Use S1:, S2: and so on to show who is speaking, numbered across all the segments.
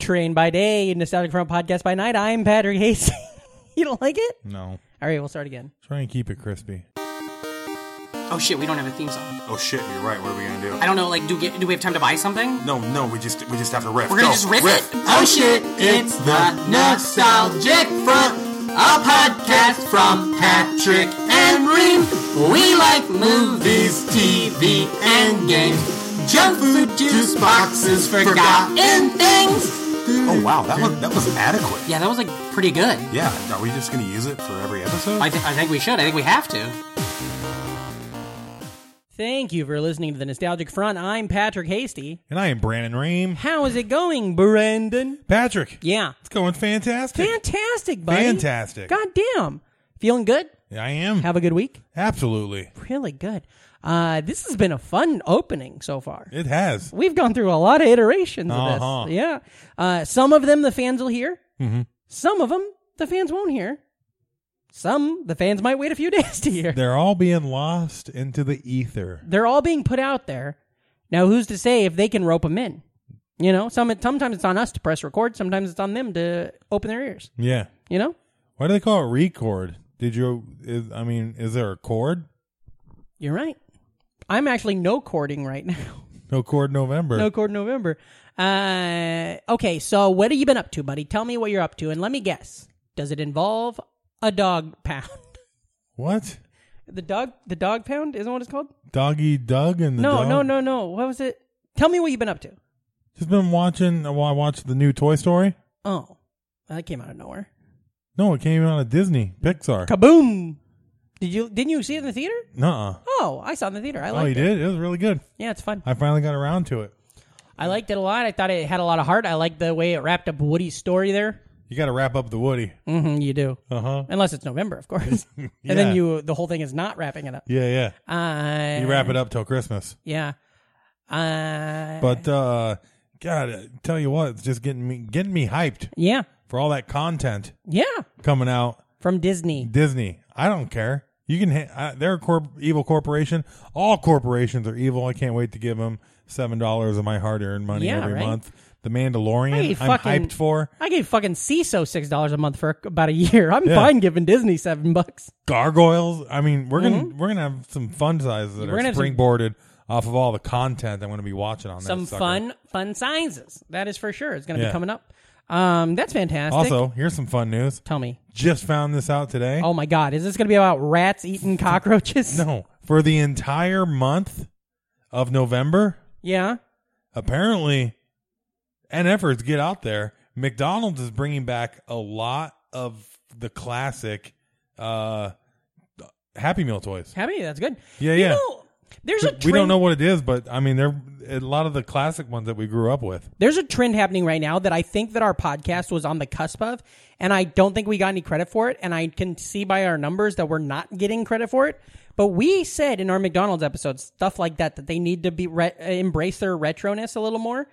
S1: Train by day, Nostalgic Front Podcast by night. I'm Patrick Hayes. you don't like it?
S2: No.
S1: All right, we'll start again.
S2: Try and keep it crispy.
S3: Oh shit, we don't have a theme song.
S4: Oh shit, you're right. What are we gonna do?
S3: I don't know. Like, do get, do we have time to buy something?
S4: No, no, we just we just have to riff.
S3: We're gonna
S4: Go,
S3: just riff, it.
S4: Oh shit, it's the Nostalgic Front, a podcast from Patrick and Reem. We like movies, TV, and games, junk food, juice boxes, forgotten things. Oh wow, that was that was adequate.
S3: Yeah, that was like pretty good.
S4: Yeah, are we just gonna use it for every episode?
S3: I, th- I think we should. I think we have to.
S1: Thank you for listening to the Nostalgic Front. I'm Patrick Hasty.
S2: And I am Brandon Ream.
S1: How is it going, Brandon?
S2: Patrick.
S1: Yeah,
S2: It's going fantastic.
S1: fantastic, buddy.
S2: Fantastic.
S1: God damn, feeling good.
S2: I am.
S1: Have a good week.
S2: Absolutely.
S1: Really good. Uh, this has been a fun opening so far.
S2: It has.
S1: We've gone through a lot of iterations
S2: Uh-huh. Mm-hmm.
S1: of this. Yeah. Uh, some of them the fans will hear. Some of them the fans won't hear. Some the fans might wait a few days to hear.
S2: They're all being lost into the ether.
S1: They're all being put out there. Now, who's to say if they can rope them in? You know, some sometimes it's on us to press record. Sometimes it's on them to open their ears.
S2: Yeah.
S1: You know,
S2: Why do they call it record? Did you, is, I mean, is there a chord?
S1: you're right. I'm actually no courting right now.
S2: No chord November.
S1: No court November. Uh, okay, so what have you been up to, buddy? Tell me what you're up to, and let me guess. Does it involve a dog pound?
S2: What?
S1: The dog, the dog pound, isn't what it's called?
S2: Doggy Doug and the
S1: no,
S2: dog?
S1: no, no, no. What was it? Tell me what you've been up to.
S2: Just been watching, well, I watched the new Toy Story.
S1: Oh, that came out of nowhere.
S2: No, it came out of Disney, Pixar.
S1: Kaboom! Did you didn't you see it in the theater?
S2: Nuh-uh.
S1: Oh, I saw it in the theater. I
S2: Oh, you
S1: liked it.
S2: did? It was really good.
S1: Yeah, it's fun.
S2: I finally got around to it.
S1: I liked it a lot. I thought it had a lot of heart. I liked the way it wrapped up Woody's story there.
S2: You got to wrap up the Woody.
S1: Mm-hmm, you do,
S2: Uh-huh.
S1: unless it's November, of course. And
S2: Yeah.
S1: then you the whole thing is not wrapping it up.
S2: Yeah, yeah.
S1: Uh,
S2: You wrap it up till Christmas.
S1: Yeah. Uh,
S2: But uh God, I tell you what, it's just getting me getting me hyped
S1: yeah.
S2: for all that content
S1: Yeah.
S2: coming out.
S1: From Disney.
S2: Disney, I don't care. You can. Ha- I, they're a corp- evil corporation. All corporations are evil. I can't wait to give them seven dollars of my hard-earned money
S1: Yeah,
S2: every
S1: right.
S2: month. The Mandalorian,
S1: Hey,
S2: I'm
S1: fucking-
S2: hyped for.
S1: I gave fucking CISO six dollars a month for about a year. I'm
S2: Yeah.
S1: fine giving Disney seven bucks.
S2: Gargoyles. I mean, we're gonna we're gonna have some fun sizes that
S1: Mm-hmm. We're
S2: are
S1: gonna have some-
S2: springboarded off of all the content I'm gonna be watching on
S1: Some
S2: that sucker.
S1: fun, fun sizes. That is for sure. It's gonna be
S2: Yeah.
S1: coming up. Um, that's fantastic.
S2: Also, here's some fun news.
S1: tell me.
S2: Just found this out today.
S1: Oh my god, is this gonna be about rats eating cockroaches?
S2: No, for the entire month of November,
S1: Yeah.
S2: apparently, and efforts get out there. McDonald's is bringing back a lot of the classic uh Happy Meal toys.
S1: Happy. That's good.
S2: Yeah,
S1: You
S2: yeah.
S1: know, there's a trend,
S2: We don't know what it is, but I mean, they're a lot of the classic ones that we grew up with.
S1: There's a trend happening right now that I think that our podcast was on the cusp of, and I don't think we got any credit for it. And I can see by our numbers that we're not getting credit for it. But we said in our McDonald's episode stuff like that that they need to be re- embrace their retroness a little more.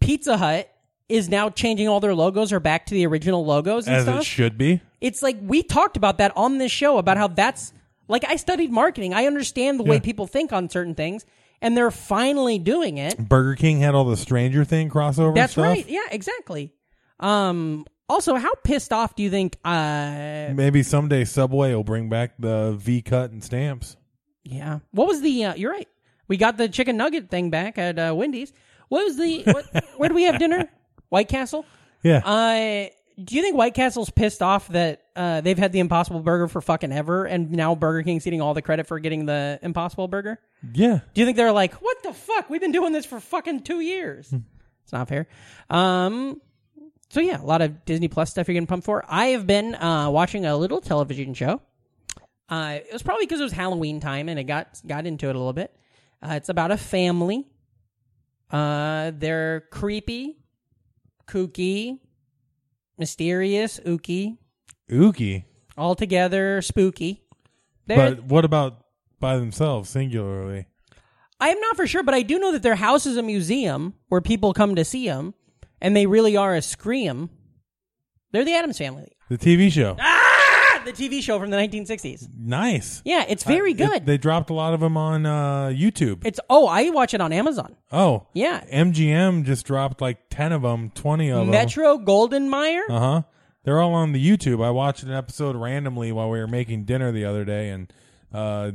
S1: Pizza Hut is now changing all their logos or back to the original logos and
S2: As
S1: stuff.
S2: it should be.
S1: It's like we talked about that on this show about how that's like I studied marketing. I understand the way
S2: Yeah.
S1: people think on certain things, and they're finally doing it.
S2: Burger King had all the Stranger Thing crossover
S1: That's
S2: stuff.
S1: right. Yeah, exactly. Um also, how pissed off do you think uh
S2: Maybe someday Subway will bring back the V cut and stamps.
S1: yeah. What was the uh, you're right. We got the chicken nugget thing back at uh, Wendy's. What was the what, where do we have dinner? White Castle?
S2: Yeah.
S1: Uh do you think White Castle's pissed off that uh, they've had the Impossible Burger for fucking ever, and now Burger King's getting all the credit for getting the Impossible Burger?
S2: yeah.
S1: Do you think they're like, what the fuck? We've been doing this for fucking two years. it's not fair. Um, so yeah, a lot of Disney Plus stuff you're getting pumped for. I have been uh, watching a little television show. Uh, it was probably because it was Halloween time, and it got got into it a little bit. Uh, it's about a family. Uh, they're creepy, kooky, mysterious, ooky,
S2: Ookie.
S1: all together spooky. They're-
S2: But what about by themselves, singularly?
S1: I am not for sure, but I do know that their house is a museum where people come to see them, and they really are a scream. They're the Adams family.
S2: The TV show.
S1: Ah! the TV show from the 1960s.
S2: Nice.
S1: Yeah, it's very
S2: Uh, It-
S1: good.
S2: they dropped a lot of them on uh, YouTube.
S1: it's oh, I watch it on Amazon.
S2: oh,
S1: Yeah.
S2: MGM just dropped like ten of them, twenty of them.
S1: Metro Golden Mayer.
S2: Uh huh. They're all on the YouTube. I watched an episode randomly while we were making dinner the other day, and uh,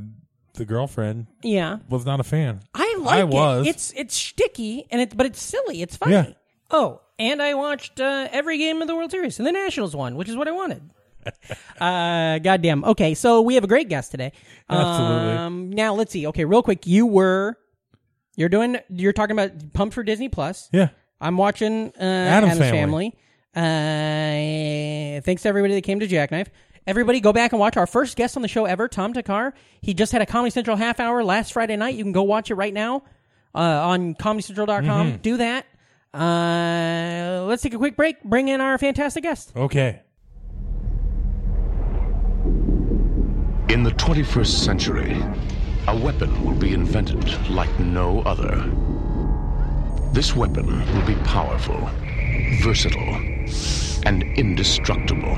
S2: the girlfriend
S1: yeah,
S2: was not a fan.
S1: I like
S2: I
S1: it.
S2: was.
S1: It's it's sticky and it, but it's silly. It's funny.
S2: Yeah.
S1: Oh, and I watched uh, every game of the World Series and the Nationals won, which is what I wanted. uh, goddamn. Okay, so we have a great guest today.
S2: Absolutely.
S1: Um, now let's see. Okay, real quick, you were you're doing you're talking about Pump for Disney Plus.
S2: Yeah.
S1: I'm watching uh,
S2: Adam's
S1: Adam's, Family. Uh, thanks to everybody that came to Jackknife. Everybody, go back and watch our first guest on the show ever, Tom Takar. He just had a Comedy Central half hour last Friday night. You can go watch it right now uh, on ComedyCentral.com.
S2: Mm-hmm.
S1: Do that. Uh, let's take a quick break. Bring in our fantastic guest.
S2: Okay.
S5: In the 21st century, a weapon will be invented like no other. This weapon will be powerful, versatile, and indestructible.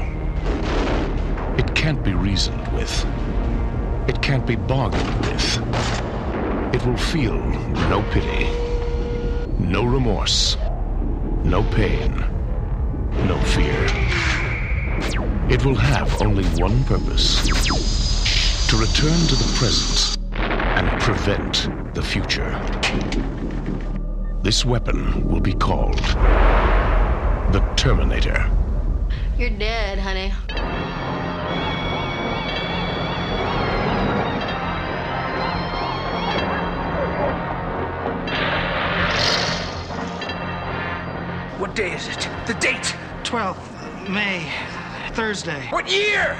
S5: It can't be reasoned with. It can't be bargained with. It will feel no pity, no remorse, no pain, no fear. It will have only one purpose to return to the present and prevent the future. This weapon will be called the Terminator.
S6: You're dead, honey.
S7: What day is it? The date!
S8: 12th May, Thursday.
S7: What year?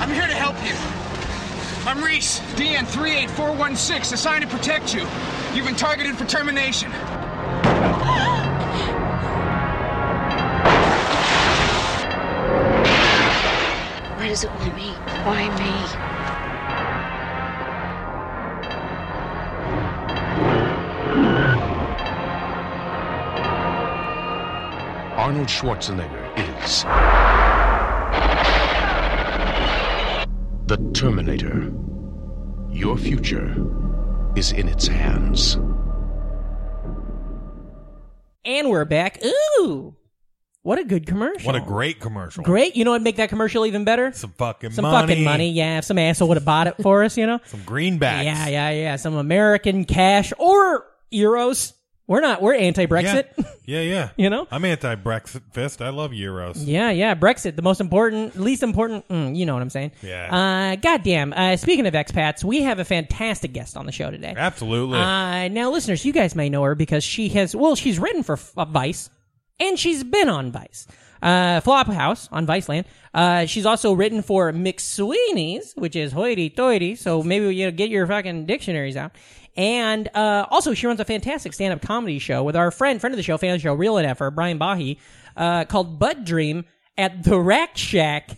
S7: I'm here to help you. I'm Reese, DN 38416, assigned to protect you. You've been targeted for termination.
S6: Why does it want me? Why me?
S5: Arnold Schwarzenegger is the Terminator. Your future is in its hands.
S1: And we're back. Ooh, what a good commercial!
S2: What a great commercial.
S1: great. You know what make that commercial even better?
S2: Some fucking
S1: Some
S2: money.
S1: fucking money. Yeah, if some asshole would have bought it for us, you know.
S2: Some greenbacks.
S1: Yeah, yeah, yeah. Some American cash or euros. We're not. We're anti-Brexit.
S2: Yeah. Yeah, yeah.
S1: You know?
S2: I'm anti breakfast. I love Euros.
S1: Yeah, yeah, Brexit, the most important, least important, mm, you know what I'm saying.
S2: Yeah.
S1: Uh, goddamn. Uh, speaking of expats, we have a fantastic guest on the show today.
S2: Absolutely.
S1: Uh, now, listeners, you guys may know her because she has, well, she's written for uh, Vice, and she's been on Vice. Uh, Flophouse on Viceland. Uh, she's also written for McSweeney's, which is hoity-toity, so maybe you know, get your fucking dictionaries out. And uh, also, she runs a fantastic stand-up comedy show with our friend, friend of the show, fan of the show, real NFer, Brian Bahi, uh, called Bud Dream at the Rack Shack.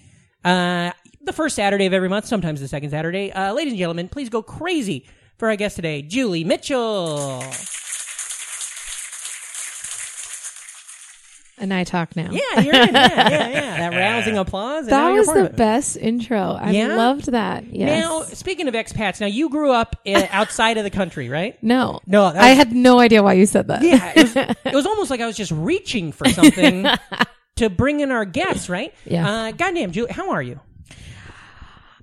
S1: Uh, the first Saturday of every month, sometimes the second Saturday. Uh, ladies and gentlemen, please go crazy for our guest today, Julie Mitchell.
S9: And I talk now.
S1: Yeah, you're in. Yeah, yeah, yeah. That rousing applause. and now
S9: That
S1: you're
S9: was
S1: part
S9: the
S1: of it.
S9: best intro. I
S1: Yeah?
S9: loved that. Yes.
S1: Now, speaking of expats, now you grew up uh, outside of the country, right?
S9: no.
S1: No, that
S9: I
S1: was-
S9: had no idea why you said that.
S1: Yeah, it was, it was almost like I was just reaching for something to bring in our guests, right?
S9: Yeah.
S1: Uh, goddamn, Julie, how are you?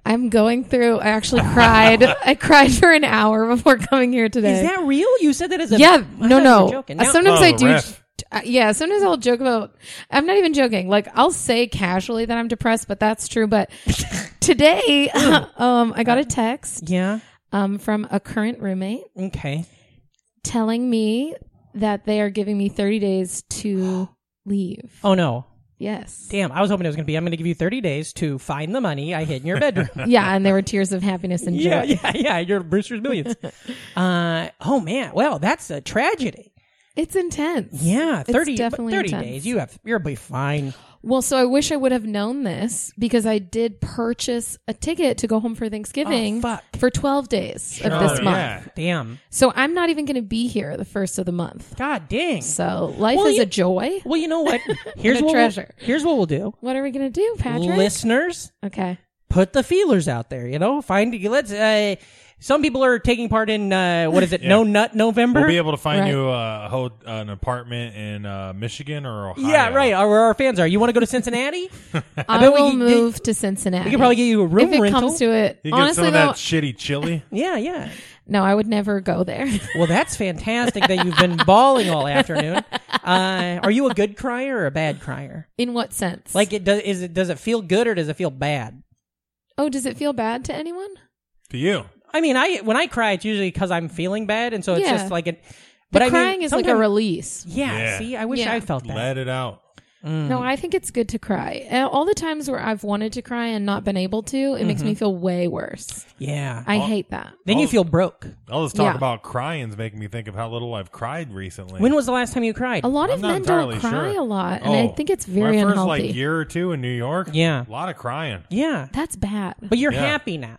S9: I'm going through. I actually cried. I cried for an hour before coming here
S1: Is
S9: today.
S1: that real? You said that as a I
S9: yeah. No.
S1: thought you
S9: No.
S1: were joking. Now-
S9: sometimes
S2: Oh,
S9: I
S2: the
S9: do.
S2: ref.
S9: uh, Yeah. Sometimes I'll joke about. I'm not even joking. Like I'll say casually that I'm depressed, but that's true. But today, um, I got a text
S1: yeah.
S9: um from a current roommate
S1: Okay.
S9: telling me that they are giving me 30 days to leave.
S1: Oh no.
S9: Yes.
S1: Damn, I was hoping it was going to be. I'm going to give you 30 days to find the money I hid in your bedroom.
S9: yeah, and there were tears of happiness and joy.
S1: yeah, yeah, yeah. You're Brewster's Millions. uh, oh man, well, that's a tragedy.
S9: It's intense.
S1: Yeah,
S9: It's
S1: 30, but
S9: definitely
S1: 30
S9: intense.
S1: days. You have you'll be fine.
S9: Well, so I wish I would have known this because I did purchase a ticket to go home for Thanksgiving
S1: Oh, fuck.
S9: for 12 days of this
S2: Sure,
S9: month.
S2: yeah.
S1: Damn.
S9: So I'm not even going to be here the first of the month.
S1: God dang.
S9: So life
S1: Well,
S9: is
S1: you-
S9: a joy.
S1: Well, you know what? Here's
S9: a
S1: what
S9: treasure.
S1: We'll, here's what we'll do.
S9: What are we going to do, Patrick?
S1: Listeners,
S9: Okay.
S1: put the feelers out there. You know, find let's. Uh, some people are taking part in uh, what is it? No Nut November.
S2: We'll be able to find
S9: Right.
S2: you uh, a ho- an apartment in uh, Michigan or Ohio.
S1: yeah, right. Are where our fans are. You want to go to Cincinnati?
S9: I,
S1: bet we
S9: will
S1: could get-
S9: move to Cincinnati.
S1: we can probably get you a room
S9: if it
S1: rental.
S9: comes to it.
S2: You get some
S9: Honestly,
S2: of that
S9: though,
S2: shitty chili.
S1: yeah, yeah.
S9: no, I would never go there.
S1: Well, that's fantastic that you've been bawling all afternoon. Uh, are you a good crier or a bad crier?
S9: In what sense?
S1: Like, it does is it does it feel good or does it feel bad?
S9: oh, does it feel bad to anyone?
S2: to you.
S1: I mean, I when I cry, it's usually because I'm feeling bad, and so it's
S9: Yeah.
S1: just like it. But
S9: But
S1: I mean,
S9: crying is like a
S1: sometimes-
S9: release.
S1: Yeah,
S2: Yeah.
S1: See, I wish
S9: Yeah.
S1: I felt that. Mm.
S2: Let it out. Mm.
S9: No, I think it's good to cry. And All the times where I've wanted to cry and not been able to, it makes
S2: Mm-hmm.
S9: me feel way worse.
S1: yeah.
S2: Oh.
S9: I hate that.
S1: then you feel broke.
S2: All this talk
S9: Yeah.
S2: about crying's making me think of how little I've cried recently.
S1: When was the last time you cried?
S9: A lot
S2: I'm
S9: of
S2: not
S9: men
S2: entirely
S9: don't cry
S2: sure.
S9: a lot, and
S2: Oh,
S9: I think it's very
S2: my first
S9: unhealthy.
S2: like year or two in New York.
S1: Yeah.
S2: a lot of crying.
S1: yeah,
S9: That's bad.
S1: but you're
S2: Yeah.
S1: happy now.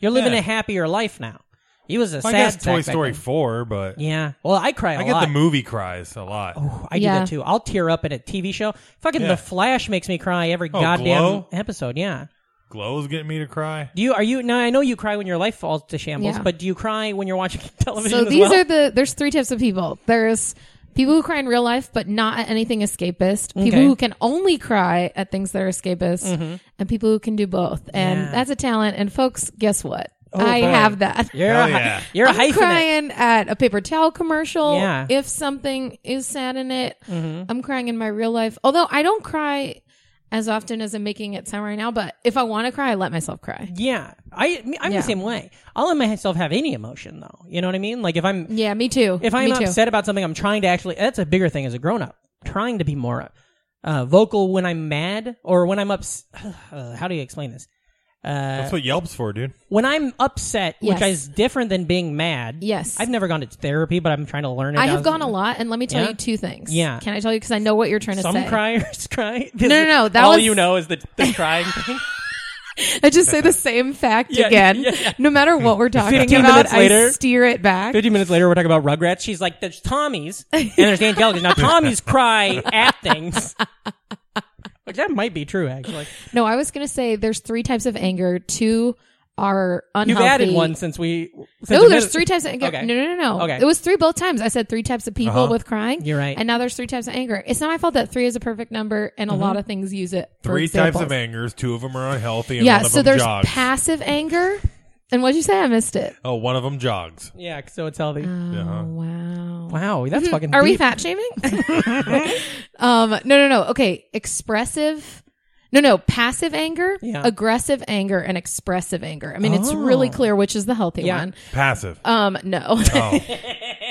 S1: You're living
S2: Yeah.
S1: a happier life now. He was a
S2: I
S1: sad
S2: guess Toy
S1: sack back
S2: Story
S1: then.
S2: four, but
S1: Yeah. Well, I cry a
S2: I get
S1: lot.
S2: the movie cries a lot.
S1: Oh, I do
S9: Yeah.
S1: that too. I'll tear up at a TV show. Fucking
S2: Yeah.
S1: The Flash makes me cry every
S2: Oh,
S1: goddamn
S2: Glow?
S1: episode. Yeah.
S2: Glow's getting me to cry.
S1: Do you are you now? I know you cry when your life falls to shambles,
S9: Yeah.
S1: but do you cry when you're watching television?
S9: so
S1: as
S9: these
S1: well?
S9: are the there's three types of people. There's people who cry in real life, but not at anything escapist. People
S1: Okay. Mm-hmm.
S9: who can only cry at things that are escapist, and people who can do both. And
S1: Yeah. Oh,
S9: that's a talent. And folks, guess what? I
S1: boy.
S9: have that.
S1: You're
S2: Hell
S1: a, hy-
S2: Oh, yeah.
S1: you're a
S9: I'm
S1: hyphenate.
S9: crying at a paper towel commercial.
S1: Yeah. Mm-hmm.
S9: If something is sad in it, I'm crying in my real life. Although I don't cry as often as I'm making it sound right now, but if I want to cry, I let myself cry.
S1: Yeah, I me- I'm
S9: Yeah.
S1: the same way. I'll let myself have any emotion though. You know what I mean? Like if I'm
S9: Yeah, me too.
S1: if I'm
S9: me too.
S1: upset about something, I'm trying to actually. That's a bigger thing as a grown up. Trying to be more uh, vocal when I'm mad or when I'm ups. uh, how do you explain this? Uh,
S2: That's what Yelp's for, dude.
S1: When I'm upset, which
S9: Yes.
S1: is different than being mad.
S9: Yes.
S1: I've never gone to therapy, but I'm trying to learn. It
S9: I have
S1: as-
S9: gone a lot, and let me tell
S1: Yeah?
S9: you two things.
S1: Yeah.
S9: Can I tell you? Because I know what you're trying to
S1: Some
S9: say.
S1: criers cry.
S9: no, no, that
S1: all
S9: was-
S1: you know is the, the crying thing.
S9: I just say the same fact
S1: Yeah,
S9: again.
S1: yeah, yeah.
S9: No matter what we're talking
S1: 15
S9: about,
S1: minutes later.
S9: I steer it back.
S1: 15 minutes later, we're talking about Rugrats. She's like, there's Tommy's, and there's the Angelicas. Now, Tommy's cry at things. Like, that might be true, actually.
S9: No, I was going to say there's three types of anger. Two are
S1: You've
S9: unhealthy.
S1: added one since we. Since
S9: No,
S1: we
S9: there's
S1: did it.
S9: three types of anger.
S1: Okay.
S9: No, no, no, no.
S1: Okay. Uh-huh.
S9: It was three both times. I said three types of people with crying.
S1: You're right.
S9: And now there's three types of anger. It's not my fault that three is a perfect number and
S1: Uh-huh.
S9: a lot of things use it. for
S2: Three types of
S9: examples.
S2: angers. Two of them are unhealthy, and
S9: Yeah,
S2: one of
S9: so
S2: them
S9: there's
S2: jogs.
S9: passive anger. And what'd you say? I missed it.
S2: oh, one of them jogs.
S1: Yeah, so it's healthy.
S9: Oh, wow.
S1: wow, that's fucking
S9: Are we
S1: deep.
S9: fat shaming? um, no, no, no. Okay, expressive. No, no, passive anger,
S1: Yeah.
S9: aggressive anger, and expressive anger. I mean, it's
S1: Oh.
S9: really clear which is the healthy
S1: Yeah.
S9: one.
S2: Passive.
S9: Um, no.
S2: oh,
S9: so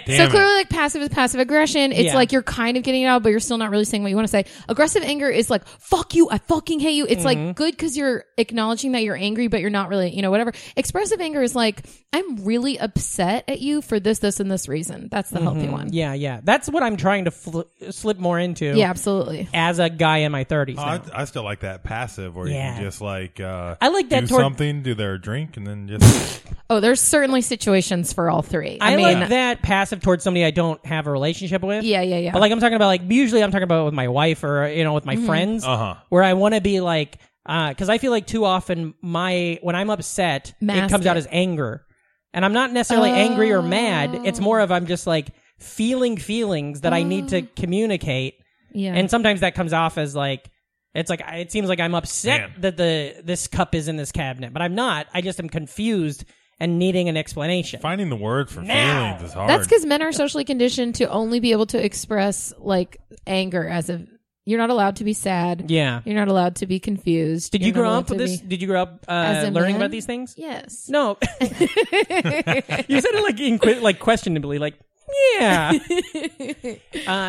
S2: damn
S9: clearly,
S2: it.
S9: like passive is passive aggression. It's
S1: Yeah.
S9: like you're kind of getting it out, but you're still not really saying what you want to say. Aggressive anger is like "fuck you," "I fucking hate you." It's
S1: Mm-hmm.
S9: like good because you're acknowledging that you're angry, but you're not really, you know, whatever. Expressive anger is like I'm really upset at you for this, this, and this reason. That's the healthy one.
S1: Yeah, yeah. That's what I'm trying to fl- slip more into
S9: yeah, absolutely.
S1: as a guy in my 30s.
S2: Oh,
S1: now.
S2: I, I still like that passive, where you
S1: Yeah.
S2: can just like uh,
S1: I like that
S2: do
S1: toward-
S2: something, do their drink, and then just
S9: Oh, there's certainly situations for all three. I,
S1: I,
S9: mean,
S1: like that passive towards somebody I don't have a relationship with.
S9: Yeah, yeah, yeah.
S1: But like I'm talking about, like usually I'm talking about with my wife or you know with
S9: Mm-hmm.
S1: my friends,
S2: Uh-huh.
S1: where I want to be like, because I feel like too often my when I'm upset, it
S9: Mask
S1: comes out
S9: it.
S1: as anger, and I'm not necessarily angry or mad. It's more
S9: Oh.
S1: of I'm just like feeling feelings that I need to communicate,
S9: yeah.
S1: and sometimes that comes off as like. It's like I- it seems like I'm upset
S2: Man.
S1: that the this cup is in this cabinet, but I'm not. I just am confused and needing an explanation.
S2: finding the word for feelings is hard.
S9: That's because men are socially conditioned to only be able to express like anger as a. You're not allowed to be sad.
S1: Yeah.
S9: You're not allowed to be confused.
S1: Did
S9: You're
S1: you
S9: not
S1: grow
S9: allowed
S1: up with
S9: to
S1: this?
S9: be-
S1: Did you grow up uh,
S9: As a
S1: learning
S9: man?
S1: about these things?
S9: Yes.
S1: No. you said it like inqui- like questionably, like yeah. uh,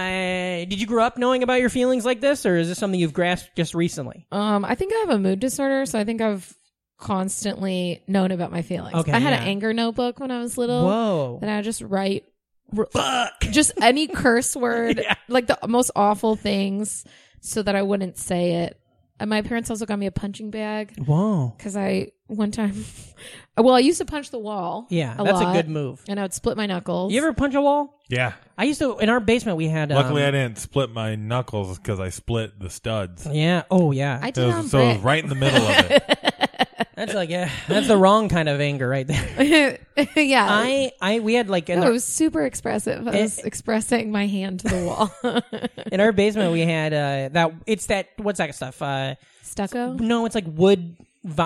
S1: did you grow up knowing about your feelings like this, or is this something you've grasped just recently?
S9: Um, I think I have a mood disorder, so I think I've constantly known about my feelings.
S1: Okay,
S9: I had
S1: yeah.
S9: an anger notebook when I was little.
S1: Whoa.
S9: That I would just write. Fuck. Just any curse word, like the most awful things. so that I wouldn't say it. And my parents also got me a punching bag
S1: Whoa.
S9: because I one time, well, I used to punch the wall.
S1: Yeah, that's
S9: lot,
S1: a good move.
S9: And I would split my knuckles.
S1: You ever punch a wall?
S2: Yeah.
S1: I used to in our basement. We had. Um,
S2: Luckily, I didn't split my knuckles because I split the studs.
S1: Yeah. Oh, yeah.
S9: I did
S2: So, it
S9: on
S2: was- so it was
S9: Brit.
S2: right in the middle of it.
S1: that's like yeah. That's the wrong kind of anger right there.
S9: yeah.
S1: I I we had like in,
S9: No,
S1: the-
S9: it was super expressive. I was expressing my hand to the wall.
S1: in our basement we had uh that it's that what's that stuff uh
S9: Stucco.
S1: no it's like wood. Vi-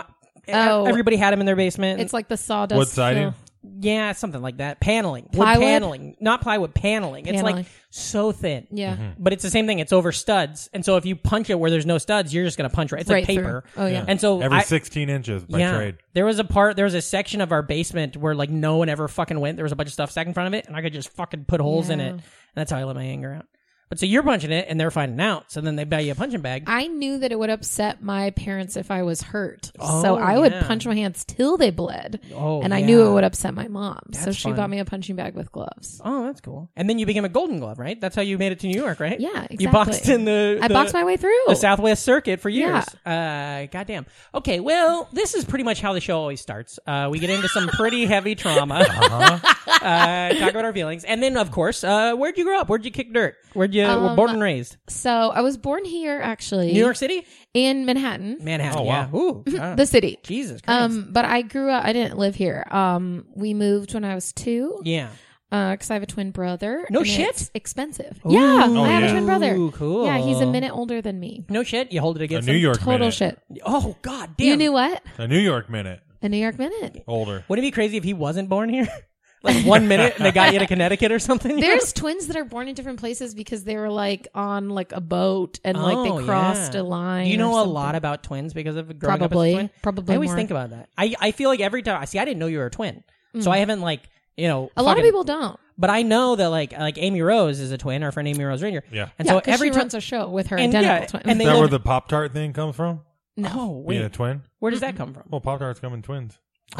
S1: e,
S9: Oh.
S1: Everybody had them in their basement.
S9: It's like the sawdust.
S2: Wood siding?
S1: Yeah, something like that. Paneling. Wood
S9: Plywood?
S1: paneling. Not plywood, paneling. It's
S9: Paneling.
S1: like so thin.
S9: Yeah.
S1: But it's the same thing. It's over studs. And so if you punch it where there's no studs, you're just going to punch right. It's
S9: Right
S1: like paper.
S9: through. Oh, yeah.
S1: And so
S2: Every
S1: I,
S2: 16 inches by
S1: yeah,
S2: trade.
S1: there was a part, there was a section of our basement where like no one ever fucking went. There was a bunch of stuff stacked in front of it and I could just fucking put holes in it.
S9: Yeah.
S1: And that's how I let my anger out. But so you're punching it and they're finding out. So then they buy you a punching bag.
S9: I knew that it would upset my parents if I was hurt. so I would
S1: Oh, yeah.
S9: punch my hands till they bled.
S1: Oh,
S9: and I
S1: yeah.
S9: knew it would upset my mom. so
S1: That's
S9: she
S1: fun.
S9: bought me a punching bag with gloves.
S1: Oh, that's cool. And then you became a Golden Glove, right? That's how you made it to New York, right?
S9: Yeah, exactly.
S1: You boxed in the.
S9: I
S1: the-
S9: boxed my way through.
S1: the Southwest Circuit for years. Uh, goddamn. Okay, well, this is pretty much how the show always starts. Uh, we get into some pretty heavy trauma, uh
S2: Uh-huh.
S1: talk about our feelings, and then, of course, uh, where'd you grow up? Where'd you kick dirt? Where'd you
S9: Um,
S1: were born and raised?
S9: so I was born here, actually.
S1: New York City,
S9: In Manhattan.
S1: Manhattan.
S2: Oh, wow.
S1: Yeah. Ooh, wow.
S9: The city.
S1: Jesus Christ.
S9: Um, but I grew up, I didn't live here. Um, we moved when I was two.
S1: yeah.
S9: because I have a twin brother.
S1: No
S9: and
S1: shit?
S9: it's expensive. Yeah,
S1: Oh,
S9: I have
S2: yeah.
S9: a twin brother.
S1: Ooh, cool.
S9: Yeah, he's a minute older than me.
S1: No shit. You hold it
S2: A
S1: against
S2: New
S1: them?
S2: York
S9: Total
S2: minute.
S9: shit.
S1: Oh God damn.
S9: You knew what?
S2: A New York minute.
S9: A New York minute.
S2: Older.
S1: Wouldn't it be crazy if he wasn't born here? like one minute and they got you to Connecticut or something. you know?
S9: There's twins that are born in different places because they were like on like a boat and like
S1: Oh,
S9: they crossed
S1: yeah.
S9: a line.
S1: Do you know
S9: or
S1: a lot
S9: something.
S1: about twins because of growing
S9: Probably.
S1: up as a twin?
S9: Probably
S1: I always
S9: more.
S1: think about that. I, I feel like every time I see, I didn't know you were a twin, so I haven't like you know
S9: Mm. A lot of
S1: fucking-
S9: people don't.
S1: But I know that like like Amy Rose is a twin, our friend Amy Rose Ranger.
S2: Yeah.
S1: and
S9: yeah,
S1: so
S9: 'cause
S1: every
S9: she
S1: time
S9: runs a show with her
S1: And,
S9: identical
S1: yeah,
S9: twins.
S1: and
S2: Is
S1: they
S2: that
S1: live-
S2: where the Pop Tart thing comes from?
S1: oh wait,
S2: Being a twin?
S1: where does that come from?
S2: Well, Pop Tarts come in twins.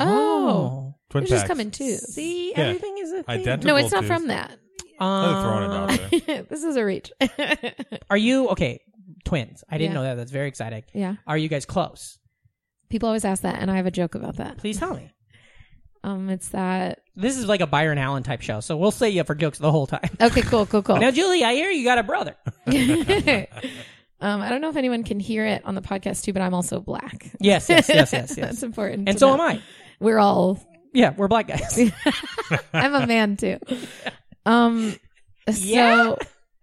S9: oh,
S2: Twin
S9: they're just
S2: packs.
S9: coming too.
S1: see,
S2: Yeah.
S1: everything is a thing.
S2: Identical.
S9: No, it's not
S2: twos.
S9: from that.
S2: They're throwing it out
S1: Um,
S2: there.
S9: this is a reach.
S1: Are you okay? Twins. I didn't
S9: Yeah.
S1: know that. That's very exciting.
S9: yeah,
S1: Are you guys close?
S9: people always ask that, and I have a joke about that.
S1: Please tell me.
S9: Um, it's that.
S1: This is like a Byron Allen type show, so we'll say you up for jokes the whole time.
S9: Okay, cool, cool, cool.
S1: Now, Julie, I hear you got a brother.
S9: um, I don't know if anyone can hear it on the podcast too, but I'm also black.
S1: Yes, yes, yes, yes, yes.
S9: That's important.
S1: and
S9: to
S1: so
S9: know.
S1: am I.
S9: We're all.
S1: Yeah, we're black guys.
S9: I'm a man too. Um.
S1: Yeah?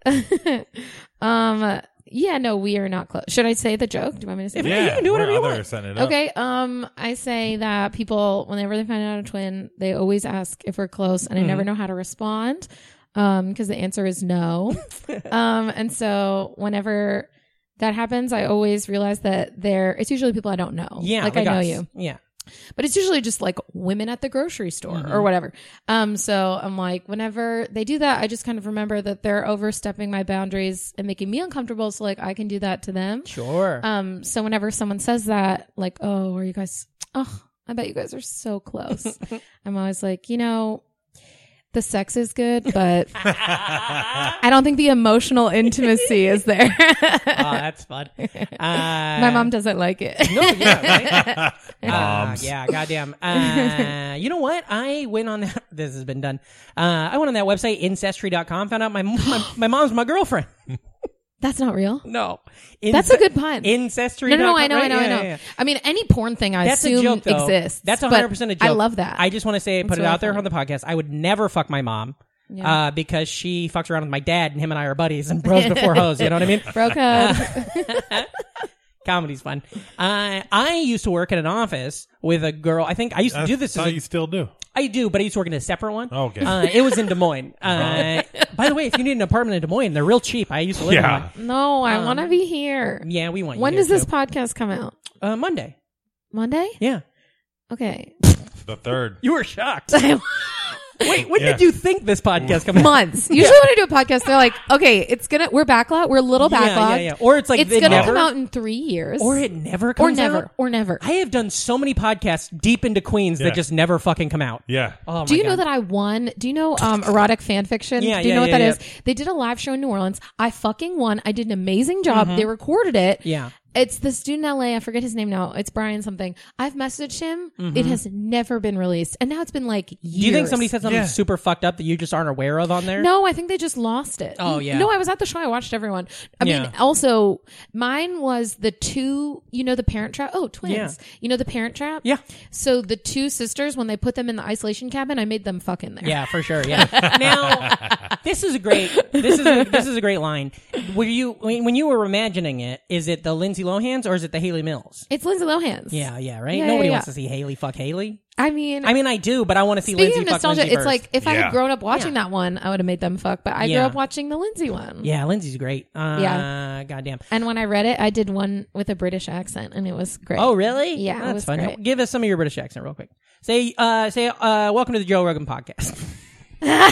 S9: So. um. Yeah. No, we are not close. Should I say the joke? Do you want me to say? it?
S2: Yeah,
S1: You can do whatever
S2: we're
S1: you
S2: other
S1: want.
S2: setting it up.
S9: Okay. Um. I say that people, whenever they find out a twin, they always ask if we're close, and I never know how to respond. Um. Because the answer is no. um. And so whenever. That happens. I always realize that they're. It's usually people I don't know.
S1: Yeah,
S9: like, I know
S1: us.
S9: you.
S1: Yeah.
S9: but it's usually just like women at the grocery store
S1: Mm-hmm.
S9: or whatever. Um, so I'm like, whenever they do that, I just kind of remember that they're overstepping my boundaries and making me uncomfortable. So like, I can do that to them.
S1: Sure.
S9: Um, so whenever someone says that, like, oh, are you guys? Oh, I bet you guys are so close. I'm always like, you know, the sex is good, but I don't think the emotional intimacy is there.
S1: oh, that's fun. Uh,
S9: my mom doesn't like it.
S1: no, yeah, right? Uh,
S2: Moms.
S1: yeah, goddamn. Uh, you know what? I went on that. This has been done. Uh, I went on that website, ancestry.com, found out my my, my mom's my girlfriend.
S9: That's not real.
S1: No.
S9: That's a good pun.
S1: Ancestry.
S9: No, no, no, I know,
S1: right?
S9: I know, I
S1: Yeah,
S9: know.
S1: yeah, yeah.
S9: I mean, any porn thing I
S1: That's
S9: assume
S1: a joke, though.
S9: exists.
S1: That's
S9: but
S1: 100% a joke.
S9: I love that.
S1: I just want to say, put
S9: That's
S1: it out
S9: really
S1: there on
S9: funny.
S1: the podcast. I would never fuck my mom
S9: Yeah.
S1: uh, because she fucks around with my dad, and him and I are buddies and bros before hoes. You know what I mean?
S9: Bro code.
S1: Comedy's fun. Uh, I used to work in an office with a girl. I think I used to
S2: I
S1: do this. As
S2: thought
S1: a,
S2: Uh, you still do.
S1: I do, but I used to work in a separate one.
S2: Okay.
S1: Uh, it was in Des Moines. Uh, by the way, if you need an apartment in Des Moines, they're real cheap. I used to live in
S2: Yeah.
S1: one.
S9: no, I want to be here.
S1: Yeah, we want Um, you
S9: when
S1: here,
S9: does this
S1: too.
S9: podcast come out?
S1: uh, Monday.
S9: Monday?
S1: Yeah.
S9: Okay.
S2: The third.
S1: You were shocked.
S9: I
S1: Wait, when
S2: Yeah.
S1: did you think this podcast coming?
S9: months. Usually when I do a podcast, they're like, okay, it's gonna we're backlot, we're a little
S1: Yeah,
S9: backlot.
S1: yeah, yeah. Or it's like
S9: it's
S1: they
S9: gonna
S1: never-
S9: come out in three years,
S1: Or it never
S9: or
S1: comes
S9: never,
S1: out?
S9: or never.
S1: I have done so many podcasts deep into Queens
S2: Yeah.
S1: that just never fucking come out.
S2: Yeah.
S1: Oh, my
S9: do you
S1: God.
S9: know that I won? Do you know um, erotic fan fiction?
S1: Yeah,
S9: do you
S1: yeah,
S9: know what
S1: yeah,
S9: that
S1: yeah.
S9: is? They did a live show in New Orleans. I fucking won. I did an amazing job. They recorded it.
S1: Mm-hmm. Yeah.
S9: It's this dude in LA. I forget his name now. It's Brian something. I've messaged him. It has never been released, and now it's been like years.
S1: Mm-hmm. Do you think somebody said something
S2: Yeah.
S1: super fucked up that you just aren't aware of on there?
S9: No, I think they just lost it.
S1: Oh, yeah.
S9: No, I was at the show. I watched everyone. I
S1: Yeah.
S9: mean, also mine was the two. You know the Parent Trap. Oh, twins.
S1: Yeah.
S9: You know the Parent Trap.
S1: Yeah.
S9: So the two sisters, when they put them in the isolation cabin, I made them fuck in there.
S1: Yeah, for sure. Yeah. now, this is a great. This is a, this is a great line. Were you when when you were imagining it? Is it the Lindsay Lohan's or is it the Haley Mills?
S9: It's Lindsay Lohan's.
S1: Yeah, yeah, right.
S9: Yeah, yeah,
S1: Nobody
S9: yeah.
S1: wants to see Haley fuck Haley.
S9: I mean,
S1: I mean, I do, but I want to see
S9: speaking
S1: Lindsay
S9: of
S1: fuck
S9: nostalgia,
S1: Lindsay
S9: it's
S1: first.
S9: like if I
S2: Yeah.
S9: had grown up watching that one, I would have made them fuck. But I
S1: Yeah.
S9: grew up watching the Lindsay one.
S1: yeah, Lindsay's great. Uh, yeah,
S9: Yeah.
S1: goddamn.
S9: And when I read it, I did one with a British accent, and it was great.
S1: Oh, really?
S9: Yeah, it
S1: that's
S9: was
S1: fun.
S9: great.
S1: Give us some of your British accent real quick. Say, uh, say, uh, welcome to the Joe Rogan podcast.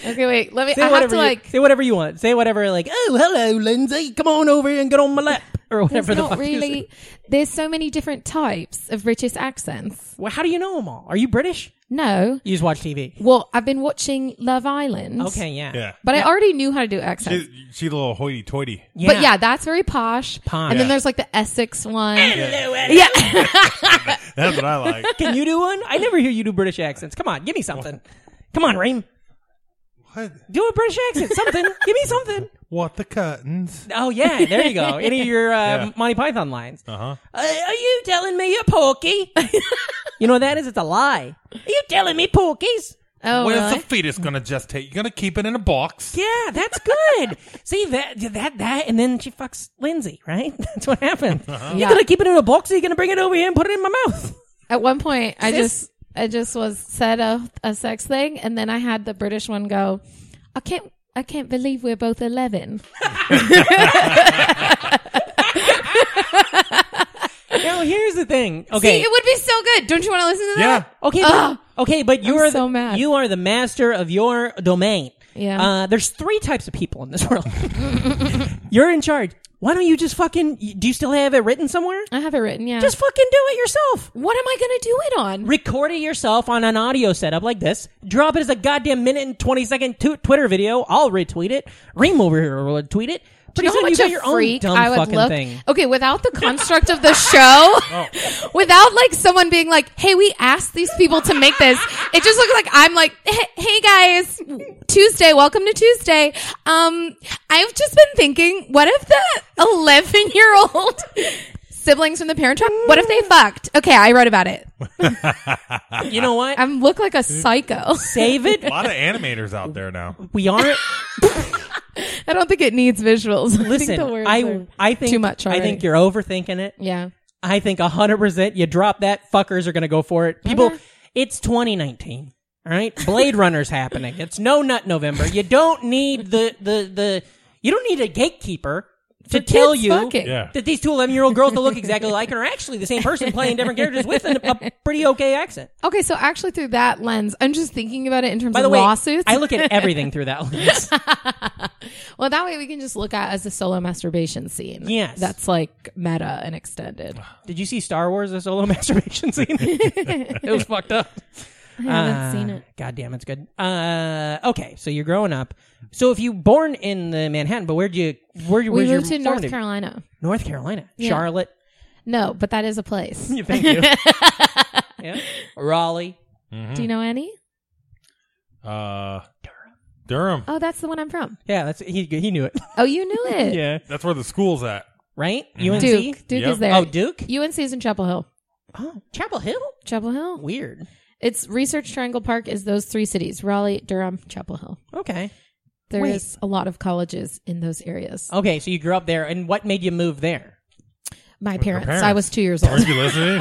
S9: Okay, wait. Let me.
S1: Say
S9: I have
S1: whatever
S9: to
S1: you,
S9: like.
S1: say whatever you want. Say whatever like, oh hello Lindsay, come on over and get on my lap or
S9: There's
S1: whatever the
S9: not
S1: fuck you say.
S9: really. There's so many different types of British accents.
S1: Well, how do you know them all? Are you British?
S9: No.
S1: You just watch TV.
S9: Well, I've been watching Love Island.
S1: Okay, yeah.
S2: Yeah.
S9: But I already knew how to do accents.
S2: She, she's a little hoity toity.
S9: But yeah, that's very posh.
S1: Posh.
S9: And then
S2: Yeah.
S9: there's like the Essex one.
S1: Yeah.
S2: That's what I like.
S1: Can you do one? I never hear you do British accents. Come on, give me something. Come on, Reem.
S2: what?
S1: Do a British accent. Something. give me something.
S2: What the curtains?
S1: Oh yeah, there you go. Any of your uh,
S2: Yeah.
S1: Monty Python lines.
S2: Uh huh.
S1: Uh, are you telling me you're porky? you know what that is? It's a lie. Are you telling me porkies?
S9: Oh,
S2: Where's
S9: really?
S2: the fetus gonna just take? You gonna keep it in a box?
S1: Yeah, that's good. See that that that, and then she fucks Lindsay, right? That's what happened. You're
S9: Yeah.
S1: gonna keep it in a box. Or you're gonna bring it over here and put it in my mouth.
S9: At one point, I
S1: Sis.
S9: just I just was said a, a sex thing, and then I had the British one go, I can't I can't believe we're both eleven.
S1: Now here's the thing.
S9: See,
S1: Okay,
S9: it would be so good. Don't you want to listen to that?
S1: okay, but, okay, but you
S9: I'm
S1: are the,
S9: so mad.
S1: you are the master of your domain.
S9: Yeah.
S1: Uh, there's three types of people in this world. you're in charge. Why don't you just fucking? Do you still have it written somewhere?
S9: I have it written, yeah.
S1: Just fucking do it yourself.
S9: what am I gonna do it on?
S1: record it yourself on an audio setup like this, drop it as a goddamn minute and 20 second tu- Twitter video. I'll retweet it. Reem over here will retweet it.
S9: Do
S1: Pretty
S9: you know how
S1: soon you
S9: much
S1: got
S9: a
S1: your own
S9: freak
S1: dumb
S9: I would
S1: fucking
S9: look?
S1: thing.
S9: Okay, without the construct of the show, without like someone being like, "Hey, we asked these people to make this," it just looks like I'm like, "Hey, hey guys, Tuesday, welcome to Tuesday." Um, I've just been thinking, what if the 11 year old siblings from the Parent Trap, what if they
S1: Mm.
S9: fucked? Okay, I wrote about it. Oh,
S1: You know what?
S9: I look like a psycho.
S1: Save it.
S2: A lot of animators out there now.
S1: We aren't.
S9: I don't think it needs visuals. I
S1: Listen,
S9: think the words
S1: I,
S9: are
S1: I think
S9: too much.
S1: I
S9: already.
S1: think you're overthinking it.
S9: yeah.
S1: I think 100% you drop that, fuckers are going to go for it.
S9: Uh-huh.
S1: People, it's 2019. All right, Blade Runner's happening. It's no nut November. You don't need the the the you don't need a gatekeeper to
S9: For
S1: tell
S9: kids
S1: you
S9: fucking.
S2: Yeah.
S1: that these two 11 year old girls that look exactly alike and are actually the same person playing different characters with an, a pretty okay accent.
S9: Okay, so actually through that lens, I'm just thinking about it in terms
S1: By the
S9: of
S1: way,
S9: lawsuits.
S1: I look at everything through that lens.
S9: well, that way we can just look at it as a solo masturbation scene.
S1: Yes.
S9: That's like meta and extended.
S1: Did you see Star Wars a solo masturbation scene? it was fucked up.
S9: I
S1: Uh,
S9: haven't seen it.
S1: God damn, it's good. Uh, okay, so you're growing up. So if you born in the Manhattan, but where'd you where you
S9: We
S1: where's your
S9: moved to North
S1: formative-
S9: Carolina.
S1: North Carolina,
S9: Yeah.
S1: Charlotte.
S9: No, but that is a place.
S1: Yeah, Thank you. yeah, Raleigh.
S9: Do you know any?
S2: Uh, Durham.
S9: Oh, that's the one I'm from.
S1: Yeah, that's he. He knew it.
S9: Oh, you knew it.
S1: yeah,
S2: That's where the school's at.
S1: right. UNC.
S9: Duke. Duke
S2: Yep.
S9: is there.
S1: Oh, Duke.
S9: UNC is in Chapel Hill.
S1: Oh, Chapel Hill.
S9: Chapel Hill.
S1: Weird.
S9: It's Research Triangle Park is those three cities. Raleigh, Durham, Chapel Hill.
S1: Okay.
S9: There is
S1: Wait.
S9: a lot of colleges in those areas.
S1: Okay, so you grew up there, and what made you move there?
S9: My
S2: your
S9: parents. I
S2: parents.
S9: was two years old.
S2: Aren't you listening?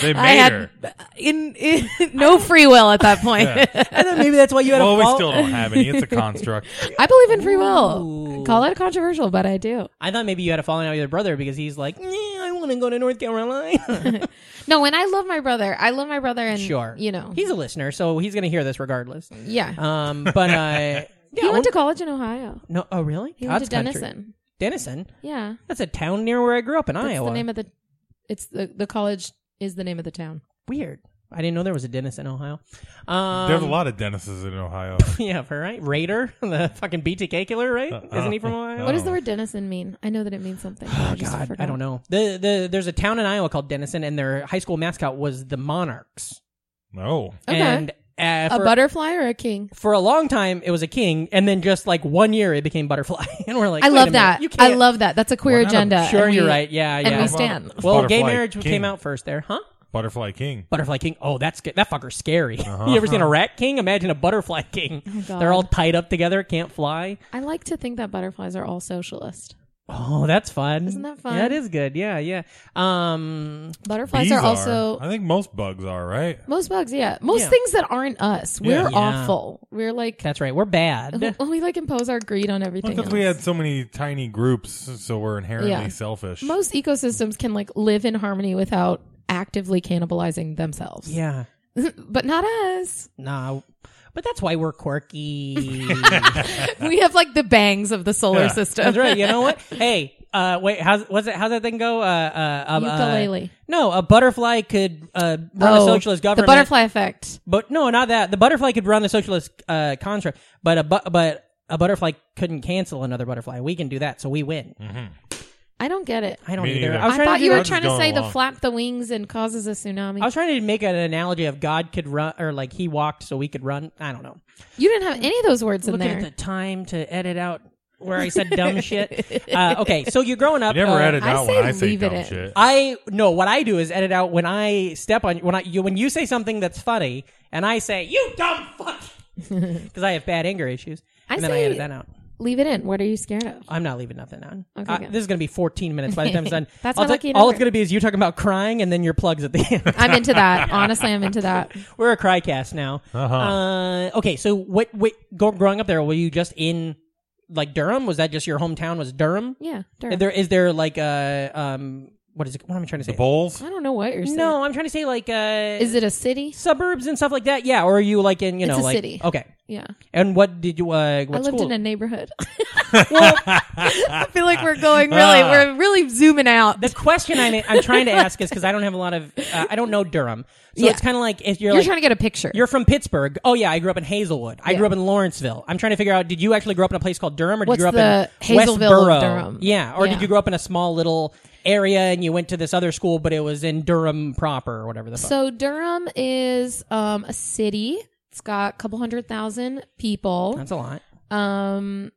S2: They made
S9: I
S2: her.
S9: had in, in no free will at that point.
S1: And then maybe that's why you had
S2: Well,
S1: a
S2: we
S1: fall-
S2: still don't have any. It's a construct.
S9: I believe in free
S1: Ooh.
S9: will. Call it controversial, but I do.
S1: I thought maybe you had a falling out with your brother because he's like, "Nyeh, I want to go to North Carolina.
S9: No, and I love my brother. I love my brother, and
S1: sure,
S9: you know,
S1: he's a listener, so he's going to hear this regardless.
S9: yeah.
S1: Um, but uh, yeah,
S9: he went
S1: I
S9: to college in Ohio.
S1: wonder- no. Oh, really?
S9: He went
S1: God's
S9: to
S1: country.
S9: Denison.
S1: Denison.
S9: Yeah,
S1: That's a town near where I grew up in
S9: that's
S1: Iowa.
S9: the name of the. It's the the college is the name of the town.
S1: Weird. I didn't know there was a Denison, Ohio. Um,
S2: There's a lot of Dennis's in Ohio.
S1: Yeah, for right. Raider, the fucking BTK killer, right?
S2: Uh,
S1: Isn't he from Ohio?
S9: What does the word Denison mean? I know that it means something. but I,
S1: Oh
S9: just
S1: God, I
S9: forgot.
S1: don't know. The the there's a town in Iowa called Denison, and their high school mascot was the Monarchs.
S2: No.
S9: Okay.
S1: And uh,
S9: A
S1: for,
S9: butterfly or a king?
S1: for a long time, it was a king, and then just like one year, it became butterfly, and we're like,
S9: I
S1: wait a
S9: love
S1: minute,
S9: that.
S1: You can't.
S9: I love that. That's a queer
S2: Why not?
S9: agenda.
S1: Sure,
S9: and
S1: you're
S9: we-
S1: right. Yeah,
S9: and
S1: yeah.
S9: we stand.
S1: Well,
S2: Butterfly
S1: gay marriage
S2: King.
S1: came out first there, huh?
S2: Butterfly King.
S1: Butterfly King. Oh, that's good. That fucker's scary. you ever seen a rat king? Imagine a butterfly king.
S9: Oh God.
S1: They're all tied up together, can't fly.
S9: I like to think that butterflies are all socialist.
S1: Oh, that's fun.
S9: Isn't that fun?
S1: That is good. Yeah, yeah. Um,
S9: Butterflies
S2: Bees
S9: are also
S2: I think most bugs are, right?
S9: most bugs. Yeah, most
S1: Yeah.
S9: things that aren't us. We're
S1: Yeah.
S9: awful. We're like
S1: that's right. We're bad.
S9: we like impose our greed on everything.
S2: Because we
S9: else.
S2: had so many tiny groups, so we're inherently
S9: Yeah.
S2: selfish.
S9: most ecosystems can like live in harmony without actively cannibalizing themselves.
S1: yeah.
S9: but not us.
S1: Nah. But that's why we're quirky.
S9: we have like the bangs of the solar
S2: Yeah.
S9: system.
S1: that's right. You know what? Hey, uh, wait. How's what's it? How's that thing go? Uh, uh, uh,
S9: Ukulele.
S1: uh, no, a butterfly could uh, run a
S9: Oh,
S1: socialist government.
S9: The butterfly effect.
S1: But no, not that. The butterfly could run the socialist uh, contract, but a bu- but a butterfly couldn't cancel another butterfly. We can do that, so we win.
S9: I don't get it.
S1: I don't
S2: Mm, Me
S1: either.
S2: neither.
S1: I was
S9: I
S1: trying
S9: thought
S1: to
S9: you
S1: do-
S9: were
S2: I'm just
S9: trying to
S2: going
S9: say the
S2: along.
S9: flap the wings and causes a tsunami.
S1: I was trying to make an analogy of God could run or like he walked so we could run. I don't know.
S9: you didn't have any of those words in
S1: Looking
S9: there.
S1: at the time to edit out where I said dumb shit. Uh, okay, so you're growing up.
S2: You never
S1: uh,
S2: edit
S9: I
S2: out
S9: say
S2: when I say
S9: leave it
S2: dumb
S9: in.
S2: shit.
S1: I no. What I do is edit out when I step on when I you when you say something that's funny and I say you dumb fuck because I have bad anger issues.
S9: I
S1: and then I
S9: say-
S1: edit that out.
S9: Leave it in. What are you scared of?
S1: I'm not leaving nothing on.
S9: Okay,
S1: Uh,
S9: good.
S1: this is going to be 14 minutes by the time it's done.
S9: That's
S1: all,
S9: my lucky
S1: all it's
S9: number.
S1: going to be is you talking about crying and then your plugs at the end.
S9: I'm into that. Honestly, I'm into that.
S1: We're a crycast now. Uh-huh. okay, so what? What? Go, growing up there, were you just in like Durham? Was that just your hometown? Was Durham?
S9: Yeah.
S1: Is
S9: Durham.
S1: there is there like uh um what is it? What am I trying to say?
S2: The bowls?
S9: I don't know what you're saying.
S1: no, I'm trying to say like uh
S9: Is it a city?
S1: suburbs and stuff like that? Yeah, or are you like in you
S9: It's
S1: know
S9: a
S1: like
S9: city.
S1: okay?
S9: Yeah.
S1: And what did you? Uh, what
S9: I lived
S1: school?
S9: in a neighborhood. I feel like we're going really,
S1: Ah.
S9: we're really zooming out.
S1: the question I'm, I'm trying to ask is because I don't have a lot of uh, I don't know Durham, so
S9: Yeah.
S1: it's kind of like if you're,
S9: You're
S1: like
S9: trying to get a picture.
S1: you're from Pittsburgh. Oh yeah, I grew up in Hazelwood. I
S9: Yeah.
S1: grew up in Lawrenceville. I'm trying to figure out did you actually grow up in a place called Durham or did
S9: What's
S1: you grow up
S9: the
S1: in
S9: Hazelville of
S1: Westboro?
S9: Durham?
S1: Yeah, or
S9: Yeah.
S1: did you grow up in a small little area and you went to this other school, but it was in Durham proper or whatever the fuck.
S9: So Durham is um, a city. It's got a couple hundred thousand people.
S1: That's a lot.
S9: Um,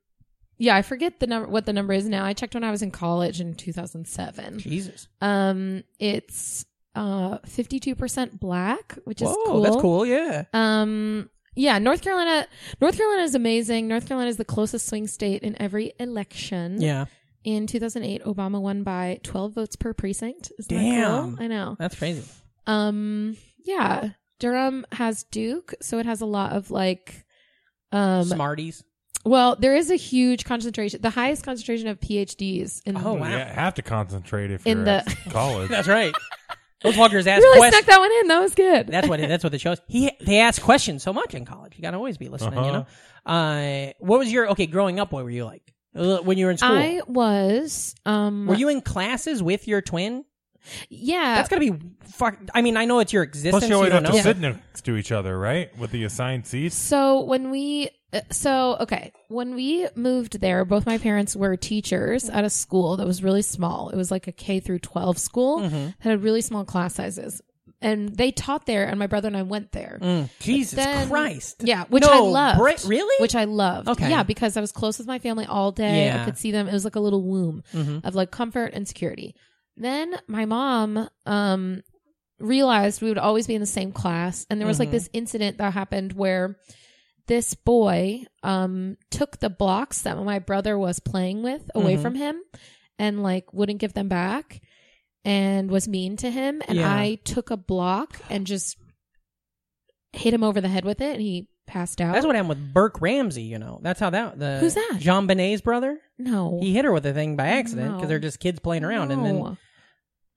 S9: yeah, I forget the number. What the number is now? I checked when I was in college in 2007.
S1: Jesus.
S9: Um, it's uh 52% black, which is
S1: Whoa,
S9: cool.
S1: that's cool. Yeah.
S9: Um, yeah, North Carolina. North Carolina is amazing. North Carolina is the closest swing state in every election.
S1: Yeah,
S9: In 2008, Obama won by 12 votes per precinct. Isn't that
S1: Damn.
S9: cool? I know.
S1: that's crazy.
S9: Um, yeah, Durham has Duke, so it has a lot of like, um,
S1: Smarties.
S9: well, there is a huge concentration, the highest concentration of PhDs in.
S1: Oh, wow.
S2: Yeah, have to concentrate if
S9: In
S2: you're
S9: the-
S2: at college.
S1: That's right. Those walkers ask
S9: really
S1: questions.
S9: snuck that one in. That was good.
S1: That's what that's what the show is. He they ask questions so much in college. You gotta always be listening. You know. Uh, what was your okay? Growing up, what were you like Uh, when you were in school?
S9: I was, um,
S1: were you in classes with your twin?
S9: yeah,
S1: That's gotta be fuck. I mean, I know it's your existence.
S2: Plus, you always
S1: don't
S2: have
S1: know.
S2: to sit next to each other, right? With the assigned seats.
S9: So when we, uh, so okay, when we moved there, both my parents were teachers at a school that was really small. It was like a K through twelve school
S1: Mm-hmm.
S9: that had really small class sizes, and they taught there. And my brother and I went there.
S1: Mm, Jesus
S9: Then-
S1: Christ.
S9: Yeah, which
S1: No,
S9: I loved.
S1: bra- really?
S9: Which I loved.
S1: Okay.
S9: Yeah, because I was close with my family all day.
S1: Yeah.
S9: I could see them. It was like a little womb
S1: Mm-hmm.
S9: of like comfort and security. Then my mom um realized we would always be in the same class and there was
S1: Mm-hmm.
S9: like this incident that happened where this boy um took the blocks that my brother was playing with away
S1: Mhm.
S9: from him and like wouldn't give them back and was mean to him and
S1: Yeah.
S9: I took a block and just hit him over the head with it and he passed out.
S1: That's what happened with Burke Ramsey. You know, that's how that the
S9: Who's that?
S1: Jean Benet's brother.
S9: no.
S1: He hit her with a thing by accident because
S9: No.
S1: they're just kids playing around, and then
S9: No.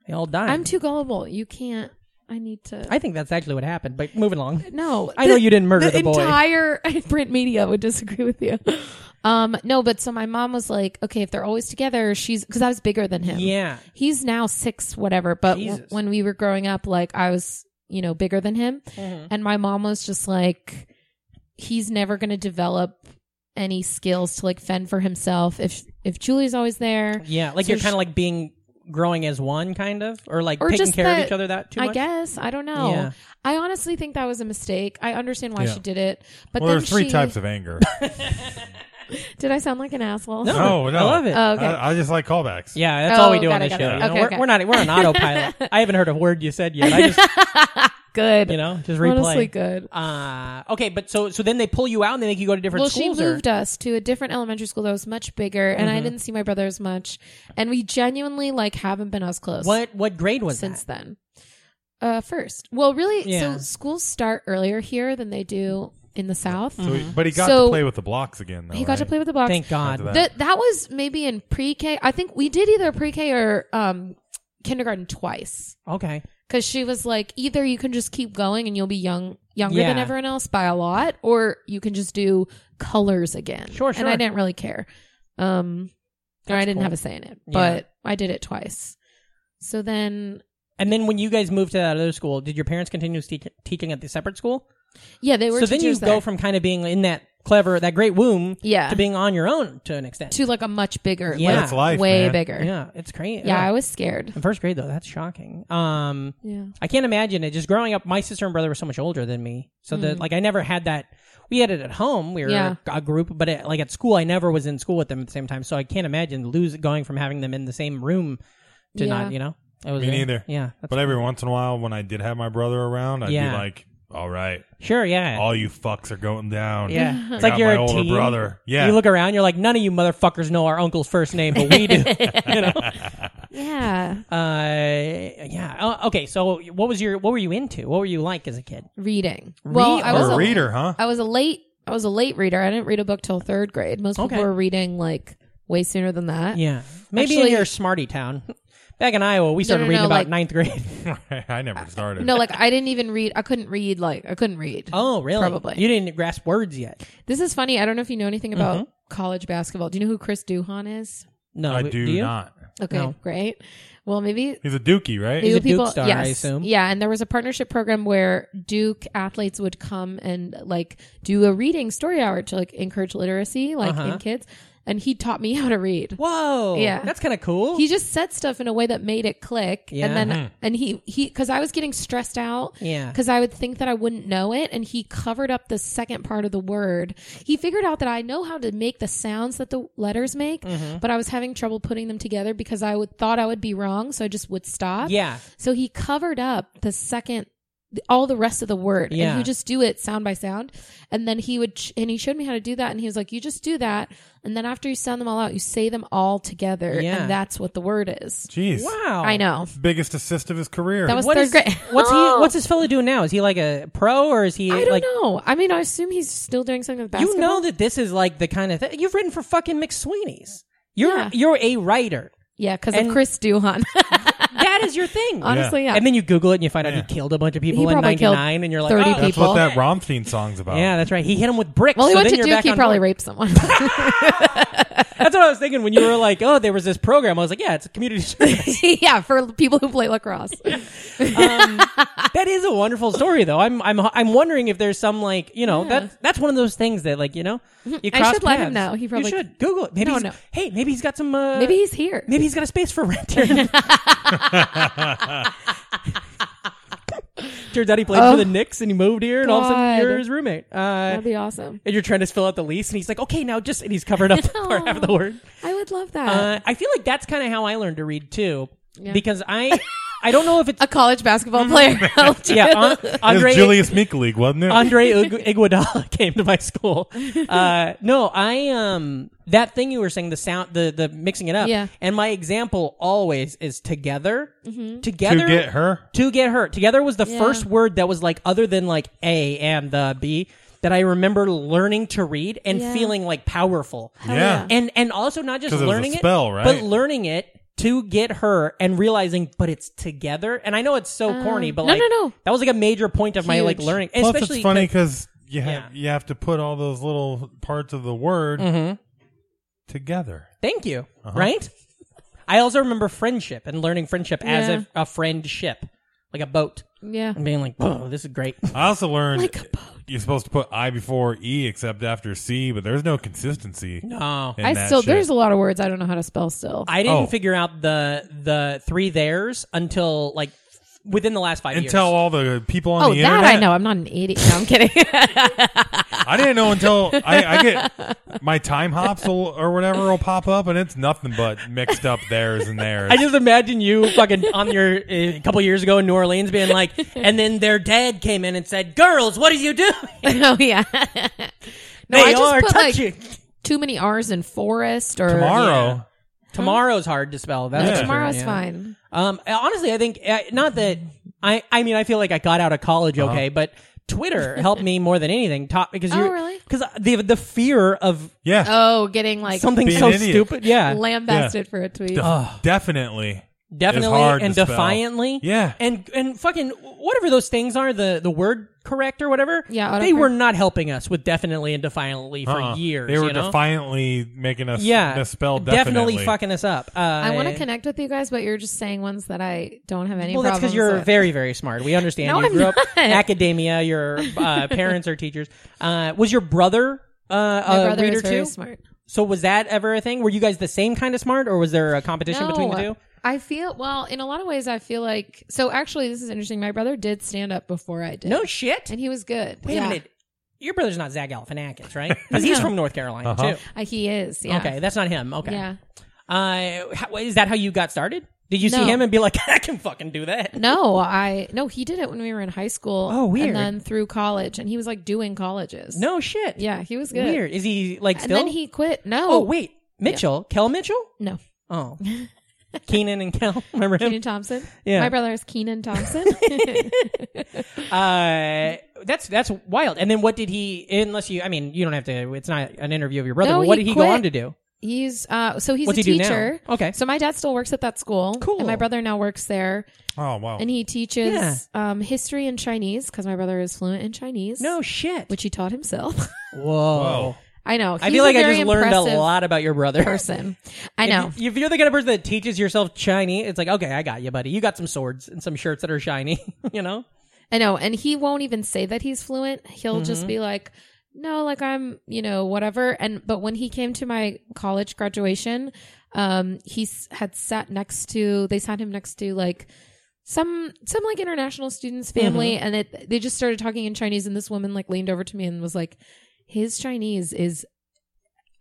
S1: Y'all dying.
S9: I'm too gullible. You can't. I need to.
S1: I think that's actually what happened. But moving along.
S9: no,
S1: I know you didn't murder
S9: the
S1: the boy.
S9: Entire print media would disagree with you. Um, no, but so my mom was like, okay, if they're always together, she's because I was bigger than him.
S1: Yeah.
S9: he's now six, whatever. But w-
S1: Jesus.
S9: when we were growing up, like I was, you know, bigger than him,
S1: Mm-hmm.
S9: and my mom was just like, he's never going to develop any skills to like fend for himself if if Julie's always there.
S1: Yeah, like
S9: So
S1: you're
S9: she-
S1: kind of like being growing as one, kind of, or like
S9: Or
S1: taking
S9: just
S1: care of
S9: that-
S1: each other. That too
S9: I
S1: much.
S9: guess I don't know.
S1: Yeah.
S9: I honestly think that was a mistake. I understand why
S2: Yeah.
S9: she did it, but
S2: well,
S9: then
S2: there's three
S9: she,
S2: types of anger.
S9: Did I sound like an asshole?
S1: No.
S2: no,
S1: I
S2: no,
S1: love it.
S9: Oh, okay.
S2: I, I just like callbacks.
S1: Yeah, that's all we
S9: Oh,
S1: do
S9: got
S1: on
S9: it,
S1: this
S9: got
S1: show.
S9: it.
S1: you know?
S9: Okay,
S1: we're,
S9: okay.
S1: we're not we're on autopilot. I haven't heard a word you said yet. I just
S9: Good.
S1: you know just replay.
S9: honestly, good.
S1: Uh, okay, but so so then they pull you out and they make you go to different
S9: Well, she
S1: schools. Mm-hmm.
S9: moved us to a different elementary school that was much bigger, and I didn't see my brother as much. And we genuinely like haven't been as
S1: or
S9: close.
S1: what what grade was
S9: since
S1: that?
S9: then. Uh, first, well, really,
S1: Yeah.
S9: so schools start earlier here than they do in the South.
S2: So
S1: Mm-hmm.
S2: he- but he got
S9: So-
S2: to play with the blocks again. Though,
S9: He got to
S2: right?
S9: play with the box.
S1: Mm. Thank God.
S2: After
S9: That that was maybe in pre-K. I think we did either pre-K or um, kindergarten twice
S1: Okay.
S9: because she was like, either you can just keep going and you'll be young younger than
S1: Yeah.
S9: everyone else by a lot, or you can just do colors again.
S1: Sure,
S9: And
S1: sure.
S9: I didn't really care. Um, or I didn't
S1: cool.
S9: have a say in it,
S1: Yeah.
S9: but I did it twice. So then
S1: And then when you guys moved to that other school, did your parents continue te- teaching at the separate school?
S9: Yeah, they were.
S1: So then you
S9: teachers
S1: go
S9: there.
S1: from kind of being in that clever that great womb
S9: Yeah.
S1: to being on your own to an extent.
S9: to like a much bigger,
S1: Yeah.
S9: like,
S1: That's
S2: life,
S9: way
S2: man.
S9: bigger. Yeah.
S1: yeah, it's great.
S9: I was scared.
S1: in first grade though. That's shocking. Um,
S9: Yeah,
S1: I can't imagine it. Just growing up, my sister and brother were so much older than me, so that like I never had that. We had it at home. We were
S9: Hmm. Yeah.
S1: a group, but at, like at school, I never was in school with them at the same time. So I can't imagine lose going from having them in the same room to not.
S9: Yeah.
S1: You know, it was
S2: Me
S1: uh,
S2: neither.
S1: Yeah, that's-
S2: But every once in a while, when I did have my brother around, I'd
S1: Yeah.
S2: be like, "All right,
S1: sure. Yeah,
S2: all you fucks are going down."
S1: yeah. It's
S2: I
S1: like
S2: got
S1: you're
S2: my
S1: a
S2: older
S1: teen.
S2: brother. Yeah.
S1: you look around, you're like none of you motherfuckers know our uncle's first name, but we do. you know.
S9: yeah.
S1: Uh, yeah. Oh, okay. So what was your what were you into? What were you like as a kid?
S9: Reading. Well, I
S1: Oh,
S9: was
S2: Or
S9: a
S2: a reader, huh?
S9: I was a late. I was a late reader. I didn't read a book till third grade. Most
S1: Okay.
S9: people were reading like way sooner than that.
S1: Yeah. Maybe in
S9: Uh, Actually-
S1: your smarty town. Back in Iowa, we started
S9: no,
S1: reading
S9: no,
S1: about
S9: like-
S1: ninth grade.
S2: I never started.
S9: No, like I didn't even read. I couldn't read. Like I couldn't read.
S1: Oh, really?
S9: Probably.
S1: You didn't grasp words yet.
S9: This is funny. I don't know if you know anything about
S1: Mm-hmm.
S9: college basketball. Do you know who Chris Duhon is?
S1: No,
S2: I
S1: who-
S2: do,
S1: you?
S2: not.
S9: Okay, great. Well, maybe
S2: He's a dookie, right?
S1: He's
S9: New
S1: a Duke star, I assume.
S9: Yeah, and there was a partnership program where Duke athletes would come and like do a reading story hour to like encourage literacy, like
S1: Uh-huh.
S9: in kids. And he taught me how to read.
S1: Whoa.
S9: Yeah.
S1: That's kind of cool.
S9: He just said stuff in a way that made it click,
S1: Yeah.
S9: and then and he he because I was getting stressed out,
S1: Yeah.
S9: because I would think that I wouldn't know it, and he covered up the second part of the word. He figured out that I know how to make the sounds that the letters make,
S1: Mm-hmm.
S9: but I was having trouble putting them together because I would thought I would be wrong, so I just would stop.
S1: yeah.
S9: So he covered up the second, the- all the rest of the word,
S1: Yeah.
S9: and you just do it sound by sound. And then he would, ch- and he showed me how to do that. And he was like, "You just do that, and then after you sound them all out, you say them all together,
S1: Yeah.
S9: and that's what the word is."
S2: Jeez.
S1: Wow.
S9: I know.
S2: Biggest assist of his career.
S9: That was
S1: What
S9: third
S1: is,
S9: grade.
S1: what's he? What's this fellow doing now? Is he like a pro or is he
S9: I don't
S1: like?
S9: know. I mean, I assume he's still doing something with
S1: You
S9: basketball.
S1: know that this is like the kind of thing you've written for fucking McSweeney's. You're
S9: Yeah.
S1: you're a writer.
S9: yeah, because
S1: And-
S9: of Chris Duhan.
S1: That is your thing.
S9: Honestly, yeah.
S1: And then you Google it and you find out
S2: Yeah.
S1: he killed a bunch of people in
S9: probably killed
S1: '99, and you're like,
S9: 30
S1: oh,
S2: That's
S9: people.
S2: what that Romstein song's about.
S1: Yeah, that's right. He hit him with bricks.
S9: well, he
S1: so
S9: went
S1: then
S9: to
S1: you're
S9: Duke.
S1: back
S9: He
S1: on
S9: probably
S1: board.
S9: raped someone.
S1: That's what I was thinking when you were like, "Oh, there was this program." I was like, "Yeah, it's a community service."
S9: yeah, for people who play lacrosse.
S1: Um, that is a wonderful story, though. I'm I'm I'm wondering if there's some like you know that that's one of those things that like you know you
S9: Mm-hmm. I
S1: cross
S9: should let him
S1: paths.
S9: know. He probably-
S1: you should Google it. Maybe
S9: No,
S1: he's-
S9: no.
S1: Hey, maybe he's got some. Uh,
S9: Maybe he's here.
S1: maybe he's got a space for rent here. Turns out he played for the Knicks and he moved here, and all of a sudden
S9: Oh, God.
S1: you're his roommate. Uh,
S9: That'd be awesome.
S1: and you're trying to fill out the lease, and he's like, "Okay, now just," and he's covered up for half of the
S9: No.
S1: word.
S9: I would love
S1: Uh,
S9: that.
S1: I feel like that's kind of how I learned to read too, because I I don't know if it's
S9: a college basketball player. helped you.
S1: yeah An-
S2: It was
S1: Andre
S2: Julius Meek League, wasn't it?
S1: Andre Ig- Iguodala came to my school. Uh, no, I um that thing you were saying the sound the the mixing it up
S9: Yeah.
S1: and my example always is together together
S2: to get her.
S1: to get hurt. Together was the
S9: Mm-hmm. Yeah.
S1: first word that was like other than like A and the B that I remember learning to read and
S9: Yeah.
S1: feeling like powerful.
S2: yeah.
S1: And and also not just
S2: 'Cause it was a
S1: learning it,
S2: spell, right?
S1: but learning it to get her and realizing, but it's together. And I know it's so corny, but
S9: Uh, no,
S1: like,
S9: no, no.
S1: that was like a major point of my like
S9: Huge.
S1: learning.
S2: Plus,
S1: especially
S2: it's funny because you have
S1: Yeah.
S2: you have to put all those little parts of the word
S9: Mm-hmm.
S2: together.
S1: Thank you.
S2: Uh-huh.
S1: Right? I also remember friendship and learning friendship as
S9: Yeah.
S1: a, a friendship, like a boat,
S9: Yeah.
S1: and being like, "Oh, this is great."
S2: I also learned
S9: Like a boat.
S2: you're supposed to put I before E except after C, but there's no consistency.
S1: No,
S2: in
S9: I
S2: that
S9: still
S2: shit.
S9: there's a lot of words I don't know how to spell still.
S1: Uh, I didn't
S2: Oh.
S1: figure out the the three theirs until like within the last five years.
S2: until all the people on
S9: oh, that
S2: the internet.
S9: I know. I'm not an idiot. No, I'm kidding.
S2: I didn't know until I, I get my time hops will, or whatever will pop up, and it's nothing but mixed up theirs and theirs.
S1: I just imagine you fucking on your uh, a couple years ago in New Orleans being like, and then their dad came in and said, "Girls, what are you doing?
S9: oh yeah. no,
S1: they
S9: I just
S1: are
S9: put
S1: touching."
S9: like too many R's in forest or
S2: Tomorrow,
S1: Yeah. Tomorrow's hard to spell. That's
S2: Yeah.
S1: true,
S9: Tomorrow's
S1: yeah.
S9: fine.
S1: Um, honestly, I think uh, not that I. I mean, I feel like I got out of college
S2: Uh-huh.
S1: okay, but Twitter helped me more than anything. Top because
S9: Oh,
S1: you
S9: really?
S1: because the the fear of
S2: yeah,
S9: Oh, getting like
S1: something
S2: Being
S1: so
S2: an idiot.
S1: stupid. Yeah,
S9: lambasted for a tweet.
S2: Def- definitely.
S1: definitely
S2: It's hard
S1: and
S2: to spell.
S1: defiantly.
S2: Yeah.
S1: and and fucking whatever those things are, the the word correct or whatever.
S9: Yeah,
S1: they were
S9: autocorrect.
S1: not helping us with definitely and defiantly for
S2: Uh-uh.
S1: years.
S2: They were
S1: you know?
S2: defiantly making us
S1: Yeah,
S2: misspell
S1: definitely
S2: definitely.
S1: fucking us up. Uh,
S9: I want to connect with you guys, but you're just saying ones that I don't have any.
S1: Well, that's because
S9: because
S1: you're very, very smart. We understand.
S9: No,
S1: you
S9: I'm
S1: grew up
S9: not.
S1: academia. Your uh, parents are teachers. Uh, was your brother uh,
S9: My
S1: a
S9: brother
S1: reader
S9: is very
S1: too?
S9: smart.
S1: So was that ever a thing? Were you guys the same kind of smart, or was there a competition between the two?
S9: I feel well in a lot of ways. I feel like so. Actually, this is interesting. My brother did stand up before I did.
S1: No shit.
S9: and he was good.
S1: Wait
S9: yeah.
S1: a minute. Your brother's not Zach Galifianakis, right? Because he's from North Carolina
S2: Uh-huh.
S1: too.
S9: Uh, he is. Yeah.
S1: Okay, that's not him. Okay.
S9: Yeah.
S1: Uh, how, is that how you got started? Did you see
S9: No.
S1: him and be like, I can fucking do that?
S9: No, I no. He did it when we were in high school.
S1: Oh, weird.
S9: And then through college, and he was like doing colleges.
S1: No shit.
S9: Yeah, he was good.
S1: Weird. Is he like
S9: And
S1: still?
S9: then he quit. No.
S1: oh wait, Mitchell, Kel Mitchell.
S9: No.
S1: Oh. Keenan and Kel, remember him?
S9: Keenan Thompson.
S1: Yeah.
S9: My brother is Keenan Thompson.
S1: Uh, that's that's wild. And then what did he? Unless you, I mean, you don't have to. It's not an interview of your brother.
S9: No,
S1: but what
S9: he
S1: did he go
S9: quit.
S1: on to do?
S9: he's uh so he's
S1: What's
S9: a
S1: he do now?
S9: teacher.
S1: Okay.
S9: So my dad still works at that school.
S1: Cool.
S9: And my brother now works there.
S2: Oh wow!
S9: And he teaches
S1: Yeah.
S9: um history and Chinese because my brother is fluent in Chinese.
S1: No shit.
S9: Which he taught himself.
S1: Whoa.
S2: Whoa.
S9: I know.
S1: I
S9: He's
S1: feel
S9: a
S1: like I
S9: very
S1: just learned a
S9: impressive
S1: lot about your brother.
S9: person. I
S1: If
S9: know.
S1: you- If, you're the kind of person that teaches yourself shiny, it's like, okay, I got you, buddy. You got some swords and some shirts that are shiny. you know.
S9: I know, and he won't even say that he's fluent. He'll
S1: Mm-hmm.
S9: just be like, "No, like I'm, you know, whatever." And but when he came to my college graduation, um, he s- had sat next to they sat him next to like some some like international students' family,
S1: Mm-hmm.
S9: and it they just started talking in Chinese, and this woman like leaned over to me and was like, "His Chinese is."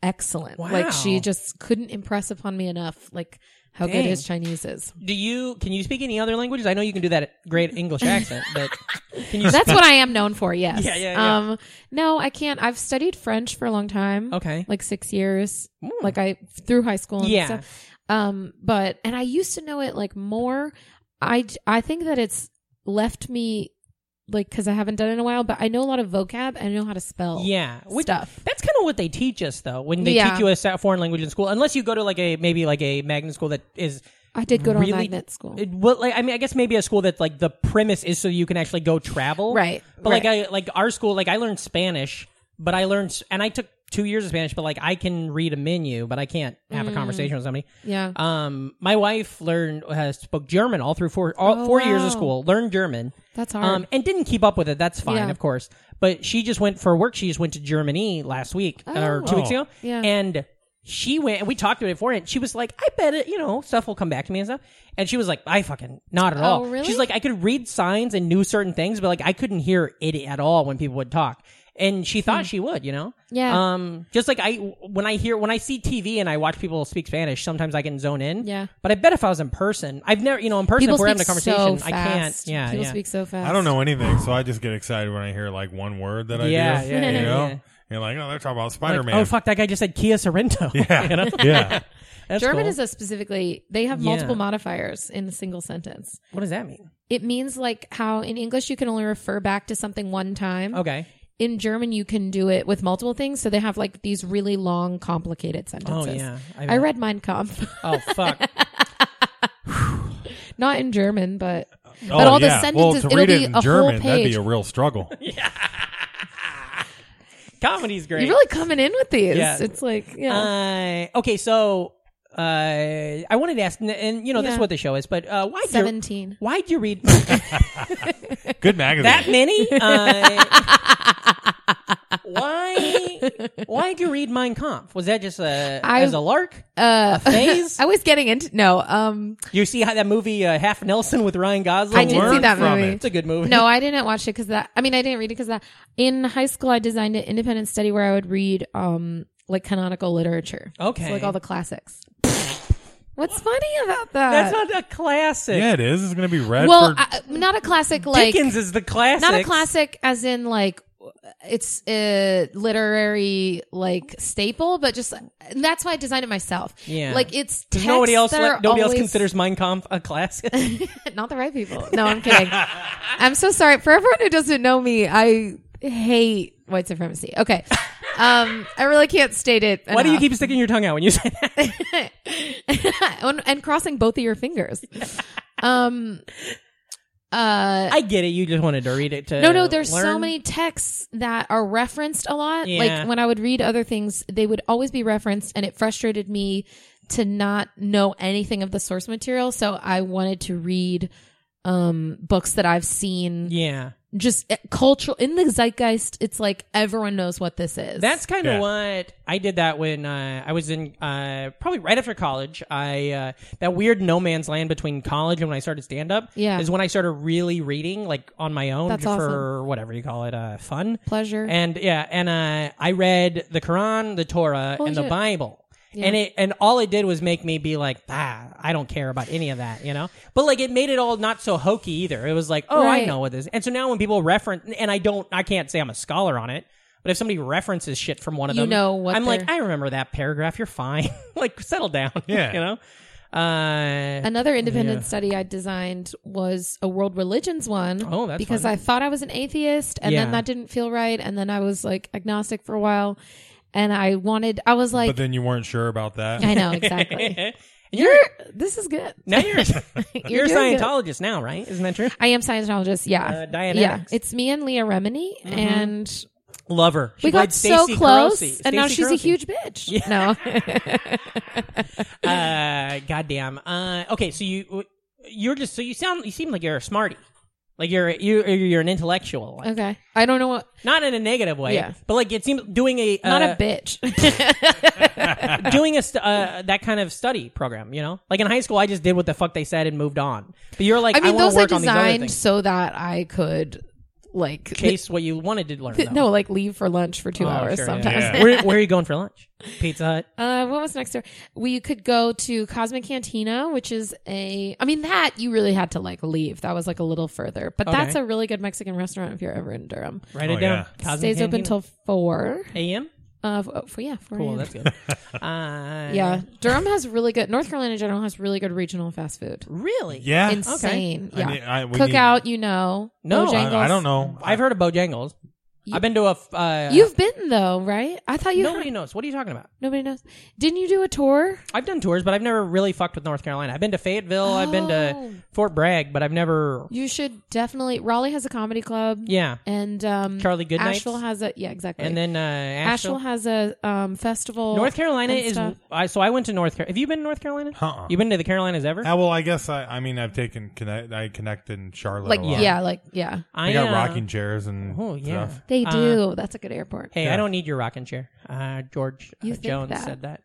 S9: excellent like she
S1: Wow.
S9: just couldn't impress upon me enough like how
S1: Dang.
S9: good his chinese is
S1: Do you? Can you speak any other languages? I know you can do that great English accent, but can you?
S9: That's what I am known for. Yes.
S1: Yeah, yeah, yeah.
S9: Um, no, I can't. I've studied French for a long time.
S1: Okay. Hmm.
S9: Like six years.
S1: Mm.
S9: Like I through high school. And
S1: Yeah.
S9: Stuff. Um, but and I used to know it like more. I I think that it's left me like because I haven't done it in a while. But I know a lot of vocab. and I know how to spell.
S1: Yeah, Which-
S9: stuff.
S1: That's kind of what they teach us, though, when they
S9: Yeah.
S1: teach you a sa- foreign language in school. Unless you go to like a maybe like a magnet school that is
S9: I did go to
S1: really-
S9: a magnet school.
S1: It, well, like I mean, I guess maybe a school that like the premise is so you can actually go travel,
S9: Right,
S1: But like I like our school, like I learned Spanish, but I learned s- and I took two years of Spanish, but like I can read a menu, but I can't have
S9: Mm.
S1: a conversation with somebody.
S9: yeah.
S1: Um, my wife learned uh, spoke German all through four all,
S9: Oh,
S1: four years
S9: wow.
S1: of school, learned German.
S9: That's hard.
S1: Um, and didn't keep up with it. That's fine,
S9: Yeah.
S1: of course. But she just went for work. She just went to Germany last week uh, or two weeks
S2: Oh.
S1: ago.
S9: Yeah.
S1: And she went, and we talked about it before, and she was like, I bet it, you know, stuff will come back to me and stuff. And she was like, I fucking, not at all.
S9: Oh, really?
S1: She's like, I could read signs and knew certain things, but like, I couldn't hear it at all when people would talk. And she thought she would, you know?
S9: Hmm. Yeah.
S1: Um, just like I, when I hear, when I see TV and I watch people speak Spanish, sometimes I can zone in.
S9: Yeah.
S1: But I bet if I was in person, I've never, you know, in person,
S9: People
S1: if we're having a
S9: speak
S1: conversation,
S9: so
S1: I can't.
S9: fast.
S1: Yeah.
S9: People
S1: yeah.
S9: speak so fast.
S2: I don't know anything, so I just get excited when I hear like one word that I
S1: Yeah,
S2: do.
S1: yeah, yeah,
S2: you know?
S1: yeah.
S2: You're like, oh, they're talking about
S1: Like,
S2: Spider Man.
S1: oh fuck, that guy just said Kia Sorento.
S2: Yeah,
S1: You know?
S2: yeah.
S1: That's
S9: German
S1: cool.
S9: is a specifically they have
S1: Yeah.
S9: multiple modifiers in a single sentence.
S1: what does that mean?
S9: It means like how in English you can only refer back to something one time.
S1: Okay.
S9: In German, you can do it with multiple things. So they have like these really long, complicated sentences.
S1: Oh, yeah. I
S9: I,
S1: bet.
S9: read Mein Kampf.
S1: Oh fuck.
S9: Not in German, but
S2: Oh,
S9: but all
S2: yeah.
S9: the
S2: well,
S9: sentences
S2: to
S9: it'll
S2: read
S9: be
S2: it in
S9: a
S2: German,
S9: whole
S2: that'd
S9: page.
S2: be a real struggle.
S1: Comedy's great.
S9: You're really coming in with these.
S1: Yeah.
S9: It's like yeah.
S1: Uh, okay, so uh, I wanted to ask, and, and, you know, this is
S9: Yeah.
S1: what the show is, but uh, why
S9: Seventeen.
S1: Why'd you read
S2: Good magazine.
S1: that many? Uh, why? Why'd you read Mein Kampf? Was that just a
S9: I-
S1: as a lark? a
S9: Uh,
S1: phase?
S9: I was getting into no. Um,
S1: you see how that movie uh, Half Nelson with Ryan Gosling?
S9: I did see
S2: learn
S9: that
S2: from
S9: movie.
S2: it.
S1: It's a good movie.
S9: No, I didn't watch it because that. I mean, I didn't read it because that. In high school, I designed an independent study where I would read um like canonical literature. So,
S1: Okay.
S9: like all the classics. What's funny about that?
S1: that's not a classic.
S2: Yeah, it is. It's going to be read
S9: well,
S2: for
S9: I, not a classic like
S1: Dickens is the classic.
S9: not a classic as in like it's a literary like staple, but just and that's why I designed it myself.
S1: Yeah.
S9: like it's
S1: Does
S9: text
S1: nobody else
S9: that are
S1: nobody else
S9: always-
S1: considers Mein Kampf a classic.
S9: not the right people. No, I'm kidding. I'm so sorry for everyone who doesn't know me. I hate white supremacy. Okay, um, I really can't state it.
S1: Why do you
S9: enough.
S1: keep sticking your tongue out when you say that?
S9: and, and crossing both of your fingers? Um, uh,
S1: I get it. You just wanted to read it to
S9: no, no. There's so
S1: learn.
S9: many texts that are referenced a lot.
S1: Yeah.
S9: Like when I would read other things, they would always be referenced, and it frustrated me to not know anything of the source material. So I wanted to read um books that I've seen
S1: Yeah.
S9: just uh, cultural in the zeitgeist it's like everyone knows what this is
S1: That's kind of
S2: Yeah.
S1: what I did that when uh, I was in uh, probably right after college. I uh, that weird no man's land between college and when I started stand up
S9: Yeah.
S1: is when I started really reading like on my own
S9: That's
S1: for whatever you call it uh, fun
S9: pleasure
S1: and yeah and uh, I read the Quran, the Torah,
S9: Holy
S1: and the
S9: shit.
S1: Bible. And it and all it did was make me be like, ah, I don't care about any of that, you know. But like, it made it all not so hokey either. It was like, oh, I
S9: Right.
S1: know what this. And so now when people reference, and I don't, I can't say I'm a scholar on it, but if somebody references shit from one of
S9: You
S1: them,
S9: know what
S1: I'm like,
S9: they're-
S1: I remember that paragraph. You're fine. like, settle down.
S2: Yeah.
S1: you know. Uh,
S9: another independent study i designed was a world religions one.
S1: Oh, that's
S9: because
S1: fun.
S9: i thought i was an atheist and
S1: Yeah.
S9: then that didn't feel right and then i was like agnostic for a while and i wanted i was
S2: but
S9: like
S2: then you weren't sure about that.
S9: i know exactly
S1: and
S9: you're this is good
S1: now you're you're, a
S9: doing good.
S1: Scientologist now, right? Isn't that true?
S9: i am scientologist yeah
S1: Uh, Dianetics.
S9: yeah it's me and leah remini and
S1: Lover. She
S9: we
S1: played
S9: got so
S1: Stacey
S9: close
S1: Carosi.
S9: and now
S1: Stacey
S9: she's a
S1: Carosi.
S9: huge bitch no
S1: uh goddamn uh okay so you you're just so you sound you seem like you're a smarty like you're you you're an intellectual like.
S9: okay i don't know what
S1: not in a negative way
S9: Yeah.
S1: but like it seems doing a
S9: not
S1: uh,
S9: a bitch
S1: doing a st- uh, that kind of study program you know like in high school i just did what the fuck they said and moved on but you're like
S9: I mean,
S1: want
S9: those
S1: to
S9: I
S1: work on these other
S9: designed
S1: things
S9: so that I could like
S1: chase what you wanted to learn though.
S9: no, like leave for lunch for two
S1: Oh,
S9: hours
S1: sure, yeah.
S9: sometimes.
S2: Yeah.
S1: where, where are you going for lunch pizza hut
S9: Uh, what was next door? We could go to Cosmic Cantina, which is a. I mean, that you really had to like leave. That was like a little further, but
S1: Okay.
S9: that's a really good Mexican restaurant if you're ever in Durham.
S1: write
S2: Oh,
S1: it down
S2: yeah.
S1: Cosmic
S9: Stays open
S1: Cantina.
S9: till four.
S1: am
S9: Uh, f- oh, f- yeah, four.
S1: cool
S9: a.m.
S1: that's good uh
S9: yeah, Durham has really good. North Carolina in general has really good regional fast food.
S1: really
S2: Yeah.
S9: Insane.
S2: I
S9: Yeah.
S2: need- I- we need-
S9: Cookout, you know.
S1: uh, No, I-
S9: Bojangles.
S2: I, I don't know.
S1: i've heard of bojangles
S9: You-
S1: i've been to a f- uh
S9: You've been though, right? I thought you had-
S1: Nobody knows. What are you talking about?
S9: Nobody knows. Didn't you do a tour?
S1: I've done tours, but I've never really fucked with North Carolina. I've been to Fayetteville, I've been to
S9: Oh.
S1: Fort Bragg, but I've never.
S9: You should definitely. Raleigh has a comedy club.
S1: Yeah.
S9: And um,
S1: Charlie Goodnight?
S9: Asheville has a yeah exactly.
S1: And then uh, Asheville.
S9: Asheville, has a um, festival.
S1: North Carolina
S9: and
S1: is.
S9: stuff.
S1: I, so I went to North Carolina. Have you been to North Carolina?
S2: Uh-uh.
S1: You've been to the Carolinas ever?
S2: Ah, well, I guess I. I mean, I've taken connect. I connect in Charlotte.
S9: like
S2: a
S1: Oh,
S2: lot.
S9: yeah. like yeah.
S2: I got
S1: uh,
S2: rocking chairs and
S1: Oh, yeah.
S2: stuff.
S9: They do. That's a good airport.
S1: Hey, I
S2: Yeah.
S1: don't need your rocking chair. Uh, George uh,
S9: You think
S1: Jones
S9: that?
S1: said that.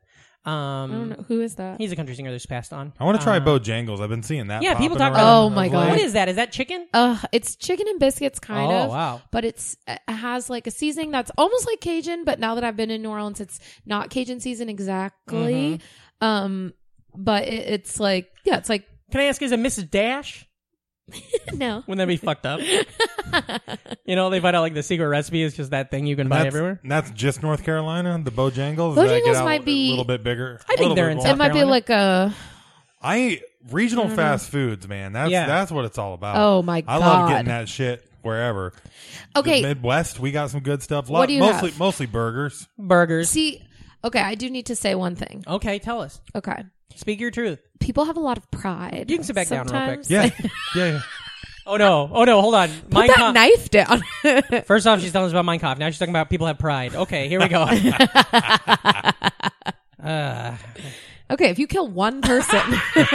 S9: I don't
S1: Um,
S9: know who is that.
S1: he's a country singer that's passed on.
S2: I want to try Bojangles. I've been seeing that.
S1: Uh-huh. Yeah, people
S2: Oh, popping
S1: talk about-
S2: around
S9: Oh, my
S2: of
S9: God.
S2: late.
S1: What is that? Is that chicken?
S9: Uh, it's chicken and biscuits, kind
S1: Oh,
S9: of.
S1: wow.
S9: But it's it has like a seasoning that's almost like Cajun. But now that I've been in New Orleans, it's not Cajun season exactly.
S1: Mm-hmm.
S9: Um, but it, it's like yeah, it's like
S1: Can I ask, is it Mrs. Dash?
S9: no.
S1: Wouldn't that be fucked up? you know, they find out like the secret recipe is just that thing you can buy
S2: That's,
S1: everywhere.
S2: that's just North Carolina. The Bojangles. Does that get
S9: Bojangles
S2: out
S9: might
S2: a
S9: be-
S2: little bit bigger.
S1: I think
S2: Little
S1: they're
S2: bit
S1: in
S2: more.
S1: South
S9: It might be
S1: Carolina?
S9: like a
S2: I eat regional fast foods, man. That's
S1: Yeah.
S2: that's what it's all about.
S9: Oh, my
S2: I love getting
S9: God.
S2: that shit wherever.
S9: okay.
S2: The Midwest, we got some good stuff.
S9: What do you
S2: mostly
S9: have?
S2: mostly burgers.
S1: Burgers.
S9: See, okay, I do need to say one thing.
S1: Okay, tell us.
S9: Okay.
S1: Speak your truth.
S9: People have a lot of pride.
S1: You can sit back down real quick.
S9: sometimes.
S2: Yeah. yeah. yeah.
S1: Oh no! Oh no! Hold on.
S9: Put
S1: Mein
S9: that
S1: Kampf-
S9: knife down.
S1: First off, she's telling us about Mein Kampf. Now she's talking about people have pride. Okay, here we go. uh,
S9: okay, if you kill one person,
S1: you're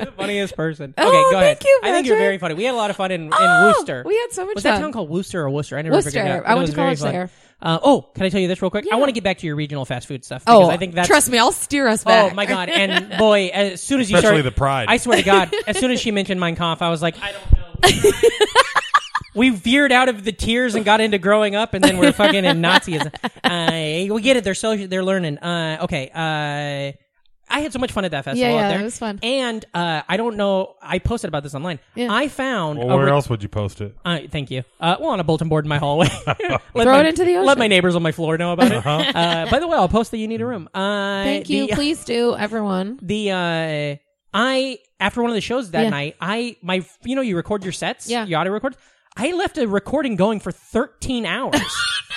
S1: the funniest person. Okay,
S9: Oh,
S1: go ahead.
S9: thank you,
S1: I think you're
S9: Patrick.
S1: very funny. We had a lot of fun in, in
S9: Oh,
S1: Worcester.
S9: we had so much
S1: Was that
S9: fun.
S1: town called Worcester or Worcester? I never
S9: Worcester.
S1: figured it out.
S9: I
S1: It
S9: went
S1: was
S9: to
S1: very
S9: college
S1: fun.
S9: there.
S1: Uh, oh, can I tell you this real quick? I
S9: Yeah.
S1: want to get back to your regional fast food stuff. because
S9: oh,
S1: I think that's
S9: trust me, I'll steer us
S1: Oh
S9: back.
S1: my god! And boy, as soon as you
S2: Especially
S1: started
S2: the pride.
S1: I swear to God, as soon as she mentioned Mein Kampf, I was like, I don't know. we veered out of the tears and got into growing up, and then we're fucking in Nazism. Uh, we get it. They're social. They're learning. Uh, okay. Uh, I had so much fun at that festival. out
S9: Yeah, yeah,
S1: there.
S9: it was fun.
S1: And uh, I don't know. I posted about this online.
S9: Yeah.
S1: I found.
S2: Well,
S1: a
S2: where
S1: re-
S2: else would you post it?
S1: uh, thank you. Uh, well, on a bulletin board in my hallway. Let
S9: Throw
S1: my-
S9: it into the
S1: Let
S9: ocean.
S1: my neighbors on my floor know about it.
S2: Uh-huh.
S1: Uh, by the way, I'll post that you need a room. Uh,
S9: Thank you.
S1: the-
S9: Please do, everyone.
S1: the uh I after one of the shows that
S9: Yeah.
S1: night, I my you know you record your sets,
S9: Yeah.
S1: you auto record. I left a recording going for 13 hours.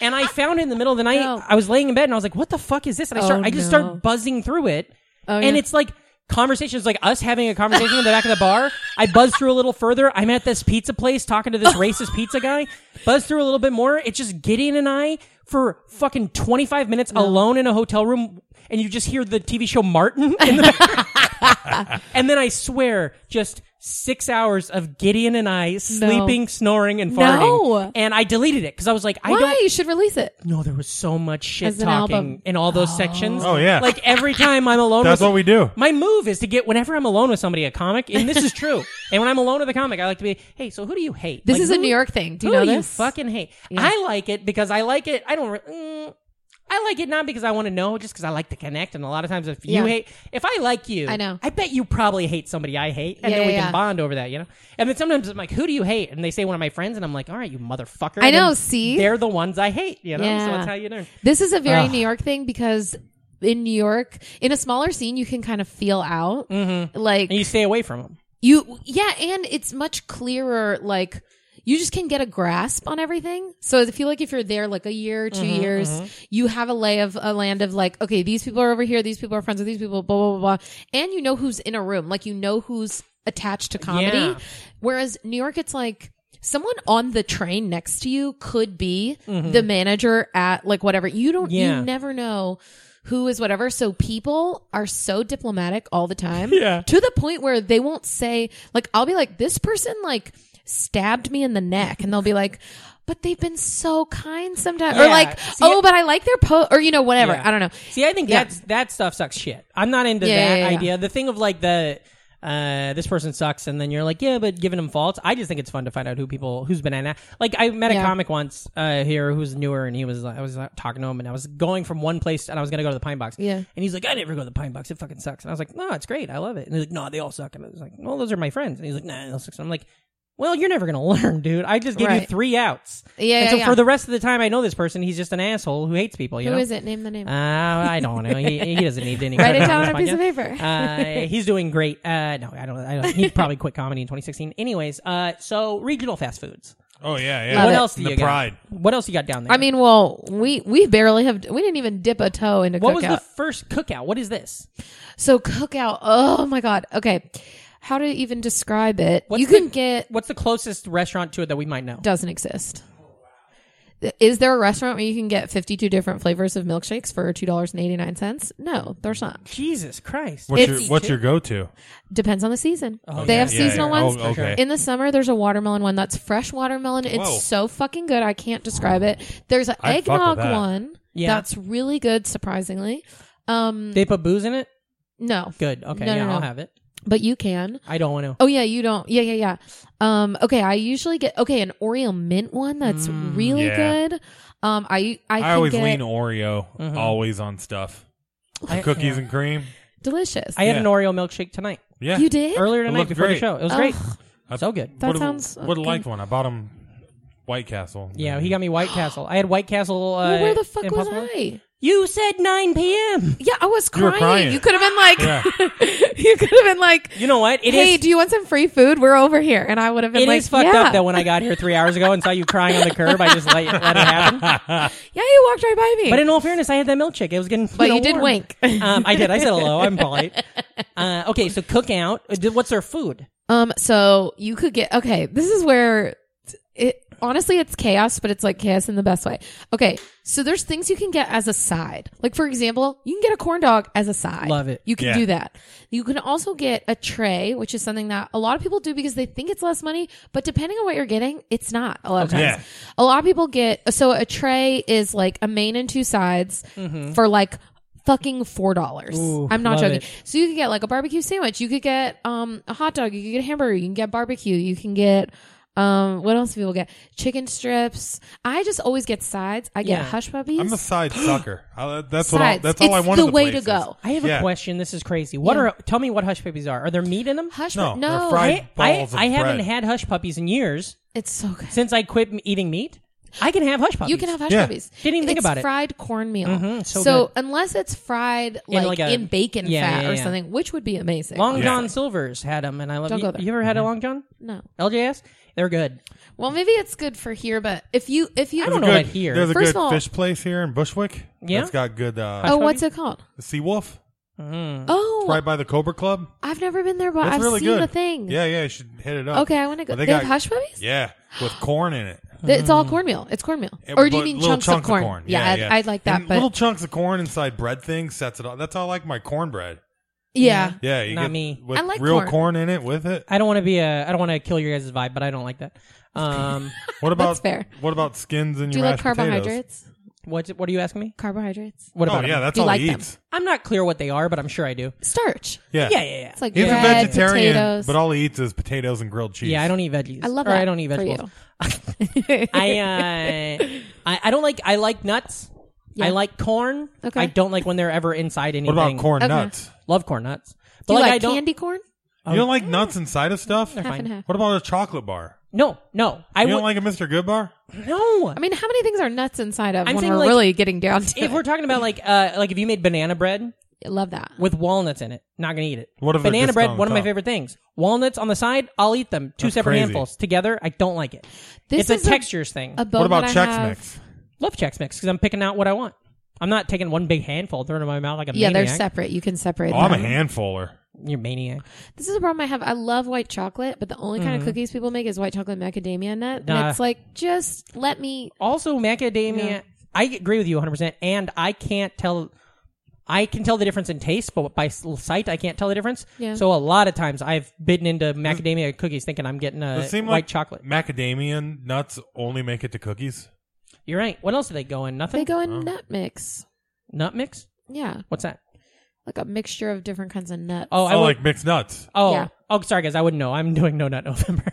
S1: and I found it in the middle of the night.
S9: No.
S1: I was laying in bed and I was like, "What the fuck is this?" And I start
S9: Oh,
S1: I just
S9: no.
S1: start buzzing through it.
S9: Oh,
S1: and
S9: yeah.
S1: it's like conversations like us having a conversation in the back of the bar. I buzz through a little further. I'm at this pizza place talking to this racist pizza guy. Buzz through a little bit more. It's just Gideon and I for fucking 25 minutes alone in a hotel room and you just hear the TV show Martin in the and then I swear, just six hours of Gideon and I sleeping, snoring, and farting.
S9: No.
S1: And I deleted it because I was like, I
S9: Why
S1: don't
S9: you should release it?
S1: know. There was so much shit
S9: As an
S1: talking
S9: album.
S1: in all those sections.
S2: Oh, yeah.
S1: Like every time I'm alone,
S2: That's
S1: with-
S2: what we do.
S1: My move is to get whenever I'm alone with somebody, a comic, and this is true. and when I'm alone with a comic, I like to be, hey, so who do you hate?
S9: This
S1: Like,
S9: is a
S1: who-
S9: New York thing. Do you
S1: who
S9: know
S1: do
S9: this?
S1: You fucking hate. I like it because I like it. I don't. Re- mm, I like it not because I want to know, just because I like to connect. And a lot of times, if you
S9: Yeah.
S1: hate, if I like you,
S9: I know.
S1: I bet you probably hate somebody I hate, and
S9: Yeah,
S1: then we
S9: yeah,
S1: can
S9: yeah.
S1: bond over that, you know. And then sometimes I'm like, "Who do you hate?" And they say one of my friends, and I'm like, "All right, you motherfucker."
S9: I
S1: And
S9: know,
S1: then
S9: see?
S1: they're the ones I hate, you know. So
S9: Yeah.
S1: that's how you learn.
S9: This is a very New York thing because in New York, in a smaller scene, you can kind of feel out.
S1: Mm-hmm.
S9: Like
S1: And you stay away from them.
S9: You yeah, and it's much clearer like you just can get a grasp on everything. So I feel like if you're there like a year, 2
S1: Mm-hmm,
S9: years, you have a lay of a land of like, okay, these people are over here, these people are friends with these people, blah blah blah, blah. and you know who's in a room, like you know who's attached to comedy.
S1: Yeah.
S9: Whereas New York, it's like someone on the train next to you could be the manager at like whatever. You don't,
S1: Mm-hmm. Yeah.
S9: you never know who is whatever. So people are so diplomatic all the time.
S1: Yeah.
S9: To the point where they won't say, like, I'll be like, this person like stabbed me in the neck. And they'll be like, but they've been so kind sometimes. Or
S1: Yeah.
S9: like,
S1: See,
S9: oh,
S1: I-
S9: but I like their po, or you know, whatever.
S1: Yeah.
S9: I don't know.
S1: See, I think
S9: Yeah.
S1: that's that stuff sucks shit. I'm not into
S9: Yeah,
S1: that
S9: yeah, yeah.
S1: idea. The thing of like the uh, this person sucks, and then you're like, yeah, but giving them faults. I just think it's fun to find out who people who's been at. Like I met a
S9: Yeah.
S1: comic once uh, here who's newer, and he was I was uh, talking to him, and I was going from one place, and I was gonna go to the Pine Box.
S9: Yeah.
S1: and he's like, I never go to the Pine Box. It fucking sucks. And I was like, no, it's great. I love it. And he's like, no, they all suck. And I was like, well, those are my friends. And he's like, nah, they all suck. And I'm like. Well, you're never gonna learn, dude. I just gave you
S9: Right.
S1: three outs.
S9: Yeah,
S1: And
S9: yeah,
S1: so
S9: yeah.
S1: for the rest of the time, I know this person. He's just an asshole who hates people. You
S9: Who
S1: know?
S9: is it? Name the name.
S1: Uh, I don't know. He, he doesn't need any.
S9: Write it
S1: credit
S9: down
S1: this
S9: on a piece of
S1: podcast.
S9: paper.
S1: Uh, he's doing great. Uh, no, I don't. I don't. He probably quit comedy in 2016. Anyways, uh, so regional fast foods.
S2: Oh, yeah. yeah.
S9: Love
S1: What
S9: it.
S1: else do
S2: The
S1: you got?
S2: pride.
S1: What else you got down there?
S9: I mean, well, we we barely have we didn't even dip a toe into
S1: what
S9: cookout.
S1: was the first cookout? What is this?
S9: so cookout. Oh my god. Okay, how to even describe it?
S1: What's
S9: you can
S1: the-
S9: get
S1: What's the closest restaurant to it that we might know?
S9: doesn't exist. Is there a restaurant where you can get fifty-two different flavors of milkshakes for two dollars and eighty-nine cents? No, there's not.
S1: Jesus Christ!
S2: What's your,
S9: It's-
S2: what's your go to?
S9: Depends on the season. they have
S2: yeah,
S9: seasonal
S2: yeah.
S9: ones.
S2: Oh, okay.
S9: In the summer, there's a watermelon one that's fresh watermelon. It's
S2: Whoa.
S9: so fucking good. I can't describe it. There's an
S2: I'd fuck with
S9: eggnog
S2: that.
S9: one
S1: Yeah.
S9: that's really good, surprisingly. Um,
S1: They put booze in it.
S9: no,
S1: Good. Okay.
S9: No,
S1: yeah,
S9: no, no.
S1: I'll have it.
S9: but you can.
S1: I don't want to.
S9: Oh yeah, you don't. Yeah, yeah, yeah. Um, okay, I usually get okay an Oreo mint one that's really
S2: Mm, yeah.
S9: good. Um, I I,
S2: I,
S9: can
S2: always
S9: get
S2: lean
S9: Mm-hmm.
S2: Oreo, always on stuff. Cookies and cream.
S9: delicious.
S1: I had
S2: Yeah.
S1: an Oreo milkshake tonight.
S2: Yeah.
S9: you did
S1: Earlier
S2: It
S1: tonight
S2: looked
S1: before the
S2: great.
S1: show. It was
S9: Ugh.
S1: great.
S2: I-
S1: So good.
S9: That sounds
S2: Would have
S9: fucking-
S2: liked one. I bought him White Castle.
S1: Yeah, he got me White Castle. I had White Castle. Uh,
S9: Well, where the fuck was
S1: Impossible.
S9: I?
S1: You said 9 p.m.
S9: Yeah, I was
S2: You were
S9: crying.
S2: crying.
S9: You, could have been like, you could have been like,
S1: You know what? It is.
S9: hey, do you want some free food? We're over here, and I would have been
S1: It is
S9: like,
S1: fucked
S9: yeah.
S1: up that when I got here three hours ago and saw you crying on the curb, I just let, let it happen.
S9: yeah, you walked right by me.
S1: But in all fairness, I had that milkshake. It was getting.
S9: But
S1: know,
S9: you did
S1: warm.
S9: wink.
S1: um, I did. I said hello. I'm polite. Uh, okay, so cookout. Uh, did- What's their food?
S9: Um, so you could get okay. This is where it honestly it's chaos, but it's like chaos in the best way. Okay, so there's things you can get as a side. Like for example, you can get a corn dog as a side.
S1: Love it.
S9: You can
S2: Yeah.
S9: do that. You can also get a tray, which is something that a lot of people do because they think it's less money, but depending on what you're getting, it's not a lot of times.
S2: Yeah.
S9: A lot of people get so a tray is like a main and two sides for like fucking four dollars.
S1: Mm-hmm. Ooh,
S9: I'm not
S1: love
S9: joking.
S1: it.
S9: So you could get like a barbecue sandwich. You could get um a hot dog. You could get a hamburger. You can get barbecue. You can get um what else do people get? Chicken strips. I just always get sides. I get
S1: Yeah.
S9: hush puppies.
S2: I'm a side sucker. I, that's what. I,
S9: sides.
S2: that's all
S9: it's
S2: I want.
S9: The way to go.
S1: I have a
S2: Yeah.
S1: question. This is crazy. What are? Tell me what hush puppies are. Are there meat in them?
S9: Hush
S2: No,
S9: no, no.
S2: they're fried
S1: I, I,
S2: balls of
S1: I haven't
S2: bread.
S1: had hush puppies in years
S9: it's so good.
S1: since I quit m- eating meat. I can have hush puppies.
S9: You can have hush
S2: Yeah.
S9: puppies.
S1: Didn't even think
S9: It's
S1: about it.
S9: Fried cornmeal.
S1: Mhm, so good.
S9: unless it's fried like in,
S1: like a-
S9: bacon
S1: Yeah,
S9: fat
S1: yeah,
S9: or
S1: yeah.
S9: something, which would be amazing.
S1: Long
S2: Yeah.
S1: John Silver's had them, and I love.
S9: Don't
S1: you,
S9: go there. Mm-hmm.
S1: you ever had a Long John?
S9: no.
S1: LJS? They're good.
S9: Well, maybe it's good for here, but if you if you
S1: I don't know
S2: Good,
S1: about here.
S2: There's a
S9: First
S2: good
S9: of all-
S2: fish place here in Bushwick.
S1: Yeah?
S2: that's got good. Uh,
S9: Oh, what's it called?
S2: the Sea Wolf,
S1: Mm.
S9: Oh,
S2: right by the Cobra Club.
S9: I've never been there, but
S2: It's
S9: I've
S2: really
S9: seen
S2: good.
S9: the thing.
S2: Yeah, yeah, you should hit it up.
S9: Okay, I wanna go-
S2: But
S9: they have hush puppies?
S2: Yeah, with corn in it.
S9: Th- It's all cornmeal. It's cornmeal.
S2: It-
S9: or do you
S2: but
S9: mean
S2: Mm. little
S9: chunks, of corn? Yeah, I'd, I'd like that.
S2: And
S9: but
S2: little chunks of corn inside bread thing sets it all. That's how I like my cornbread.
S9: yeah.
S2: Yeah, you
S1: Not
S2: get
S1: me.
S2: With
S9: I like
S2: real corn.
S9: corn.
S2: in it with it.
S1: I don't want to be a. I don't want to kill your guys' vibe, but I don't like that. Um,
S2: What about
S9: That's fair.
S2: What about skins and
S9: Do you
S2: your
S9: like
S2: mashed potatoes?
S9: carbohydrates?
S1: what's it- what are you asking me?
S9: Carbohydrates.
S1: What
S2: Oh
S1: about?
S2: yeah,
S1: 'em?
S2: that's
S9: Do you
S2: all
S9: like
S2: he
S9: them?
S2: eats.
S1: I'm not clear what they are, but I'm sure I do.
S9: Starch.
S2: Yeah,
S1: Yeah, yeah, yeah.
S9: It's like
S2: He's
S9: bread,
S2: a vegetarian,
S9: potatoes.
S2: but all he eats is potatoes and grilled cheese.
S1: Yeah, I don't eat veggies.
S9: I love
S1: Or
S9: that.
S1: I don't eat
S9: for
S1: vegetables.
S9: you.
S1: I, uh, I I don't like. I like nuts.
S9: Yeah.
S1: I like corn.
S9: Okay.
S1: I don't like when they're ever inside
S2: What
S1: anything.
S2: about corn
S9: Okay.
S2: nuts?
S1: Love corn nuts. But
S9: Do you
S1: like,
S9: like,
S1: I don't.
S9: candy corn?
S1: Um,
S2: You don't like nuts inside of stuff?
S9: Mm. Half and
S1: fine.
S9: half.
S2: What about a chocolate bar?
S1: No, no. I
S2: You
S1: would
S2: don't like a Mr. Good bar?
S1: no.
S9: I mean, how many things are nuts inside of
S1: I'm
S9: when
S1: saying,
S9: we're
S1: like,
S9: really getting down to
S1: if
S9: it?
S1: we're talking about like uh like if you made banana bread
S9: I love that.
S1: with walnuts in it, not gonna eat it.
S2: What if they're
S1: banana
S2: just
S1: bread?
S2: on
S1: One of my
S2: top?
S1: favorite things. Walnuts on the side, I'll eat them. Two
S2: That's
S1: separate
S2: crazy.
S1: handfuls together. I don't like it.
S9: This
S1: it's
S9: is
S1: a textures thing.
S9: A bone
S2: what about
S9: that I
S2: Chex
S9: have-
S2: Mix?
S1: Love Chex Mix because I'm picking out what I want. I'm not taking one big handful, throwing it in my mouth like a
S9: Yeah,
S1: maniac.
S9: they're separate. You can separate
S2: Oh, I'm a
S9: them.
S2: handfuler.
S1: You're maniac.
S9: This is a problem I have. I love white chocolate, but the only kind
S2: Mm-hmm.
S9: of cookies people make is white chocolate macadamia nut.
S1: Nah.
S9: And it's like, just let me.
S1: Also, macadamia.
S9: Yeah.
S1: I agree with you 100. percent And I can't tell. I can tell the difference in taste, but by s- sight, I can't tell the difference.
S9: Yeah.
S1: So a lot of times, I've bitten into macadamia cookies thinking I'm getting a
S2: Does it seem
S1: white
S2: like
S1: chocolate.
S2: Macadamia nuts only make it to cookies.
S1: You're right. What else do they go in? Nothing.
S9: They go in nut mix.
S1: Nut mix.
S9: Yeah,
S1: What's that?
S9: like a mixture of different kinds of nuts.
S1: Oh, I
S2: oh,
S1: would-
S2: like mixed nuts.
S1: Oh,
S9: Yeah.
S1: oh, sorry guys, I wouldn't know. I'm doing no nut November.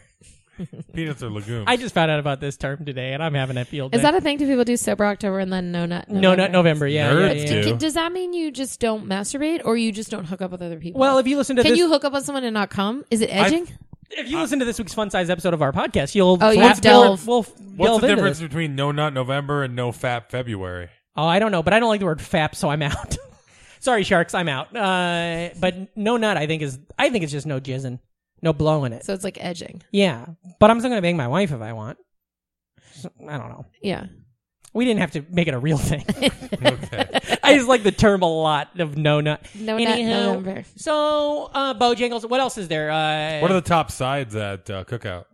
S2: Peanuts are legumes.
S1: I just found out about this term today, and I'm having a field.
S9: is
S1: day.
S9: that a thing? Do people do sober October and then no nut?
S1: no nut November? Yeah, yeah,
S2: Nerds
S1: yeah,
S2: do.
S1: yeah.
S9: Can- does that mean you just don't masturbate, or you just don't hook up with other people?
S1: Well, if you listen to
S9: can
S1: this,
S9: you hook up with someone and not come? Is it edging?
S1: if you listen to this week's fun size episode of our podcast, you'll
S9: Oh, you'll
S1: we'll-
S9: delve.
S1: We'll,
S2: What's
S1: delve
S2: the
S1: into
S2: difference
S1: this.
S2: between no nut November and no fat February?
S1: Oh, I don't know, but I don't like the word fap, so I'm out. Sorry, sharks, I'm out. Uh, but no nut, I think is I think it's just no jizzing, no blowing it.
S9: so it's like edging.
S1: yeah, but I'm still gonna bang my wife if I want. So, I don't know.
S9: Yeah.
S1: We didn't have to make it a real thing. I just like the term a lot of no nut.
S9: No nut November.
S1: So uh, Bojangles, what else is there? Uh,
S2: What are the top sides at uh, cookout?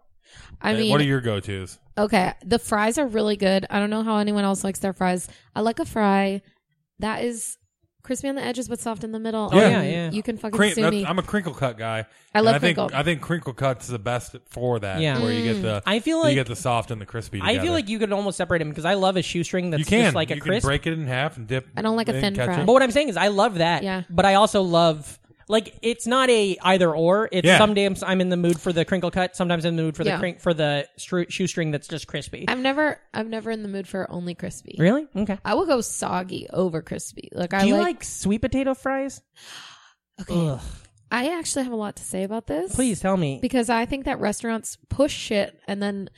S9: I
S2: Uh,
S9: mean,
S2: what are your go tos?
S9: okay. The fries are really good. I don't know how anyone else likes their fries. I like a fry that is crispy on the edges but soft in the middle.
S1: Yeah.
S9: and
S1: Yeah, yeah.
S9: You can fucking
S2: Crin-
S9: sue
S2: that's-
S9: me.
S2: I'm a crinkle cut guy.
S9: I
S2: and
S9: love
S2: I think
S9: crinkle. Mm.
S2: I think crinkle cuts the best for that.
S1: Yeah.
S2: where you get the
S1: I feel
S2: you
S1: like-
S2: get the soft and the crispy.
S1: I feel
S2: together.
S1: like you could almost separate them because I love a shoestring that's
S2: you can
S1: just like a
S2: you
S1: crisp.
S2: can break it in half and dip.
S9: I don't like a
S2: in
S9: thin
S2: ketchup.
S9: fry.
S1: But what I'm saying is, I love that.
S9: Yeah.
S1: But I also love like it's not a either or. It's
S2: Yeah.
S1: someday I'm, I'm in the mood for the crinkle cut. Sometimes I'm in the mood for the
S9: Yeah.
S1: crink, for the stru- shoestring that's just crispy.
S9: I'm never. I'm never in the mood for only crispy.
S1: really? Okay.
S9: I will go soggy over crispy. Like I
S1: Do you
S9: like,
S1: like, sweet potato fries?
S9: Okay.
S1: Ugh.
S9: I actually have a lot to say about this.
S1: Please tell me.
S9: Because I think that restaurants push shit and then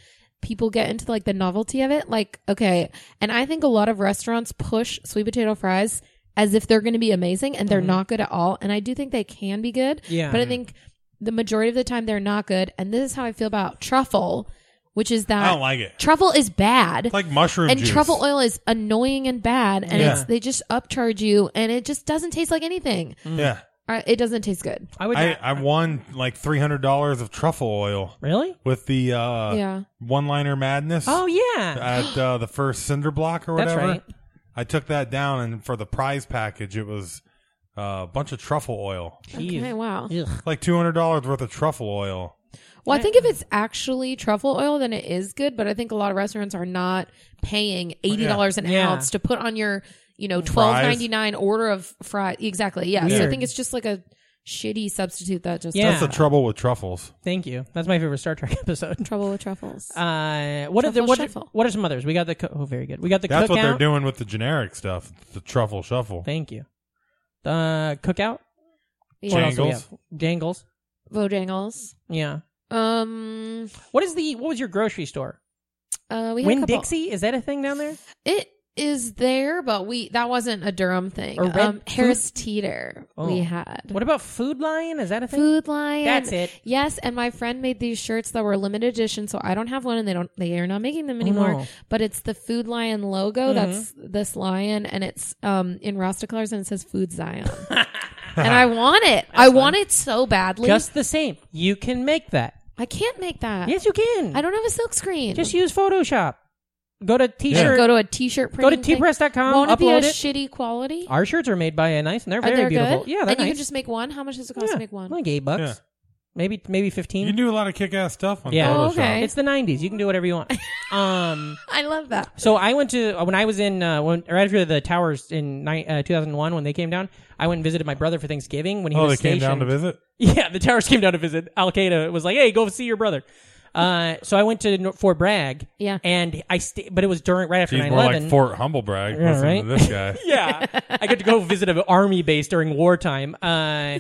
S9: people get into like the novelty of it. Like, okay. And I think a lot of restaurants push sweet potato fries as if they're going to be amazing and they're not good at all. And I do think they can be good.
S1: Mm-hmm. Yeah.
S9: But I think the majority of the time they're not good. And this is how I feel about truffle, which is that
S2: I don't like it.
S9: truffle is bad
S2: It's like mushroom
S9: and
S2: juice.
S9: truffle oil is annoying and bad and
S2: Yeah.
S9: it's, they just upcharge you and it just doesn't taste like anything
S1: Mm.
S2: Yeah.
S9: Uh, it doesn't taste good
S1: I would
S2: I, I won like three hundred dollars of truffle oil
S1: really.
S2: with the uh,
S9: yeah
S2: one liner madness
S1: Oh yeah,
S2: at uh, the first cinder block or
S1: That's
S2: whatever.
S1: right.
S2: I took that down, and for the prize package, it was uh, a bunch of truffle oil,
S1: Jeez.
S9: okay wow
S1: Ugh.
S2: like two hundred dollars worth of truffle oil.
S9: well i think if it's actually truffle oil then it is good but i think a lot of restaurants are not paying $80 an
S1: Oh, Yeah.
S9: ounce to put on your you know
S2: Fries.
S9: 12.99 order of fry exactly yeah so i
S1: Weird.
S9: think it's just like a shitty substitute that just
S1: Yeah.
S2: That's the trouble with truffles.
S1: Thank you. That's my favorite Star Trek episode.
S9: trouble with truffles
S1: Uh, what are the
S9: Truffle
S1: what?
S9: shuffle.
S1: What are some others? We got the co- oh, very good. We got the
S2: That's
S1: cookout.
S2: what they're doing with the generic stuff. The truffle shuffle.
S1: Thank you. The cookout. What
S9: yeah
S1: else do we
S2: Jangles.
S1: have? Jangles.
S9: bojangles
S1: Yeah.
S9: um
S1: What is the what was your grocery store?
S9: uh we had a
S1: Win
S9: couple-
S1: Dixie is that a thing down there?
S9: It is there, but we that wasn't a Durham thing.
S1: Or red
S9: um,
S1: food-
S9: Harris Teeter we
S1: Oh.
S9: had.
S1: What about Food Lion? Is that a thing?
S9: Food Lion.
S1: That's it.
S9: Yes, and my friend made these shirts that were limited edition, so I don't have one, and they don't they are not making them anymore.
S1: Oh, no. Mm-hmm.
S9: But it's the Food Lion logo. That's this lion, and it's um in Rasta colors, and it says Food Zion. and I want it. I want it so badly.
S1: Just the same. You can make that.
S9: I can't make that.
S1: Yes, you can.
S9: Uh, I don't have a silk screen.
S1: Just use Photoshop. Go to T-shirt.
S9: go to a T-shirt.
S1: Go to
S9: printing thing.
S1: tpress.com,
S9: Won't it be
S1: upload
S9: a
S1: it.
S9: shitty quality?
S1: Our shirts are made by a nice and they're
S9: Are
S1: very
S9: they
S1: beautiful.
S9: good?
S1: Yeah, they're
S9: and
S1: nice.
S9: you can just make one. How much does it cost
S1: yeah.
S9: to make one?
S1: Like eight bucks,
S2: Yeah.
S1: maybe maybe
S2: You
S1: fifteen.
S2: can do a lot of kick-ass stuff on
S1: Yeah.
S2: Photoshop.
S9: Oh, okay.
S1: it's the '90s. You can do whatever you want. um.
S9: I love that.
S1: So I went to when I was in uh, when right after the towers in ni- uh, 2001 when they came down. I went and visited my brother for Thanksgiving when he
S2: Oh,
S1: was
S2: they came
S1: stationed.
S2: down to visit.
S1: Yeah, the towers came down to visit. Al Qaeda was like, "Hey, go see your brother." Uh, so I went to Nor- Fort Bragg.
S9: Yeah.
S1: and I sta but it was during right after
S2: He's
S1: 9
S2: more
S1: 11.
S2: like Fort Humblebrag.
S1: Yeah,
S2: Listen
S1: right?
S2: to this guy.
S1: yeah, I got to go visit an army base during wartime. Uh,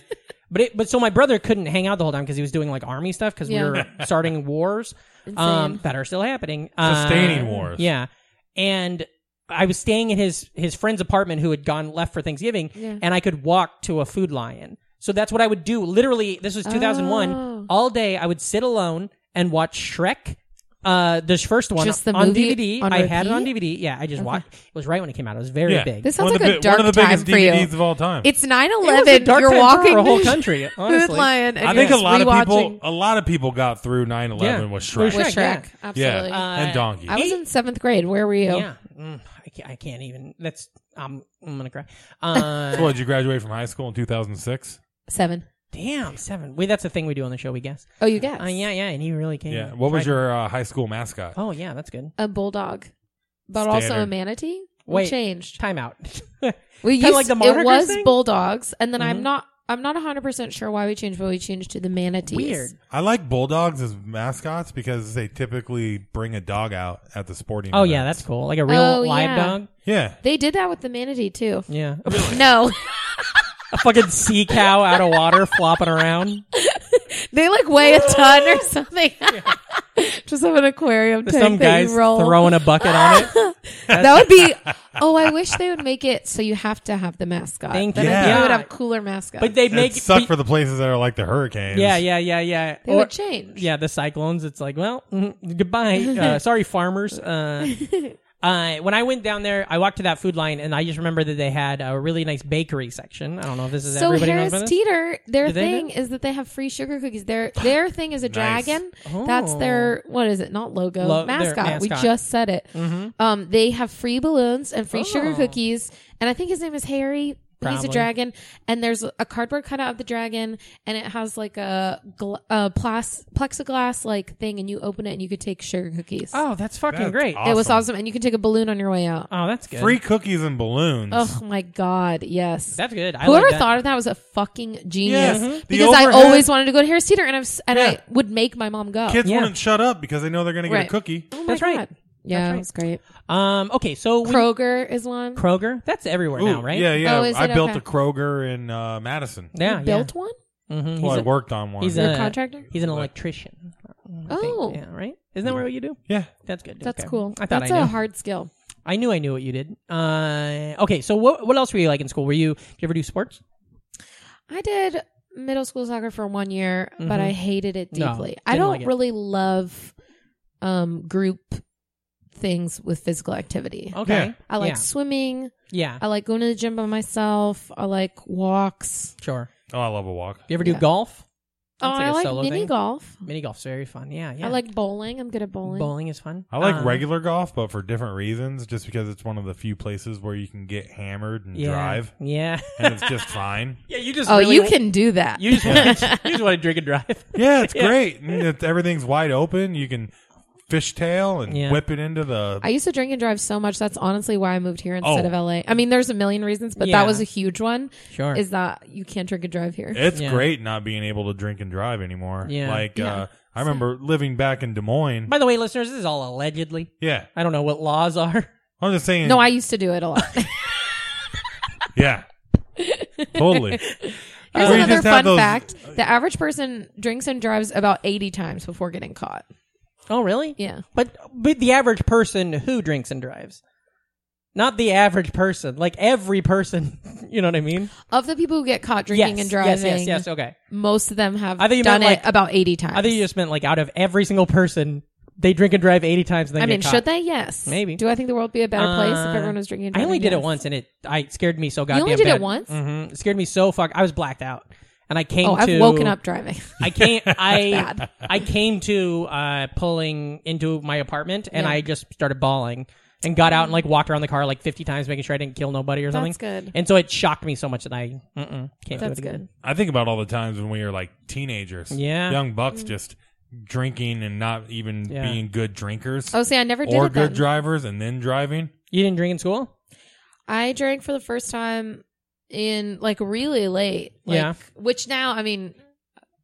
S1: but it, but so my brother couldn't hang out the whole time because he was doing like army stuff because
S9: Yeah.
S1: we were starting wars um,
S9: Insane.
S1: that are still happening,
S2: Sustaining
S1: Uh,
S2: wars.
S1: Yeah, and I was staying in his his friend's apartment who had gone left for Thanksgiving, and I could walk to a Food Lion. So that's what I would do. Literally, this was 2001.
S9: Oh.
S1: All day, I would sit alone and watch Shrek. Uh, this first one
S9: Just the
S1: on
S9: movie
S1: DVD.
S9: on
S1: I had it on
S9: repeat?
S1: DVD. Yeah, I just watched. It was right when it came out. It was very
S2: Yeah.
S1: big.
S9: This
S2: One
S9: sounds
S2: of
S9: like
S2: the
S9: a
S2: bi-
S9: dark
S2: one of the
S9: time
S2: biggest
S9: for you.
S2: DVDs of all time.
S9: It's 9
S1: It was a
S9: 11.
S1: dark
S9: You're
S1: time
S9: walking
S1: for a whole
S9: to
S1: country.
S9: Food
S1: Honestly.
S9: Lion. And
S2: I think a
S9: you're
S2: lot of people,
S9: rewatching
S2: a lot of people got through 9-11
S1: Yeah.
S2: with
S1: With
S2: Shrek.
S1: Shrek.
S9: with
S1: Yeah.
S9: Shrek.
S2: Yeah,
S9: Absolutely. Um,
S1: Uh,
S2: and Donkey.
S9: I was in seventh grade. Where were you?
S1: Yeah, Mm, I, can't, I can't even. That's I'm I'm gonna cry. Uh,
S2: So, what, did you graduate from high school in 2006?
S9: Seven.
S1: damn seven. Wait, that's a thing we do on the show. We guess.
S9: Oh, you guess.
S1: Uh, yeah, yeah, and you really came.
S2: Yeah. What was your uh, high school mascot?
S1: Oh yeah, that's good.
S9: A bulldog, but also
S2: Standard.
S9: a manatee. We
S1: Wait.
S9: changed.
S1: Timeout.
S9: We
S1: Kinda
S9: used
S1: like the
S9: it
S1: Monikers
S9: was
S1: thing? Mm-hmm.
S9: bulldogs, and then I'm not. I'm not 100 percent sure why we changed, but we changed to the manatees.
S1: Weird.
S2: I like bulldogs as mascots because they typically bring a dog out at the sporting.
S1: Oh yeah,
S2: events.
S1: that's cool. Like a real
S9: Oh,
S1: live
S9: yeah.
S1: dog.
S2: yeah.
S9: They did that with the manatee too.
S1: Yeah,
S9: No,
S1: a fucking sea cow out of water flopping around.
S9: They like weigh a ton or something. Just have an aquarium tank
S1: Some
S9: that
S1: guys
S9: you roll.
S1: throwing a bucket on it.
S9: that would be. Oh, I wish they would make it so you have to have the mascot.
S1: Thank
S9: then
S1: you.
S9: I think
S1: Yeah.
S9: we would have cooler mascots.
S1: But they make
S2: It suck
S1: but-
S2: for the places that are like the hurricanes.
S1: Yeah, yeah, yeah, yeah.
S9: They
S1: Or-
S9: would change.
S1: Yeah, the cyclones. It's like, well, mm, goodbye. Uh, sorry, farmers. Uh, uh, when I went down there, I walked to that food line, and I just remember that they had a really nice bakery section. I don't know if this is
S9: So
S1: everybody knows
S9: Harris
S1: about this.
S9: Teeter, their
S1: Do they
S9: thing
S1: do?
S9: is that they have free sugar cookies. Their their thing is a
S2: Nice.
S9: dragon. That's their what is it? Not logo
S1: Oh. Lo- their
S9: mascot.
S1: mascot.
S9: We
S1: Mm-hmm.
S9: just said it. Um, they have free balloons and free sugar cookies. And I think his name is Harry. He's
S1: Oh. Probably.
S9: a dragon, and there's a cardboard cutout of the dragon, and it has like a, gl- a plas- plexiglass like thing, and you open it, and you could take sugar cookies.
S1: Oh, that's fucking
S2: That's
S1: great.
S2: awesome.
S9: it was awesome, and you can take a balloon on your way out.
S1: Oh, that's good.
S2: Free cookies and balloons.
S9: Oh my god, yes,
S1: That's good. I
S9: Whoever
S1: like that. mm-hmm.
S9: thought of that was a fucking genius.
S2: Yeah, mhm. The
S9: Because I
S2: overhead-
S9: always wanted to go to Harris Teeter, and I have and
S2: Yeah.
S9: I would make my mom go.
S2: Kids
S1: Yeah.
S2: wouldn't shut up because they know they're going to get
S9: Right.
S2: a cookie.
S9: Oh my
S1: That's right.
S9: God. Yeah,
S1: right.
S9: that's great.
S1: Um. Okay. So we,
S9: Kroger is one.
S1: Kroger. That's everywhere now,
S2: Ooh,
S1: right?
S2: Yeah, yeah.
S9: Oh, is
S2: I
S9: it?
S2: built
S9: Okay.
S2: a Kroger in uh, Madison.
S1: Yeah.
S9: Built one.
S1: yeah. Mhm.
S2: Well, I
S1: He's a-
S2: worked on one.
S1: He's
S9: You're
S1: a
S9: a contractor?
S1: He's an electrician. I think.
S9: Oh.
S1: yeah, right. Isn't that what you do?
S2: Yeah.
S1: That's good.
S9: That's
S1: Okay.
S9: cool.
S1: I thought
S9: That's
S1: I
S9: a
S1: knew.
S9: hard skill.
S1: I knew I knew what you did. Uh, okay, so what what else were you like in school? Were you did you ever do sports?
S9: I did middle school soccer for one year, but I hated it
S1: Mm-hmm. No,
S9: deeply. I
S1: didn't
S9: don't
S1: like it.
S9: really love um, group things with physical activity.
S1: Okay,
S2: Yeah.
S9: I
S1: Oh,
S9: like uh,
S1: yeah.
S9: swimming.
S1: yeah,
S9: I like going to the gym by myself. I like walks.
S1: sure.
S2: Oh, I love a walk.
S1: You ever do
S9: Yeah.
S1: golf?
S9: Oh,
S1: That's
S9: I
S1: a
S9: like
S1: solo
S9: mini
S1: thing.
S9: golf.
S1: Mini golf's very fun. Yeah, yeah.
S9: I like bowling. I'm good at bowling.
S1: bowling is fun.
S2: I like
S1: Um,
S2: regular golf, but for different reasons, just because it's one of the few places where you can get hammered and
S1: yeah,
S2: drive,
S1: Yeah,
S2: and it's just fine.
S1: yeah. You just
S9: Oh,
S1: really
S9: you
S1: wa-
S9: can do that.
S1: You just want to, you just want to drink and drive.
S2: Yeah, it's great. And it's, everything's wide open. You can fishtail and
S1: Yeah.
S2: whip it into the.
S9: I used to drink and drive so much. That's honestly why I moved here instead
S2: Oh.
S9: of LA. I mean, there's a million reasons, but
S1: Yeah.
S9: that was a huge one.
S1: Sure.
S9: Is that you can't drink and drive here?
S2: it's
S1: Yeah.
S2: great not being able to drink and drive anymore.
S1: Yeah.
S2: Like Uh, I remember living back in Des Moines.
S1: By the way, listeners, this is all allegedly.
S2: yeah,
S1: I don't know what laws are.
S2: I'm just saying.
S9: no, I used to do it a lot.
S2: Yeah, totally.
S9: Here's
S2: Or you
S9: another
S2: just have
S9: fun
S2: those-
S9: fact:
S1: uh,
S9: the average person drinks and drives about eighty times before getting caught.
S1: Oh, really?
S9: Yeah.
S1: But but the average person who drinks and drives, not the average person, like every person. You know what I mean?
S9: Of the people who get caught drinking
S1: yes,
S9: and driving,
S1: Yes, yes, yes. Okay.
S9: most of them have
S1: I thought you
S9: done
S1: meant,
S9: it
S1: like-
S9: about eighty times.
S1: I think you just meant like out of every single person, they drink and drive eighty times. And then
S9: I
S1: get
S9: mean,
S1: caught.
S9: should they? Yes.
S1: Maybe.
S9: Do I think the world would be a better place
S1: Uh,
S9: if everyone was drinking? and
S1: I
S9: driving?
S1: only did it
S9: Yes.
S1: once, and it I it scared me so
S9: only
S1: goddamn.
S9: did it
S1: bad.
S9: once?
S1: Mhm. It scared me so fuck. I was blacked out, and I came.
S9: Oh,
S1: to,
S9: I've woken up driving.
S1: I came. I
S9: bad.
S1: I came to uh, pulling into my apartment, and
S9: Yeah. Mm.
S1: I just started bawling and got out and like walked around the car like fifty times, making sure I didn't kill nobody or something.
S9: That's good.
S1: And so it shocked me so much that I mm-mm, can't
S9: That's
S1: do it again.
S9: good.
S2: I think about all the times when we were like teenagers.
S1: Yeah.
S2: Young bucks just drinking and not even
S1: Yeah.
S2: being good drinkers
S9: Oh, see, I never did
S2: or
S9: it
S2: good
S9: then.
S2: drivers and then driving.
S1: You didn't drink in school?
S9: I drank for the first time in like really late. Like,
S1: Yeah.
S9: Which now, I mean,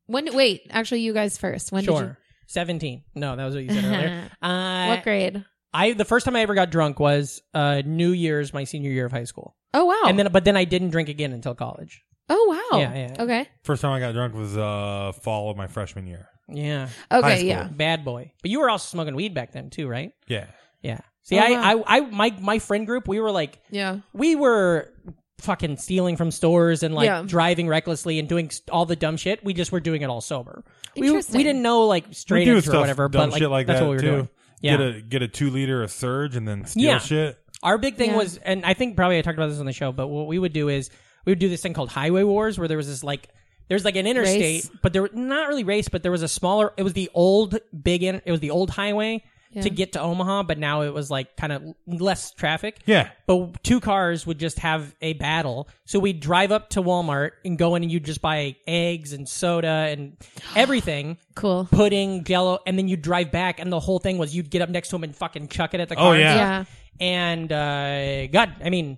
S9: when? Wait, actually, you guys first. When
S1: sure.
S9: did you?
S1: Seventeen. No, that was what you said earlier. Uh,
S9: What grade?
S1: I the first time I ever got drunk was uh, New Year's, my senior year of high school,
S9: Oh wow.
S1: and then but then I didn't drink again until college.
S9: oh wow.
S1: Yeah, yeah.
S9: Okay.
S2: First time I got drunk was uh fall of my freshman year.
S1: Yeah,
S2: High
S9: Okay.
S2: school.
S9: Yeah.
S1: bad boy. But you were also smoking weed back then too, right?
S2: Yeah.
S1: Yeah. See,
S9: Oh,
S1: I,
S9: wow.
S1: I, I, my, my friend group, we were like,
S9: Yeah.
S1: we were fucking stealing from stores and like
S9: Yeah.
S1: driving recklessly and doing st- all the dumb shit. We just were doing it all sober. We,
S9: Interesting.
S1: we didn't know like straight
S2: do
S1: edge
S2: stuff,
S1: or whatever,
S2: dumb
S1: but like,
S2: shit like
S1: that's
S2: that
S1: what we were
S2: too.
S1: doing. Yeah.
S2: Get a get a two liter of surge and then steal
S1: Yeah.
S2: shit.
S1: Our big thing
S9: Yeah.
S1: was, and I think probably I talked about this on the show, but what we would do is we would do this thing called highway wars, where there was this like there's like an interstate,
S9: Race.
S1: but there were not really race, but there was a smaller. It was the old big, in, it was the old highway to get to Omaha, but now it was like kind of less traffic.
S2: Yeah.
S1: But two cars would just have a battle. So we'd drive up to Walmart and go in and you'd just buy eggs and soda and everything,
S9: Cool.
S1: pudding, jello, and then you'd drive back and the whole thing was you'd get up next to him and fucking chuck it at the car. and
S2: Oh, yeah.
S1: stuff.
S9: Yeah.
S1: And uh, God, I mean,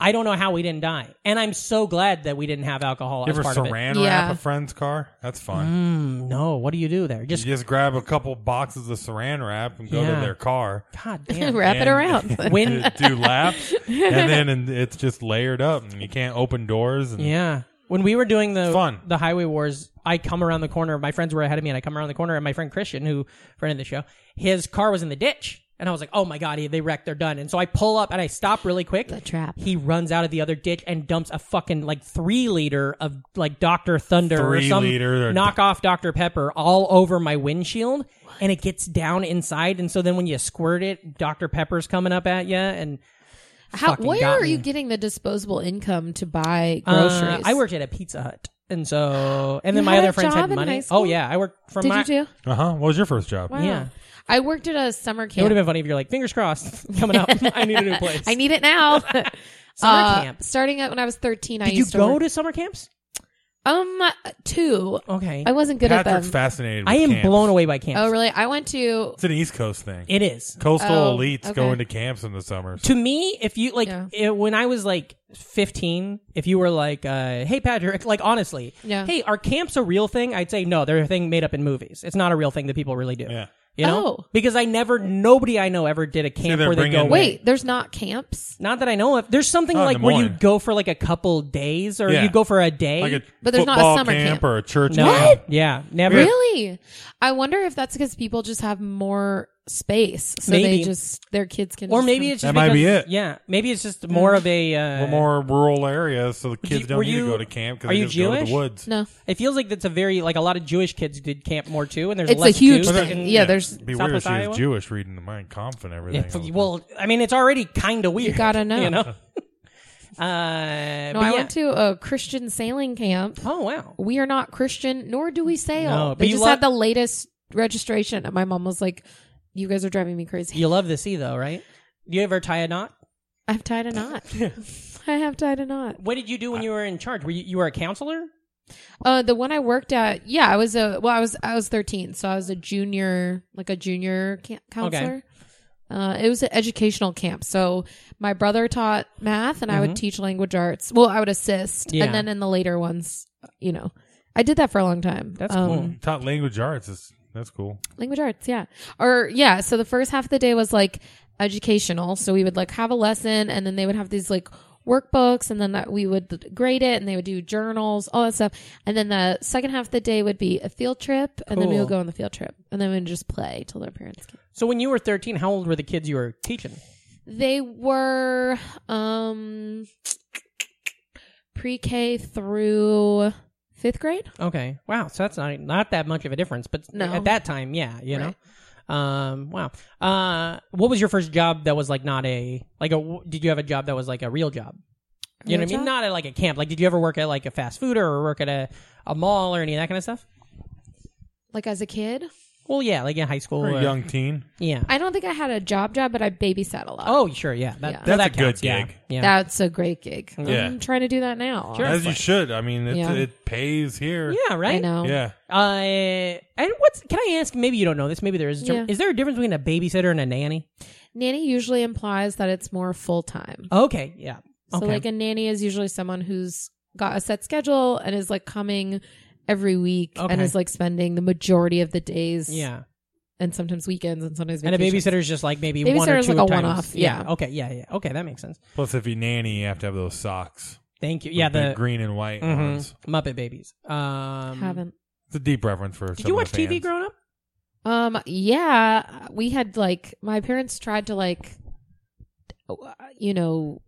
S1: I don't know how we didn't die. And I'm so glad that we didn't have alcohol
S2: You
S1: as
S2: ever
S1: part of it. Mm.
S2: saran
S9: Yeah.
S2: wrap a friend's car? That's fun.
S1: No, what do you do there? Just
S2: You just grab a couple boxes of saran wrap and go
S1: Yeah.
S2: to their car.
S1: God damn.
S9: Wrap it
S2: and-
S9: around.
S1: When-
S2: do laps and then and it's just layered up and you can't open doors and
S1: Yeah. When we were doing the
S2: It's fun.
S1: the highway wars, I come around the corner. My friends were ahead of me, and I come around the corner, and my friend Christian, who friend of the show, his car was in the ditch, and I was like, "Oh my god, he- they wrecked, they're done." And so I pull up and I stop really quick. The
S9: trap.
S1: He runs out of the other ditch and dumps a fucking like three liter of like Dr Thunder or
S2: Three
S1: some
S2: liter or-
S1: knockoff Dr Pepper all over my windshield, and it gets down inside. And so then when you squirt it, Dr Pepper's coming up at you, and
S9: How?
S1: fucking
S9: Where
S1: got
S9: are you
S1: me.
S9: getting the disposable income to buy
S1: Uh,
S9: groceries?
S1: I worked at a Pizza Hut, and so and
S9: You
S1: then my
S9: had
S1: other
S9: a
S1: friends had
S9: job in
S1: money.
S9: high
S1: oh
S9: school?
S1: yeah, I worked from
S9: Did
S1: my.
S9: you do?
S2: Uh huh. What was your first job?
S9: Wow.
S1: Yeah.
S9: I worked at a summer
S1: It
S9: camp.
S1: would have been funny if you're like fingers crossed coming up. I need a new place.
S9: I need it now. summer
S1: Summer camp.
S9: Starting at when I was thirteen, I
S1: Did you
S9: used
S1: go
S9: work-
S1: to summer camps?
S9: um two.
S1: Okay,
S9: I wasn't good at
S2: Patrick's
S9: them.
S2: fascinated. With
S1: I am
S2: camps.
S1: blown away by camps.
S9: Oh really? I went to
S2: It's an East Coast thing.
S1: It is
S2: Coastal
S9: Oh,
S2: elites go
S9: okay.
S2: into camps in the summers.
S1: to me. If you like,
S9: Yeah.
S1: it- when I was like 15, if you were like, uh, "Hey Patrick," like honestly,
S9: Yeah.
S1: "Hey, are camps a real thing?" I'd say no, they're a thing made up in movies. It's not a real thing that people really do.
S2: Yeah.
S1: You know,
S9: Oh.
S1: because I never, nobody I know ever did a camp
S2: they're
S1: where they go.
S2: bringing-
S9: Wait, there's not camps,
S1: Not that I know of. There's something
S2: Oh,
S1: like
S2: Des
S1: where you
S2: Moines.
S1: go for like a couple days or
S2: Yeah.
S1: you go for a day.
S2: like a
S9: But there's not a
S2: football
S9: summer camp.
S2: or a church.
S1: no.
S2: camp.
S1: Yeah. Never.
S9: really? I wonder if that's because people just have more space, so
S1: Maybe.
S9: they just their kids can.
S1: Or
S9: just
S1: maybe
S9: come-
S1: it's just
S2: That might be
S1: because-
S2: it.
S1: Yeah. Maybe it's just more of a. Uh,
S2: We're more rural areas, so the kids
S1: you-
S2: don't
S1: were
S2: need to
S1: you-
S2: go to camp
S1: are
S2: because they
S1: you
S2: just go to
S1: Jewish?
S2: the woods.
S9: no.
S1: It feels like that's a very like a lot of Jewish kids did camp more too, and there's
S9: It's a
S1: less
S9: huge
S1: Jews
S9: thing.
S1: in-
S9: Yeah, there's.
S2: It'd be weird if
S1: Southwest
S2: she
S1: Iowa?
S2: was Jewish reading the Mein Kampf and
S1: Yeah,
S2: everything. all the
S1: f-
S2: time.
S1: well, I mean, it's already kind of weird.
S9: gotta know.
S1: You know. uh, but
S9: No, I
S1: yeah.
S9: went to a Christian sailing camp.
S1: Oh wow.
S9: We are not Christian, nor do we sail.
S1: No, but
S9: they
S1: you
S9: just
S1: lo-
S9: had the latest registration, and my mom was like, "You guys are driving me crazy.
S1: You love the sea though, right? Do you ever tie a knot?
S9: I've tied a knot. I have tied a knot."
S1: What did you do when you were in charge? Were you, you were a counselor?
S9: Uh, the one I worked at, yeah, I was a well, I was I was thirteen, so I was a junior, like a junior ca- counselor. Uh, it was an educational camp, so my brother taught math, and I would teach language arts. Well, I would assist,
S1: Mm-hmm. Yeah.
S9: and then in the later ones, you know, I did that for a long time. Um,
S1: That's cool.
S2: taught language arts. Is, that's cool.
S9: language arts yeah or yeah so the first half of the day was like educational so we would like have a lesson and then they would have these like workbooks and then that we would grade it and they would do journals all that stuff and then the second half of the day would be a field trip and then we would
S1: Cool.
S9: go on the field trip and then we would just play till their parents came
S1: So when you were 13, how old were the kids you were teaching?
S9: they were um pre-k through fifth grade
S1: Okay. Wow. So that's not not that much of a difference, but
S9: No.
S1: at that time, yeah, you know. Um. Wow. Uh. What was your first job that was like not a like a? Did you have a job that was like a real job? You know what I
S9: Real
S1: mean?
S9: job?
S1: Not at like a camp. Like, did you ever work at like a fast food or work at a, a mall or any of that kind of stuff?
S9: like as a kid
S1: Well, yeah, like in high school.
S2: Or
S1: or-
S2: a young teen.
S1: Yeah.
S9: i don't think i had a job job but i babysat a lot
S1: oh, sure. Yeah. That,
S9: Yeah.
S1: so that
S2: That's a good
S1: counts, yeah.
S2: gig.
S1: Yeah.
S9: That's a great gig.
S2: Yeah.
S9: I'm trying to do that now.
S2: As you should. I mean, it,
S9: Yeah.
S2: it pays here.
S1: yeah. Right.
S9: I know.
S2: Yeah.
S1: Uh. And what's? Can I ask? Maybe you don't know this. Maybe there is. A term,
S9: Yeah.
S1: Is there a difference between a babysitter and a nanny?
S9: Nanny usually implies that it's more full time.
S1: Okay. Yeah.
S9: So
S1: okay.
S9: like a nanny is usually someone who's got a set schedule and is like coming every week and
S1: Okay.
S9: is like spending the majority of the days
S1: yeah.
S9: and sometimes weekends and sometimes
S1: And a
S9: vacations.
S1: babysitter is just like maybe
S9: Babysitter
S1: one or
S9: is
S1: two
S9: like a
S1: times.
S9: one-off, yeah.
S1: Okay. Yeah. Yeah. Okay. That makes sense.
S2: Plus, if you nanny, you have to have those socks.
S1: Thank you. Yeah.
S2: the,
S1: The,
S2: green and white
S1: Mhm.
S2: ones.
S1: Muppet Babies. Um.
S9: haven't.
S2: It's a deep reference for.
S1: Did you watch TV growing up?
S9: Um yeah, we had like my parents tried to like you know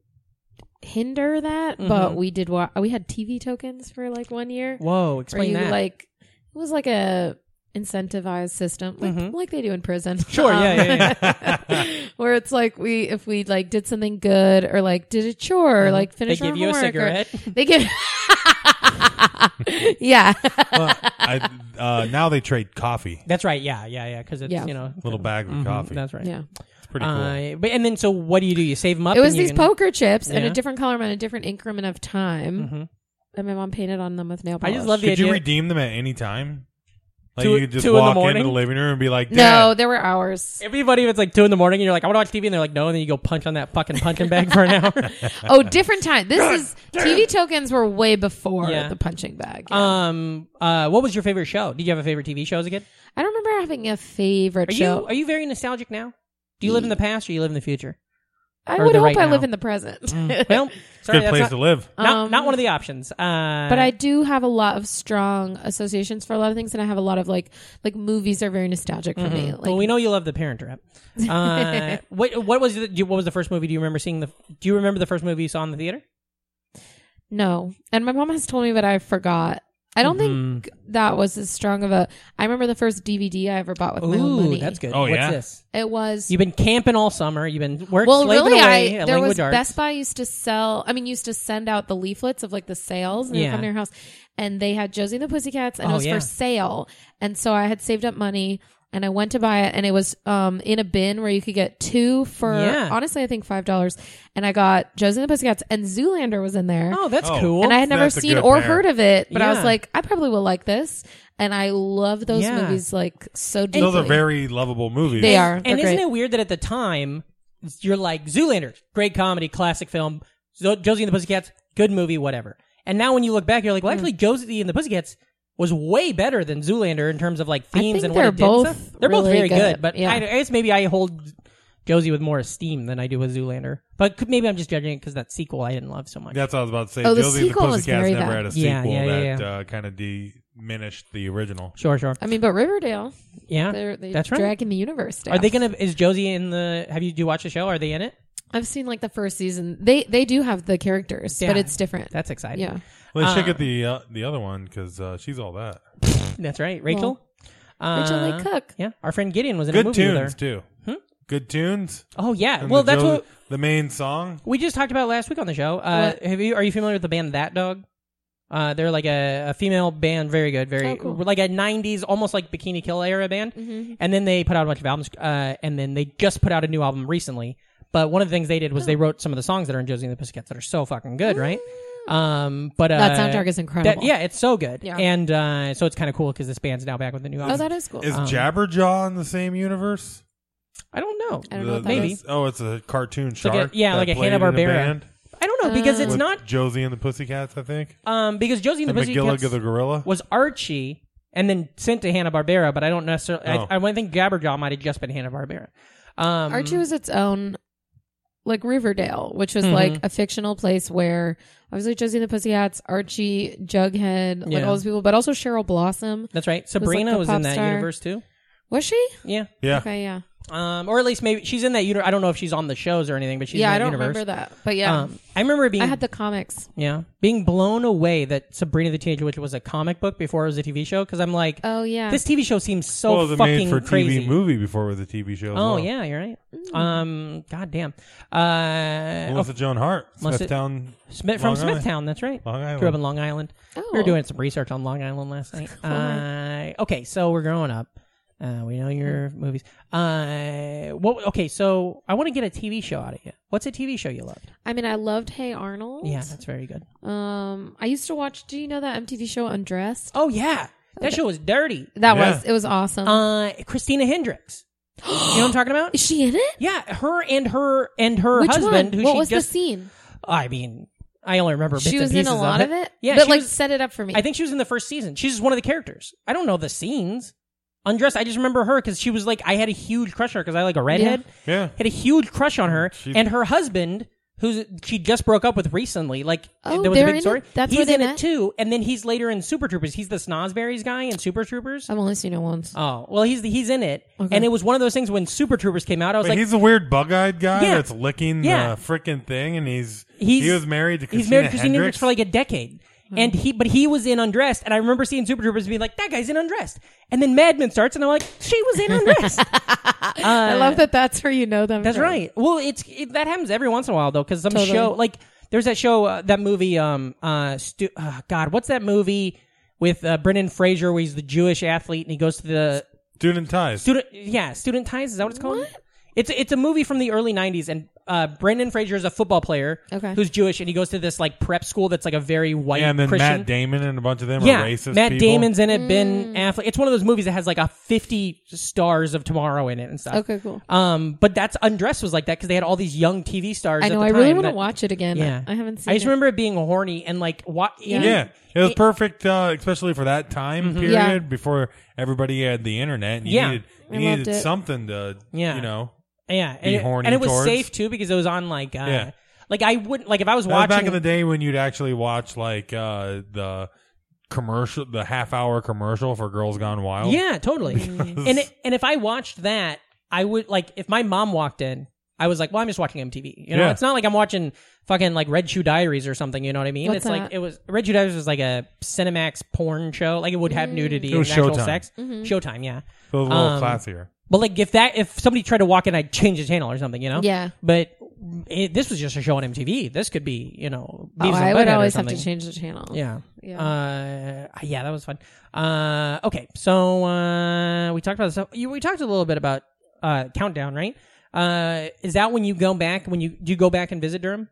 S9: hinder that, but
S1: Mhm.
S9: we did wa- we had TV tokens for like one year.
S1: Whoa.
S9: Where
S1: Explain
S9: you
S1: that.
S9: like it was like a incentivized system like,
S1: Mhm.
S9: like they do in prison Um,
S1: Sure, yeah, yeah, yeah.
S9: where it's like we if we like did something good or like did a chore or like
S1: Uh-huh. Mm-hmm. they
S9: finished
S1: give
S9: our
S1: you a
S9: homework, or-
S1: cigarette.
S9: they give yeah
S2: well, I, uh, now they trade coffee,
S1: That's right. Yeah. Yeah. Yeah. Because it's
S9: Yeah.
S1: you know
S2: little bag of
S1: Mhm,
S2: coffee.
S1: That's right.
S9: yeah
S2: it's Mm-hmm. pretty cool.
S1: Uh, but and then so what do you do? You save them up.
S9: it was
S1: and you
S9: these
S1: can-
S9: poker chips in
S1: Yeah.
S9: a different color and a different increment of time
S1: Mhm.
S9: and my mom painted on them with nail
S1: I
S9: polish
S1: just love the
S2: Could you
S1: idea-
S2: redeem them at any time? Like
S1: Two-
S2: you could just
S1: two in the
S2: walk into
S1: morning?
S2: the living room and be like,
S9: no
S2: Dad,
S9: there were hours
S1: Everybody, it's like two in the morning, and you're like, I want to watch TV, and they're like, no, and then you go punch on that fucking punching bag for an hour.
S9: oh different time this is tv tokens were way before
S1: Yeah.
S9: the punching bag yeah.
S1: Um, uh, what was your favorite show? Did you have a favorite TV show as a kid?
S9: I don't remember having a favorite
S1: Are
S9: show.
S1: you are you very nostalgic now? Do you live in the past or you live in the future?
S9: I
S1: or
S9: would
S1: the
S9: hope
S1: right
S9: I
S1: now? Mm.
S9: live in the present.
S1: Well,
S2: it's a
S1: sorry,
S2: good
S1: that's
S2: place
S1: not,
S2: to live."
S1: not,
S9: Um,
S1: not one of the options. Uh,
S9: but I do have a lot of strong associations for a lot of things, and I have a lot of like like movies are very nostalgic for me. Like,
S1: Mm-hmm. well, we know you love the Parent Trap. Uh, what what was the, do you- what was the first movie? Do you remember seeing the? Do you remember the first movie you saw in the theater?
S9: no, and my mom has told me, but I forgot. I don't think
S1: Mm-hmm.
S9: that was as strong of a. I remember the first DVD I ever bought with my own
S1: Ooh,
S9: money.
S1: that's good.
S2: Oh,
S1: What's
S2: yeah.
S1: this?
S9: It was
S1: You've been camping all summer. You've been working,
S9: well,
S1: slaving
S9: really.
S1: away uh,
S9: I
S1: at
S9: there
S1: language
S9: was
S1: arts.
S9: Best Buy used to sell. I mean, used to send out the leaflets of like the sales
S1: Yeah.
S9: yeah. from your house, and they had Josie and the Pussycats, and
S1: Oh,
S9: it was
S1: yeah.
S9: for sale. And so I had saved up money, and I went to buy it, and it was um in a bin where you could get two for
S1: Yeah.
S9: honestly, I think five dollars. And I got Josie and the Pussycats, and Zoolander was in there.
S1: Oh, that's
S2: Oh.
S1: cool.
S9: And I had never
S2: That's a
S9: seen
S2: good
S9: or
S2: pair.
S9: heard of it, but I was
S1: Yeah.
S9: like, I probably will like this, and I love those
S1: Yeah.
S9: movies like so deeply.
S2: Those are very lovable movies.
S9: They are.
S1: And
S9: They're
S1: isn't
S9: great.
S1: it weird that at the time you're like Zoolander, great comedy, classic film.
S9: Hmm.
S1: Zo- Josie and the Pussycats, good movie, whatever. And now when you look back, you're like, well, actually, Josie and the Pussycats was way better than Zoolander in terms of like themes
S9: think
S1: and what
S9: they're
S1: it did. and
S9: both
S1: stuff. They're both
S9: really
S1: very good,
S9: good,
S1: but
S9: yeah.
S1: I, I guess maybe I hold Josie with more esteem than I do with Zoolander. But could, maybe I'm just judging it because that sequel I didn't love so much.
S2: That's what I was about to say.
S9: Oh, the
S2: Josie
S9: sequel
S2: the
S9: was
S2: Pussycats
S9: very
S2: never
S9: bad.
S2: had a
S1: Yeah,
S2: sequel
S1: yeah, yeah,
S2: that
S1: yeah.
S2: Uh, kind of diminished the original.
S1: Sure, sure.
S9: I mean, but Riverdale,
S1: Yeah,
S9: they're, they're
S1: that's right.
S9: dragging the universe down.
S1: Are they gonna? Is Josie in the? Have you do you watch the show? Are they in it?
S9: I've seen like the first season. They they do have the characters,
S1: Yeah.
S9: but it's different.
S1: That's exciting.
S9: yeah.
S2: Well, us check out the uh, the other one because uh, she's all that.
S1: that's right. Rachel.
S9: Rachel
S1: Uh,
S9: Lee Cook.
S1: Yeah, our friend Gideon was in a
S2: Good
S1: movie with her.
S2: tunes too. Good tunes.
S1: Oh yeah.
S2: And
S1: Well,
S2: the
S1: that's
S2: Josie-
S1: what
S2: the main song.
S1: we just talked about last week on the show. Uh,
S9: What?
S1: have you? Are you familiar with the band That Dog? Uh, they're like a, a female band, very good, very
S9: Oh, cool. Mm-hmm.
S1: like a '90s, almost like Bikini Kill era band. And then they put out a bunch of albums, uh, and then they just put out a new album recently. But one of the things they did was they
S9: Oh.
S1: wrote some of the songs that are in Josie and the Pussycats that are so fucking good, right? Um, but uh,
S9: That soundtrack is
S1: that-
S9: incredible.
S1: yeah, it's so good,
S9: Yeah.
S1: and uh, so it's kind of cool because this band's now back with a new album.
S9: Oh, that is cool.
S2: Is
S1: um,
S2: Jabberjaw in the same universe?
S1: I don't know.
S9: I don't know
S2: The-
S9: what that
S1: Maybe.
S9: is.
S2: that's- Oh, it's a cartoon
S1: like
S2: shark.
S1: a- yeah,
S2: that
S1: like a
S2: played in
S1: Hanna-Barbera.
S2: band
S1: I don't know because it's
S2: with
S1: not
S2: Josie and the Pussycats. I think.
S1: um because Josie and the
S2: And McGillig
S1: Pussycats
S2: of the Gorilla.
S1: was Archie and then sent to Hanna Barbera, but I don't necessarily.
S2: Oh.
S1: I, I think Jabberjaw might have just been Hanna Barbera. Um, Mm-hmm.
S9: Archie was its own, like Riverdale, which was like a fictional place where obviously Josie and the Pussycats, Archie, Jughead, like
S1: Yeah.
S9: all those people, but also Cheryl Blossom.
S1: That's right. Sabrina
S9: the
S1: was,
S9: pop
S1: in that
S9: star.
S1: universe too.
S9: Was she?
S1: Yeah.
S2: Yeah.
S9: Okay, yeah,
S1: Um, or at least maybe she's in that universe. I don't know if she's on the shows or anything, but she's
S9: yeah.
S1: in that
S9: I don't
S1: universe.
S9: remember that, but yeah,
S1: Um, I remember being
S9: I had the comics.
S1: yeah being blown away that Sabrina the Teenage Witch was a comic book before it was a TV show because I'm like,
S9: Oh yeah,
S1: this TV show seems so
S2: well, it was a
S1: fucking
S2: made-for-TV
S1: crazy.
S2: movie before it was a TV show. as
S1: Oh
S2: well.
S1: yeah, you're right.
S9: Mm.
S1: Um, goddamn. Uh,
S2: Melissa Joan Hart,
S1: Melissa-
S2: Smithtown,
S1: Smith, from
S2: Long Island.
S1: Smithtown. That's right.
S2: Long Island.
S1: Grew up in Long Island. We
S9: Oh.
S1: were doing some research on Long Island last night. uh, okay, so we're growing up. Uh, we know
S9: Mm.
S1: your movies. Uh, what? Okay, so I want to get a TV show out of you. What's a TV show you loved?
S9: I mean, I loved Hey Arnold.
S1: Yeah, that's very good.
S9: Um, I used to watch. Do you know that MTV show Undressed?
S1: Oh yeah, that show was dirty.
S9: That
S2: Yeah.
S9: was it was awesome.
S1: Uh, Christina Hendricks. you know what I'm talking about?
S9: Is she in it?
S1: Yeah, her and her and her
S9: Which
S1: husband.
S9: one?
S1: Who
S9: what
S1: she
S9: was
S1: just,
S9: the scene?
S1: I mean, I only remember. bits
S9: She
S1: and
S9: was in a
S1: pieces
S9: lot of it.
S1: Yeah,
S9: but
S1: she
S9: like
S1: was-
S9: set it up for me.
S1: I think she was in the first season. She's just one of the characters. I don't know the scenes. Undressed. I just remember her because she was like I had a huge crush on her because I like a redhead.
S2: Yeah.
S1: Had a huge crush on her and her husband, who's she just broke up with recently. Like
S9: Oh,
S1: there was a
S9: they're
S1: big
S9: in
S1: story.
S9: it? That's
S1: he's
S9: where they
S1: in it
S9: met?
S1: too, and then he's later in Super Troopers. He's the Snosberries guy in Super Troopers.
S9: I've only seen it once.
S1: oh well, he's he's in it, and it was one of those things when Super Troopers came out. I was
S2: But
S1: like,
S2: he's a weird bug-eyed guy
S1: Yeah.
S2: that's licking
S1: Yeah.
S2: the freaking thing, and he's,
S1: He's-
S2: he was married to Christina
S1: he's married to Christina Hendricks
S2: Hendricks
S1: for like a decade. And he, but he was in Undressed, and I remember seeing Super Troopers and being like, "That guy's in Undressed." And then Mad Men starts, and I'm like, "She was in Undressed."
S9: I love that. That's where you know them.
S1: That's
S9: from.
S1: right. Well, it's it, that happens every once in a while though, because some
S9: Totally.
S1: show like there's that show, uh, that movie, um, uh, stu- uh, God, what's that movie with uh, Brendan Fraser where he's the Jewish athlete and he goes to the
S2: Student ties.
S1: student, yeah, student ties. Is that what it's called? It's it's a movie from the early '90s, and uh, Brendan Fraser is a football player
S9: Okay.
S1: who's Jewish, and he goes to this like prep school that's like a very white
S2: yeah, and then
S1: Christian.
S2: Matt Damon and a bunch of them
S1: yeah,
S2: are racist
S1: Matt
S2: people.
S1: Damon's in it.
S9: Mm.
S1: Ben Affleck. It's one of those movies that has like a fifty stars of tomorrow in it and stuff.
S9: Okay, cool.
S1: Um, but that's Undressed was like that because they had all these young TV stars.
S9: I
S1: at
S9: know.
S1: the
S9: I really
S1: time
S9: want to
S1: that-
S9: watch it again.
S1: Yeah,
S9: I haven't seen.
S1: I just
S9: it.
S1: remember it being horny and like what? Yeah.
S2: Yeah, it was perfect, uh, especially for that time period
S9: Yeah.
S2: before everybody had the internet. And you
S1: Mm-hmm. Yeah.
S2: needed, you
S9: I loved
S2: needed
S9: it.
S2: something to,
S1: Yeah.
S2: you know,
S1: yeah, and
S2: Be
S1: it,
S2: horny
S1: and it was
S2: towards.
S1: safe too because it was on like, uh,
S2: Yeah.
S1: like I wouldn't like if I was
S2: That was
S1: watching
S2: back in the day when you'd actually watch like uh, the commercial, the half hour commercial for Girls Gone Wild.
S1: Yeah, totally. and it, and if I watched that, I would like if my mom walked in, I was like, well, I'm just watching MTV. You know,
S2: Yeah.
S1: it's not like I'm watching fucking like Red Shoe Diaries or something. You know what I mean? it's
S9: What's
S1: like
S9: that?
S1: it was Red Shoe Diaries was like a Cinemax porn show. Like it would
S9: Mm.
S1: have nudity
S2: It was
S1: and actual
S2: Showtime.
S1: sex.
S9: Mm-hmm.
S1: Showtime, yeah.
S2: it was a little
S1: Um,
S2: classier.
S1: But like if that if somebody tried to walk in, I'd change the channel or something. You know?
S9: Yeah.
S1: But it, this was just a show on MTV. This could be you know.
S9: Oh,
S1: Beavis and
S9: I would
S1: Butthead or
S9: always have to
S1: something.
S9: change the channel.
S1: Yeah.
S9: Yeah.
S1: Uh, yeah, that was fun. Uh, okay, so uh, we talked about so you, we talked a little bit about uh, countdown, right? Uh, is that when you go back? When you do you go back and visit Durham?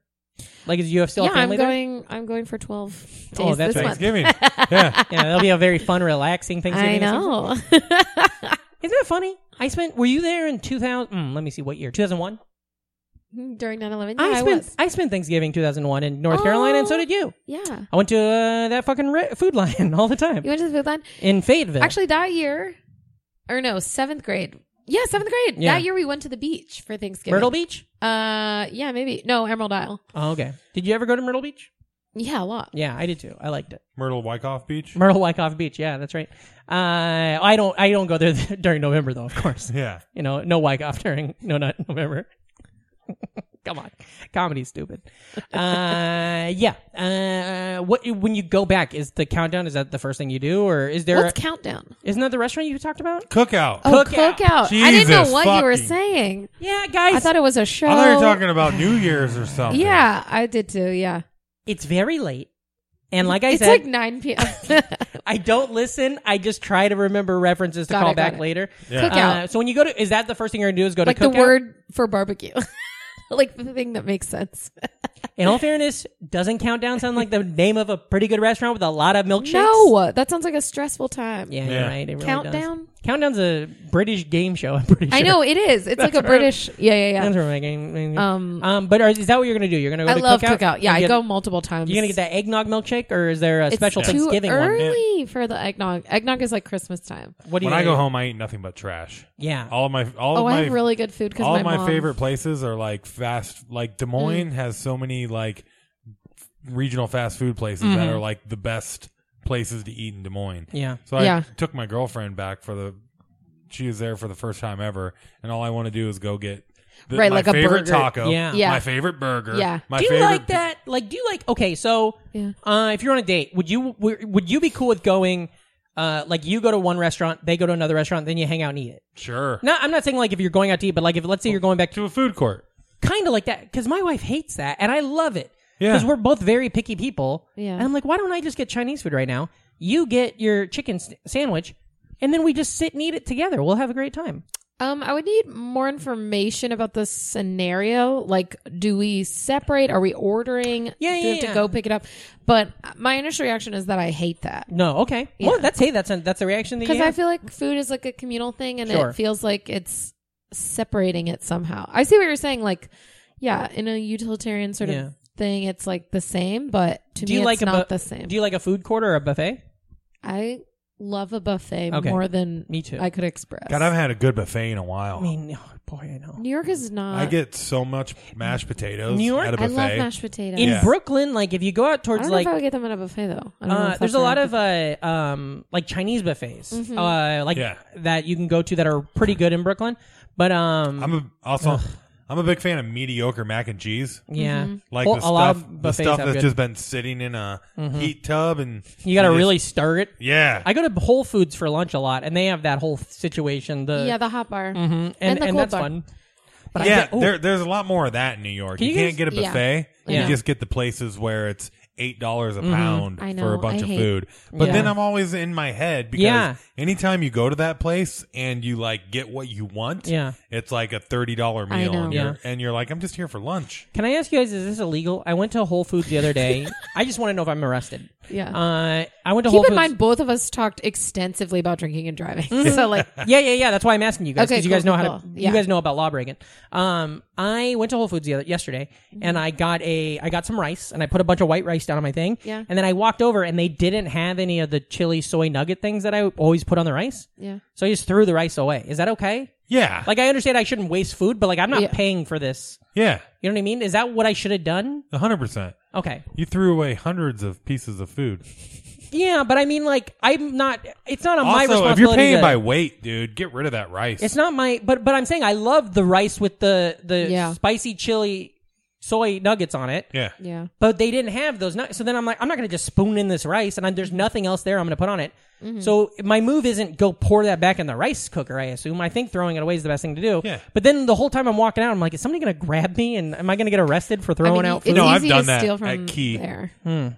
S1: Like, is you have still
S9: yeah.
S1: a
S9: I'm
S1: family there?
S9: going. I'm going for twelve days
S1: Oh, that's
S9: this month.
S2: Thanksgiving. yeah.
S1: Yeah, that'll be a very fun, relaxing Thanksgiving. this
S9: I
S1: year.
S9: know.
S1: hmm, Isn't that funny? I spent. Were you there in 2000? Mm, let me see what year. 2001.
S9: during 9 11. Yeah,
S1: I
S9: I,
S1: spent
S9: was.
S1: I spent Thanksgiving 2001 in North Carolina, and so
S9: Oh.
S1: did you.
S9: Yeah.
S1: I went to uh, that fucking ri food line all the time
S9: You went to the food line?
S1: in Fayetteville.
S9: Actually, that year, or no, seventh grade. Yeah, seventh grade.
S1: Yeah.
S9: That year we went to the beach for Thanksgiving.
S1: Myrtle Beach.
S9: Uh, yeah, maybe. No, Emerald Isle.
S1: Oh, okay. Did you ever go to Myrtle Beach?
S9: Yeah, a lot.
S1: Yeah, I did too. I liked it.
S2: Myrtle Wyckoff Beach.
S1: Myrtle Wyckoff Beach. Yeah, that's right. Uh, I don't I don't go there during November though. Of course,
S2: yeah.
S1: you know, no Wyckoff during no not November. Come on, comedy's stupid. Uh, yeah. Uh, what when you go back is the countdown? Is that the first thing you do, or is there?
S9: What's countdown?
S1: isn't that the restaurant you talked about?
S2: Cookout.
S9: Oh,
S1: Cookout.
S9: cookout. I didn't know
S2: Jesus
S9: what you were
S2: fucking-
S9: saying.
S1: Yeah, guys.
S9: I thought it was a show.
S2: I thought you were talking about New Year's or something.
S9: Yeah, I did too. Yeah.
S1: it's very late. And like I
S9: it's
S1: said,
S9: like 9 p.m.
S1: I don't listen. I just try to remember references to
S9: Got
S1: call
S9: it, got
S1: back
S9: it.
S1: later.
S2: Yeah.
S9: Cookout.
S1: Uh, so when you go to, is that the first thing you're gonna do? Is go to
S9: like the
S1: cookout?
S9: word for barbecue. like the thing that makes sense.
S1: In all fairness, doesn't countdown sound like the name of a pretty good restaurant with a lot of milkshakes?
S9: No, that sounds like a stressful time.
S1: Yeah, you're
S2: Yeah.
S1: right. It really
S9: Countdown?
S1: Does. Countdown's a British game show. I'm pretty sure.
S9: I know it is. It's like a British. Yeah, yeah,
S1: That's
S9: yeah.
S1: where my game. Um,
S9: Um,
S1: but are, is that what you're gonna do? You're gonna go
S9: I
S1: to
S9: love
S1: cookout.
S9: cookout.
S1: You
S9: Yeah, I
S1: get-
S9: go multiple times.
S1: You're gonna get that eggnog milkshake, or is there a
S9: It's
S1: special
S9: too
S1: Thanksgiving one?
S9: early for the eggnog. Eggnog is like Christmas time.
S1: What do you
S2: When I
S1: gonna
S2: go
S1: do?
S2: home, I eat nothing but trash.
S1: Yeah.
S2: All of my all
S9: Oh,
S2: of my
S9: I have really good food because
S2: all
S9: my,
S2: of my
S9: mom- Mm.
S2: favorite places are like fast. Like Des Moines has so many like f- regional fast food places
S9: Mm-hmm.
S2: that are like the best places to eat in Des Moines.
S1: Yeah.
S2: So I
S9: Yeah.
S2: took my girlfriend back for the. She was there for the first time ever, and all I want to do is go get the,
S9: Right,
S2: my
S9: like a
S2: favorite
S9: burger.
S2: taco,
S1: Yeah.
S9: Yeah.
S2: my favorite burger,
S9: Yeah.
S2: My
S1: do you
S2: favorite
S1: like that? Like, do you like? Okay, so
S9: Yeah.
S1: uh, if you're on a date, would you would would you be cool with going? Uh, like you go to one restaurant, they go to another restaurant, then you hang out and eat it.
S2: Sure,
S1: No, I'm not saying like if you're going out to eat, but like if let's say you're going back to
S2: to a food court.
S1: kind of like that because my wife hates that and I love it
S2: Yeah.
S1: because we're both very picky people.
S9: Yeah.
S1: and I'm like, why don't I just get Chinese food right now? You get your chicken s- sandwich, and then we just sit and eat it together. We'll have a great time.
S9: Um, I would need more information about the scenario. Like, do we separate? Are we ordering?
S1: Yeah,
S9: do
S1: yeah,
S9: we have
S1: yeah.
S9: to go pick it up? But my initial reaction is that I hate that
S1: No, okay. Well, that's hey, that's a, that's the reaction that you
S9: because I
S1: have.
S9: feel like food is like a communal thing, and
S1: Sure.
S9: it feels like it's separating it somehow. I see what you're saying. Like, yeah, in a utilitarian sort
S1: Yeah.
S9: of thing, it's like the same, but to
S1: do you
S9: me, it's
S1: like a
S9: not
S1: bu-
S9: the same.
S1: Do you like a food court or a buffet?
S9: I love a buffet
S1: Okay.
S9: more than
S1: Me too.
S9: I could express.
S2: God, I haven't had a good buffet in a while.
S1: I mean, oh, boy, I know.
S9: New York is not.
S2: I get so much mashed potatoes
S1: New York?
S2: at a
S9: Uh, I
S2: buffet.
S9: love mashed potatoes.
S1: in
S2: Yeah.
S1: Brooklyn, like if you go out
S9: I
S1: towards
S9: don't
S1: like
S9: know if I would get them at a buffet though. I don't know if
S1: uh,
S9: that's
S1: there's a lot
S9: right.
S1: of
S9: Mm-hmm.
S1: uh, um, like Chinese buffets, uh, like
S2: Yeah.
S1: that you can go to that are pretty good in Brooklyn. But um,
S2: I'm a, also I'm a big fan of mediocre mac and cheese.
S1: yeah,
S2: Like
S9: Mm-hmm.
S1: Well,
S2: the
S1: a lot
S2: stuff,
S1: of
S2: the
S1: buffets
S2: stuff
S1: have
S2: that's
S1: good- Mm-hmm.
S2: just been sitting in a heat tub, and
S1: you got to
S2: just-
S1: really stir it.
S2: yeah.
S1: I go to Whole Foods for lunch a lot, and they have that whole situation. The
S9: yeah, the hot bar
S1: Mm-hmm. and and,
S9: and the cold
S1: that's
S9: bar.
S1: fun.
S2: yeah,
S1: get- ooh.
S2: there, there's a lot more of that in New York.
S1: Can
S2: you,
S1: you guys-
S2: can't get a
S9: Yeah.
S2: buffet.
S1: Yeah. Mm-hmm.
S2: You just get the places where it's eight dollars a pound
S9: I
S2: for a
S9: know,
S2: bunch
S9: I
S2: of
S9: hate-
S2: food. But then
S1: Yeah.
S2: I'm always in my head because
S1: Yeah.
S2: anytime you go to that place and you like get what you want,
S1: Yeah.
S2: it's like a thirty dollar
S9: I
S2: meal,
S9: know.
S2: and,
S1: Yeah.
S2: you're, and you're like, I'm just here for lunch.
S1: Can I ask you guys? Is this illegal? I went to Whole Foods the other day. I just want to know if I'm arrested.
S9: Yeah.
S1: Uh, I went to Whole Foods.
S9: Keep in
S1: Mm-hmm.
S9: mind, both of us talked extensively about drinking and driving. so like,
S1: yeah, yeah, yeah. That's why I'm asking you guys
S9: Okay,
S1: because you guys
S9: cool,
S1: know
S9: cool,
S1: how to,
S9: cool.
S1: you
S9: Yeah.
S1: guys know about law breaking. Um, I went to Whole Foods the other, yesterday
S9: Mm-hmm.
S1: and I got a I got some rice and I put a bunch of white rice down on my thing.
S9: Yeah.
S1: And then I walked over and they didn't have any of the chili soy nugget things that I always put on the rice.
S9: yeah,
S1: So I just threw the rice away. Is that okay?
S2: Yeah,
S1: Like I understand I shouldn't waste food, but like I'm not
S9: Yeah.
S1: paying for this.
S2: yeah,
S1: You know what I mean? Is that what I should have done?
S2: hundred percent.
S1: Okay.
S2: You threw away hundreds of pieces of food.
S1: Yeah, but I mean like I'm not it's not on my
S2: also,
S1: responsibility.
S2: if you're paying
S1: to-
S2: by weight, dude, get rid of that rice.
S1: It's not my, but but I'm saying I love the rice with the the
S9: Yeah.
S1: spicy chili soy nuggets on it.
S2: yeah.
S9: yeah.
S1: But they didn't have those nuggets, so then I'm like, I'm not going to just spoon in this rice, and I'm, there's nothing else there I'm going to put on it.
S9: Mm-hmm.
S1: So my move isn't go pour that back in the rice cooker. I assume I think throwing it away is the best thing to do.
S2: Yeah.
S1: But then the whole time I'm walking out, I'm like, is somebody going to grab me, and am I going to get arrested for throwing out
S9: e-,
S1: food?
S9: it's
S2: No,
S9: easy
S2: I've done
S9: to
S2: that
S9: steal
S2: at
S9: from
S2: Key.
S9: there.
S1: Mm-hmm.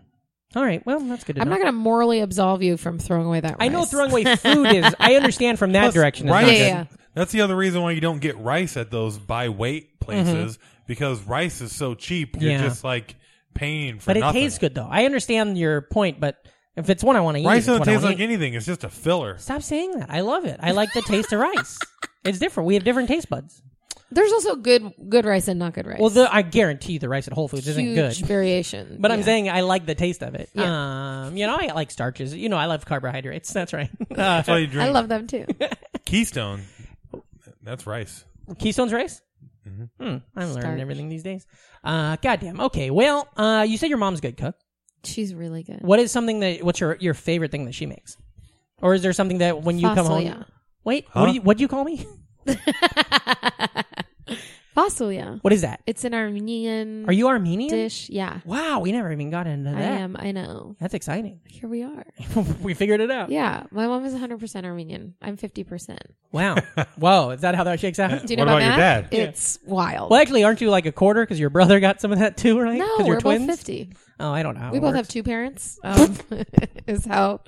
S1: All right, well that's good. To
S9: I'm
S1: know.
S9: not going to morally absolve you from throwing away that.
S1: I know
S9: rice.
S1: throwing away food is. I understand from that
S2: Plus,
S1: direction. is
S2: rice-
S1: not
S9: Yeah, yeah,
S1: good.
S2: That's the other reason why you don't get rice at those by weight places because rice is so cheap. You're
S1: Mm-hmm. Yeah.
S2: just like paying for
S1: But it
S2: nothing.
S1: tastes good though. I understand your point, but if it's one I want to eat, it's
S2: Rice
S1: one
S2: doesn't
S1: I
S2: taste
S1: wanna
S2: like
S1: eat.
S2: anything. It's just a filler.
S1: Stop saying that. I love it. I like the taste of rice. It's different. We have different taste buds.
S9: There's also good good rice and not good rice.
S1: Well, the, I guarantee the rice at Whole Foods isn't
S9: huge
S1: good.
S9: variation.
S1: But I'm
S9: Yeah.
S1: saying I like the taste of it. Um, you know, I like starches. You know, I love carbohydrates. That's right. Uh,
S2: That's all you drink.
S9: I love them too.
S2: Keystone. That's rice.
S1: Keystone's rice. Hmm, I'm
S9: Starch.
S1: learning everything these days. Uh, goddamn. Okay. Well, uh, you said your mom's a good cook.
S9: She's really good.
S1: What is something that? What's your your favorite thing that she makes? Or is there something that when you come home?
S9: Fasilia.
S1: Wait. What do you what do you call me?
S9: Fasilia.
S1: What is that?
S9: It's an Armenian
S1: Are you Armenian?
S9: dish. Yeah.
S1: Wow, we never even got into that.
S9: I am. I know.
S1: That's exciting.
S9: Here we are.
S1: we figured it out.
S9: Yeah. My mom is 100% Armenian. I'm 50%.
S1: Wow. Whoa, is that how that shakes out?
S9: Do you know
S2: What about your
S9: math?
S2: dad?
S9: It's wild.
S1: Well, actually, aren't you like a quarter? Because your brother got some of that too, right?
S9: No,
S1: 'Cause you're
S9: we're
S1: twins.
S9: both 50.
S1: Oh, I don't know. how
S9: We
S1: it
S9: both have
S1: works.
S9: two parents. Um, is how.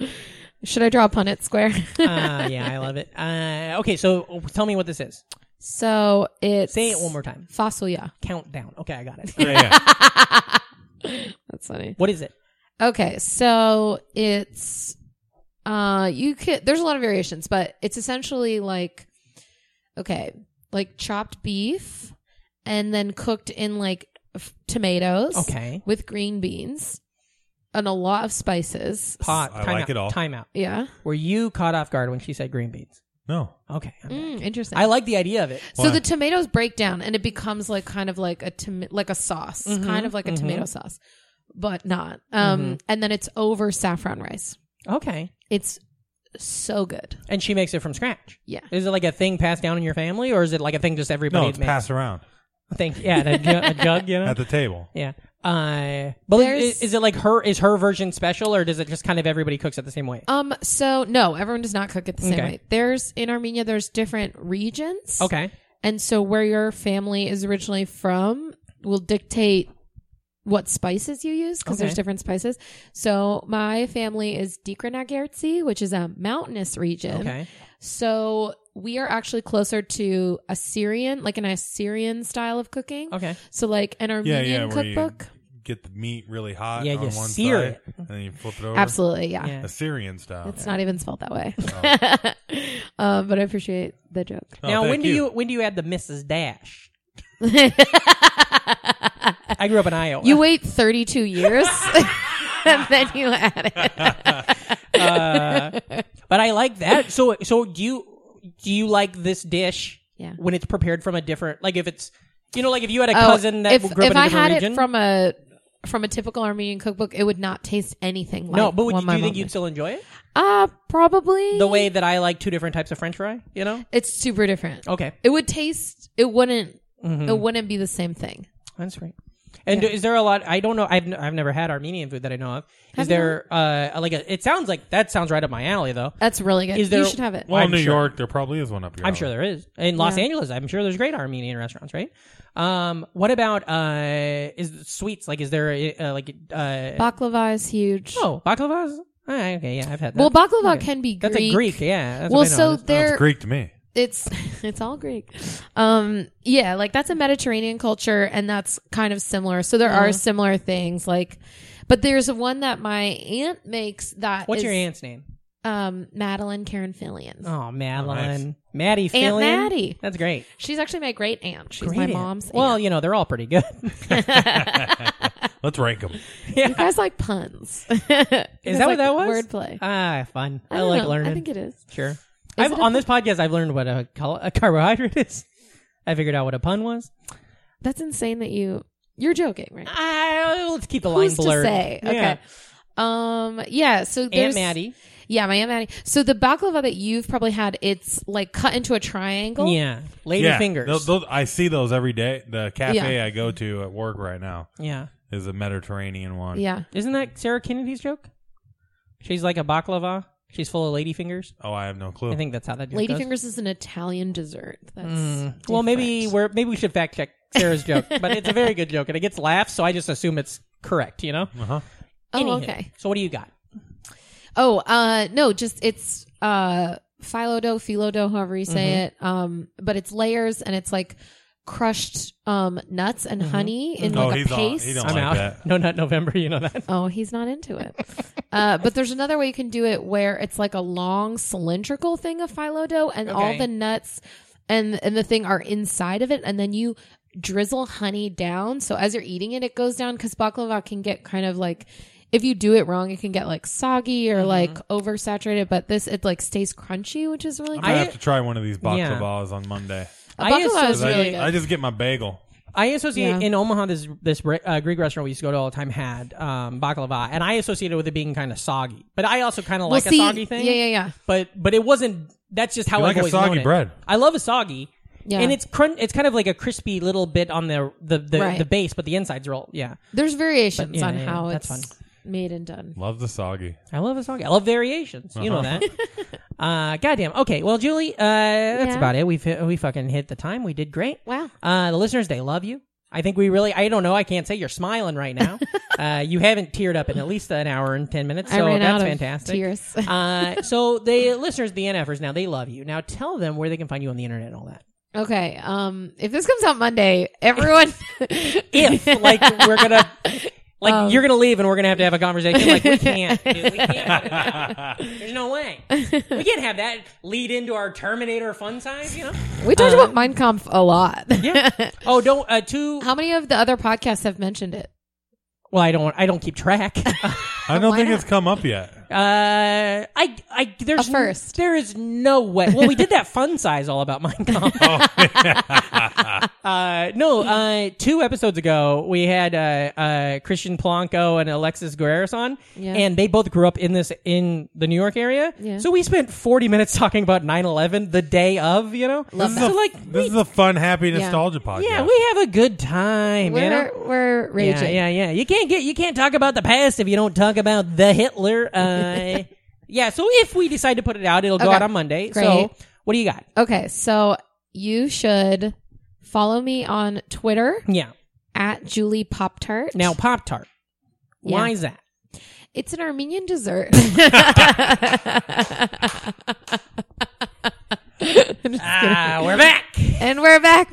S9: Should I draw a Punnett square?
S1: uh, yeah, I love it. Uh, okay, so tell me what this is.
S9: so it's.
S1: Say it one more time.
S9: Fasilia.
S1: Countdown. Okay, I got it.
S2: Yeah, yeah.
S9: That's funny.
S1: What is it?
S9: Okay, so it's uh you could there's a lot of variations, but it's essentially like okay, like chopped beef and then cooked in like f- tomatoes
S1: Okay.
S9: with green beans and a lot of spices.
S1: Pot.
S2: I
S1: time
S2: like
S1: out.
S2: it all.
S1: Time out.
S9: Yeah.
S1: Were you caught off guard when she said green beans?
S2: no.
S1: Okay. I'm back.
S9: Mm, interesting.
S1: I like the idea of it.
S9: so the tomatoes break down and it becomes like kind of like a tom- like a sauce,
S1: Mm-hmm,
S9: kind of like a tomato sauce, but not. Um and then it's over saffron rice.
S1: Okay.
S9: It's so good.
S1: And she makes it from scratch.
S9: Yeah.
S1: Is it like a thing passed down in your family, or is it like a thing just everybody
S2: No, it's
S1: makes?
S2: pass around
S1: Thank yeah, a, ju- a jug, you know.
S2: at the table.
S1: yeah. Uh, but i-
S9: There's-
S1: is, it like her? Is her version special, or does it just kind of everybody cooks it the same way?
S9: Um, so no, everyone does not cook it the same
S1: Okay.
S9: way. There's in Armenia, there's different regions.
S1: Okay.
S9: And so where your family is originally from will dictate what spices you use because there's
S1: Okay.
S9: different spices. So my family is Dikranagertsi, which is a mountainous region.
S1: Okay.
S9: So we are actually closer to Assyrian, like an Assyrian style of cooking.
S1: Okay.
S9: So like an
S2: Yeah,
S9: Armenian
S2: yeah. Where
S9: cookbook.
S2: you get the meat really hot
S1: Yeah,
S2: on
S1: you
S2: one
S1: sear
S2: side,
S1: it.
S2: and then you flip it over.
S9: Absolutely, yeah.
S1: Yeah.
S2: Assyrian style.
S9: It's not even spelled that way. um, but I appreciate the joke.
S2: Oh,
S1: now,
S2: thank
S1: when do you when do you add the Mrs. Dash? I grew up in Iowa.
S9: You wait 32 years and then you add it.
S1: But I like that. So so do you do you like this dish
S9: Yeah. Oh,
S1: when it's prepared from a different like if it's you know like if you had a cousin that
S9: if
S1: grew up in a
S9: if I
S1: different
S9: had
S1: region?
S9: it from a from a typical Armenian cookbook, it would not taste anything like
S1: no, but would
S9: what
S1: you,
S9: my
S1: do you think
S9: mom
S1: you'd
S9: made.
S1: still enjoy it?
S9: Uh, probably.
S1: The way that I like two different types of French fry, you know?
S9: it's super different.
S1: Okay,
S9: It would taste it wouldn't
S1: Mm-hmm.
S9: it wouldn't be the same thing.
S1: that's right. And is there a lot? I don't know. I've n- I've never had Armenian food that I know of. Is
S9: Have
S1: there uh like a? It sounds like that sounds right up my alley though.
S9: That's really good.
S1: Is there-
S9: you should have it.
S2: Well,
S1: I'm
S2: in New
S1: sure.
S2: York, there probably is one up here.
S1: I'm sure there is in Los
S9: Yeah.
S1: Angeles. I'm sure there's great Armenian restaurants, right? Um, what about uh, is sweets like? Is there uh, like uh,
S9: baklava is huge.
S1: oh baklavas? All right, okay, yeah, I've had that.
S9: well, baklava
S1: Okay.
S9: can be Greek.
S1: That's a Greek, yeah. That's
S9: well,
S1: what I know.
S9: so
S1: That's-
S9: there
S2: It's Greek to me.
S9: it's it's all Greek. Um yeah, like that's a Mediterranean culture and that's kind of similar. So there
S1: Uh-huh.
S9: are similar things like but there's one that my aunt makes that
S1: oh. what's your
S9: is,
S1: aunt's name?
S9: Um Madeline Karen Fillion.
S1: Oh, Madeline, Maddie,
S9: Aunt
S1: Fillion.
S9: Maddie.
S1: That's great.
S9: She's actually my great aunt. She's
S1: Great
S9: my
S1: aunt.
S9: mom's
S1: Well,
S9: aunt.
S1: you know they're all pretty good.
S2: Let's rank them.
S9: You guys like puns. Is
S1: Is that what that was?
S9: Wordplay.
S1: Ah, fun. I,
S9: don't
S1: like
S9: know.
S1: learning.
S9: I think it is.
S1: Sure. I've,
S9: it a
S1: on this podcast, I've learned what a, col- a carbohydrate is. I figured out what a pun was.
S9: That's insane that you you're joking, right?
S1: I, Ah, let's keep the
S9: Who's
S1: line blurred.
S9: to say?
S1: Yeah.
S9: Okay. Um yeah, so
S1: Aunt
S9: there's
S1: Maddie.
S9: Yeah, my Aunt Maddie. So the baklava that you've probably had, it's like cut into a triangle.
S1: Yeah. Lady
S2: yeah,
S1: fingers.
S2: Those, those- I see those every day. The cafe
S9: Yeah.
S2: I go to at work right now
S1: yeah.
S2: is a Mediterranean one.
S9: Yeah.
S1: Isn't that Sarah Kennedy's joke? She's like a baklava. She's full of lady fingers.
S2: Oh, I have no clue.
S1: I think that's how that joke
S9: Lady
S1: goes.
S9: fingers is an Italian dessert. That's
S1: Mm. Well, maybe
S9: different.
S1: we're maybe we should fact check Sarah's joke, but it's a very good joke and it gets laughs, so I just assume it's correct. You know.
S2: Uh-huh.
S9: Oh,
S1: Anywho,
S9: okay.
S1: So what do you got?
S9: Oh, uh, no, just it's uh, phyllo dough, phyllo dough, however you say
S1: Mm-hmm.
S9: it. Um, but it's layers and it's like crushed um nuts and
S1: Mm-hmm.
S9: honey in
S2: Oh,
S9: like a
S2: he's on- he
S9: paste.
S2: don't-
S1: I'm
S2: like
S1: out.
S2: that.
S1: No, not November. You know that.
S9: Oh, he's not into it. uh, but there's another way you can do it where it's like a long cylindrical thing of phyllo dough and all
S1: Okay.
S9: the nuts and and the thing are inside of it, and then you drizzle honey down. So as you're eating it, it goes down because baklava can get kind of like if you do it wrong, it can get like soggy
S1: Mm-hmm.
S9: or like oversaturated. But this it like stays crunchy, which is really
S2: I
S9: good.
S2: have to try one of these
S1: Yeah.
S2: baklavas on Monday.
S9: A
S1: I
S9: baklava is
S1: associate-
S9: really good.
S2: I, I just get my bagel.
S1: I associate
S9: Yeah.
S1: in Omaha this this re- uh, Greek restaurant we used to go to all the time had um, baklava, and I associated it with it being kind of soggy. But I also kind of
S9: Well,
S1: like
S9: see,
S1: a soggy thing.
S9: yeah, yeah, yeah.
S1: But but it wasn't. That's just how
S2: You
S1: I've
S2: like a
S1: always
S2: soggy
S1: known it.
S2: bread.
S1: I love a soggy.
S9: Yeah.
S1: And it's crunch. It's kind of like a crispy little bit on the the the,
S9: Right.
S1: the base, but the inside's all yeah.
S9: There's variations
S1: yeah,
S9: on
S1: yeah,
S9: how
S1: that's
S9: it's made and done.
S2: Love the soggy.
S1: I love a song. I love variations. You know
S2: Uh-huh.
S1: that. uh, goddamn. Okay. Well, Julie, uh, that's
S9: Yeah.
S1: about it. We've hit, we fucking hit the time. We did great.
S9: Wow.
S1: Uh, the listeners, they love you. I think we really. I don't know. I can't say you're smiling right now. uh, you haven't teared up in at least an hour and ten minutes.
S9: I
S1: So
S9: ran
S1: that's
S9: out of
S1: fantastic.
S9: tears.
S1: uh, so the listeners, the NFers, now they love you. Now tell them where they can find you on the internet and all that.
S9: Okay. Um, if this comes out Monday, everyone,
S1: If like we're gonna. Like
S9: Um,
S1: you're gonna leave and we're gonna have to have a conversation. Like we can't, dude. We can't. There's no way. We can't have that lead into our Terminator fun time, you know?
S9: we talked about Mein Kampf a lot.
S1: uh, Yeah. Oh, don't uh, two.
S9: How many of the other podcasts have mentioned it?
S1: Well, I don't. I don't keep track. Uh,
S2: I don't
S9: Why
S2: think
S9: not?
S2: it's come up yet.
S1: I. I. There's
S9: A first.
S1: there is no way. Well, we did that fun size all about Mein Kampf.
S2: Oh,
S1: uh, no. Uh, two episodes ago, we had uh, uh, Christian Polanco and Alexis Guerreros on,
S9: Yeah.
S1: and they both grew up in this in the New York area.
S9: Yeah.
S1: So we spent 40 minutes talking about 9/11 the day of. You know.
S9: Love
S1: so
S9: that.
S1: like.
S2: This is a fun, happy nostalgia podcast.
S1: Yeah, we have a good time. you know?
S9: We're we're
S1: Yeah,
S9: raging.
S1: yeah, yeah. You can't get you can't talk about the past if you don't talk about the Hitler. Uh, yeah. So if we decide to put it out, it'll go
S9: Okay.
S1: out on Monday.
S9: Great.
S1: So what do you got?
S9: Okay, so you should follow me on Twitter
S1: Yeah.
S9: at Julie Pop Tart.
S1: Now Pop Tart. Why
S9: Yeah.
S1: is that?
S9: it's an Armenian dessert.
S1: Ah, we're back.
S9: and we're back,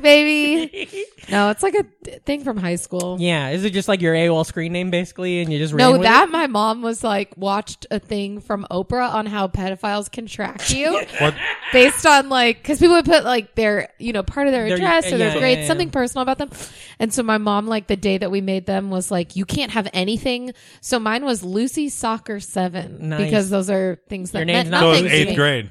S9: baby. No, it's like a th- thing from high school.
S1: Yeah. Is it just like your AOL screen name basically, and you just ran
S9: No,
S1: with
S9: that my mom was like watched a thing from Oprah on how pedophiles can track you
S2: What?
S9: based on like because people would put like their you know part of their
S1: Their-
S9: address or
S1: yeah,
S9: their grades
S1: yeah, yeah.
S9: something personal about them, and so my mom like the day that we made them was like you can't have anything. So mine was Lucy Soccer Seven
S1: Nice.
S9: because those are things that
S1: Your
S9: meant
S1: name's not
S2: So
S9: nothing
S2: it's
S1: Thanks,
S9: to me.
S2: eighth grade.
S1: it?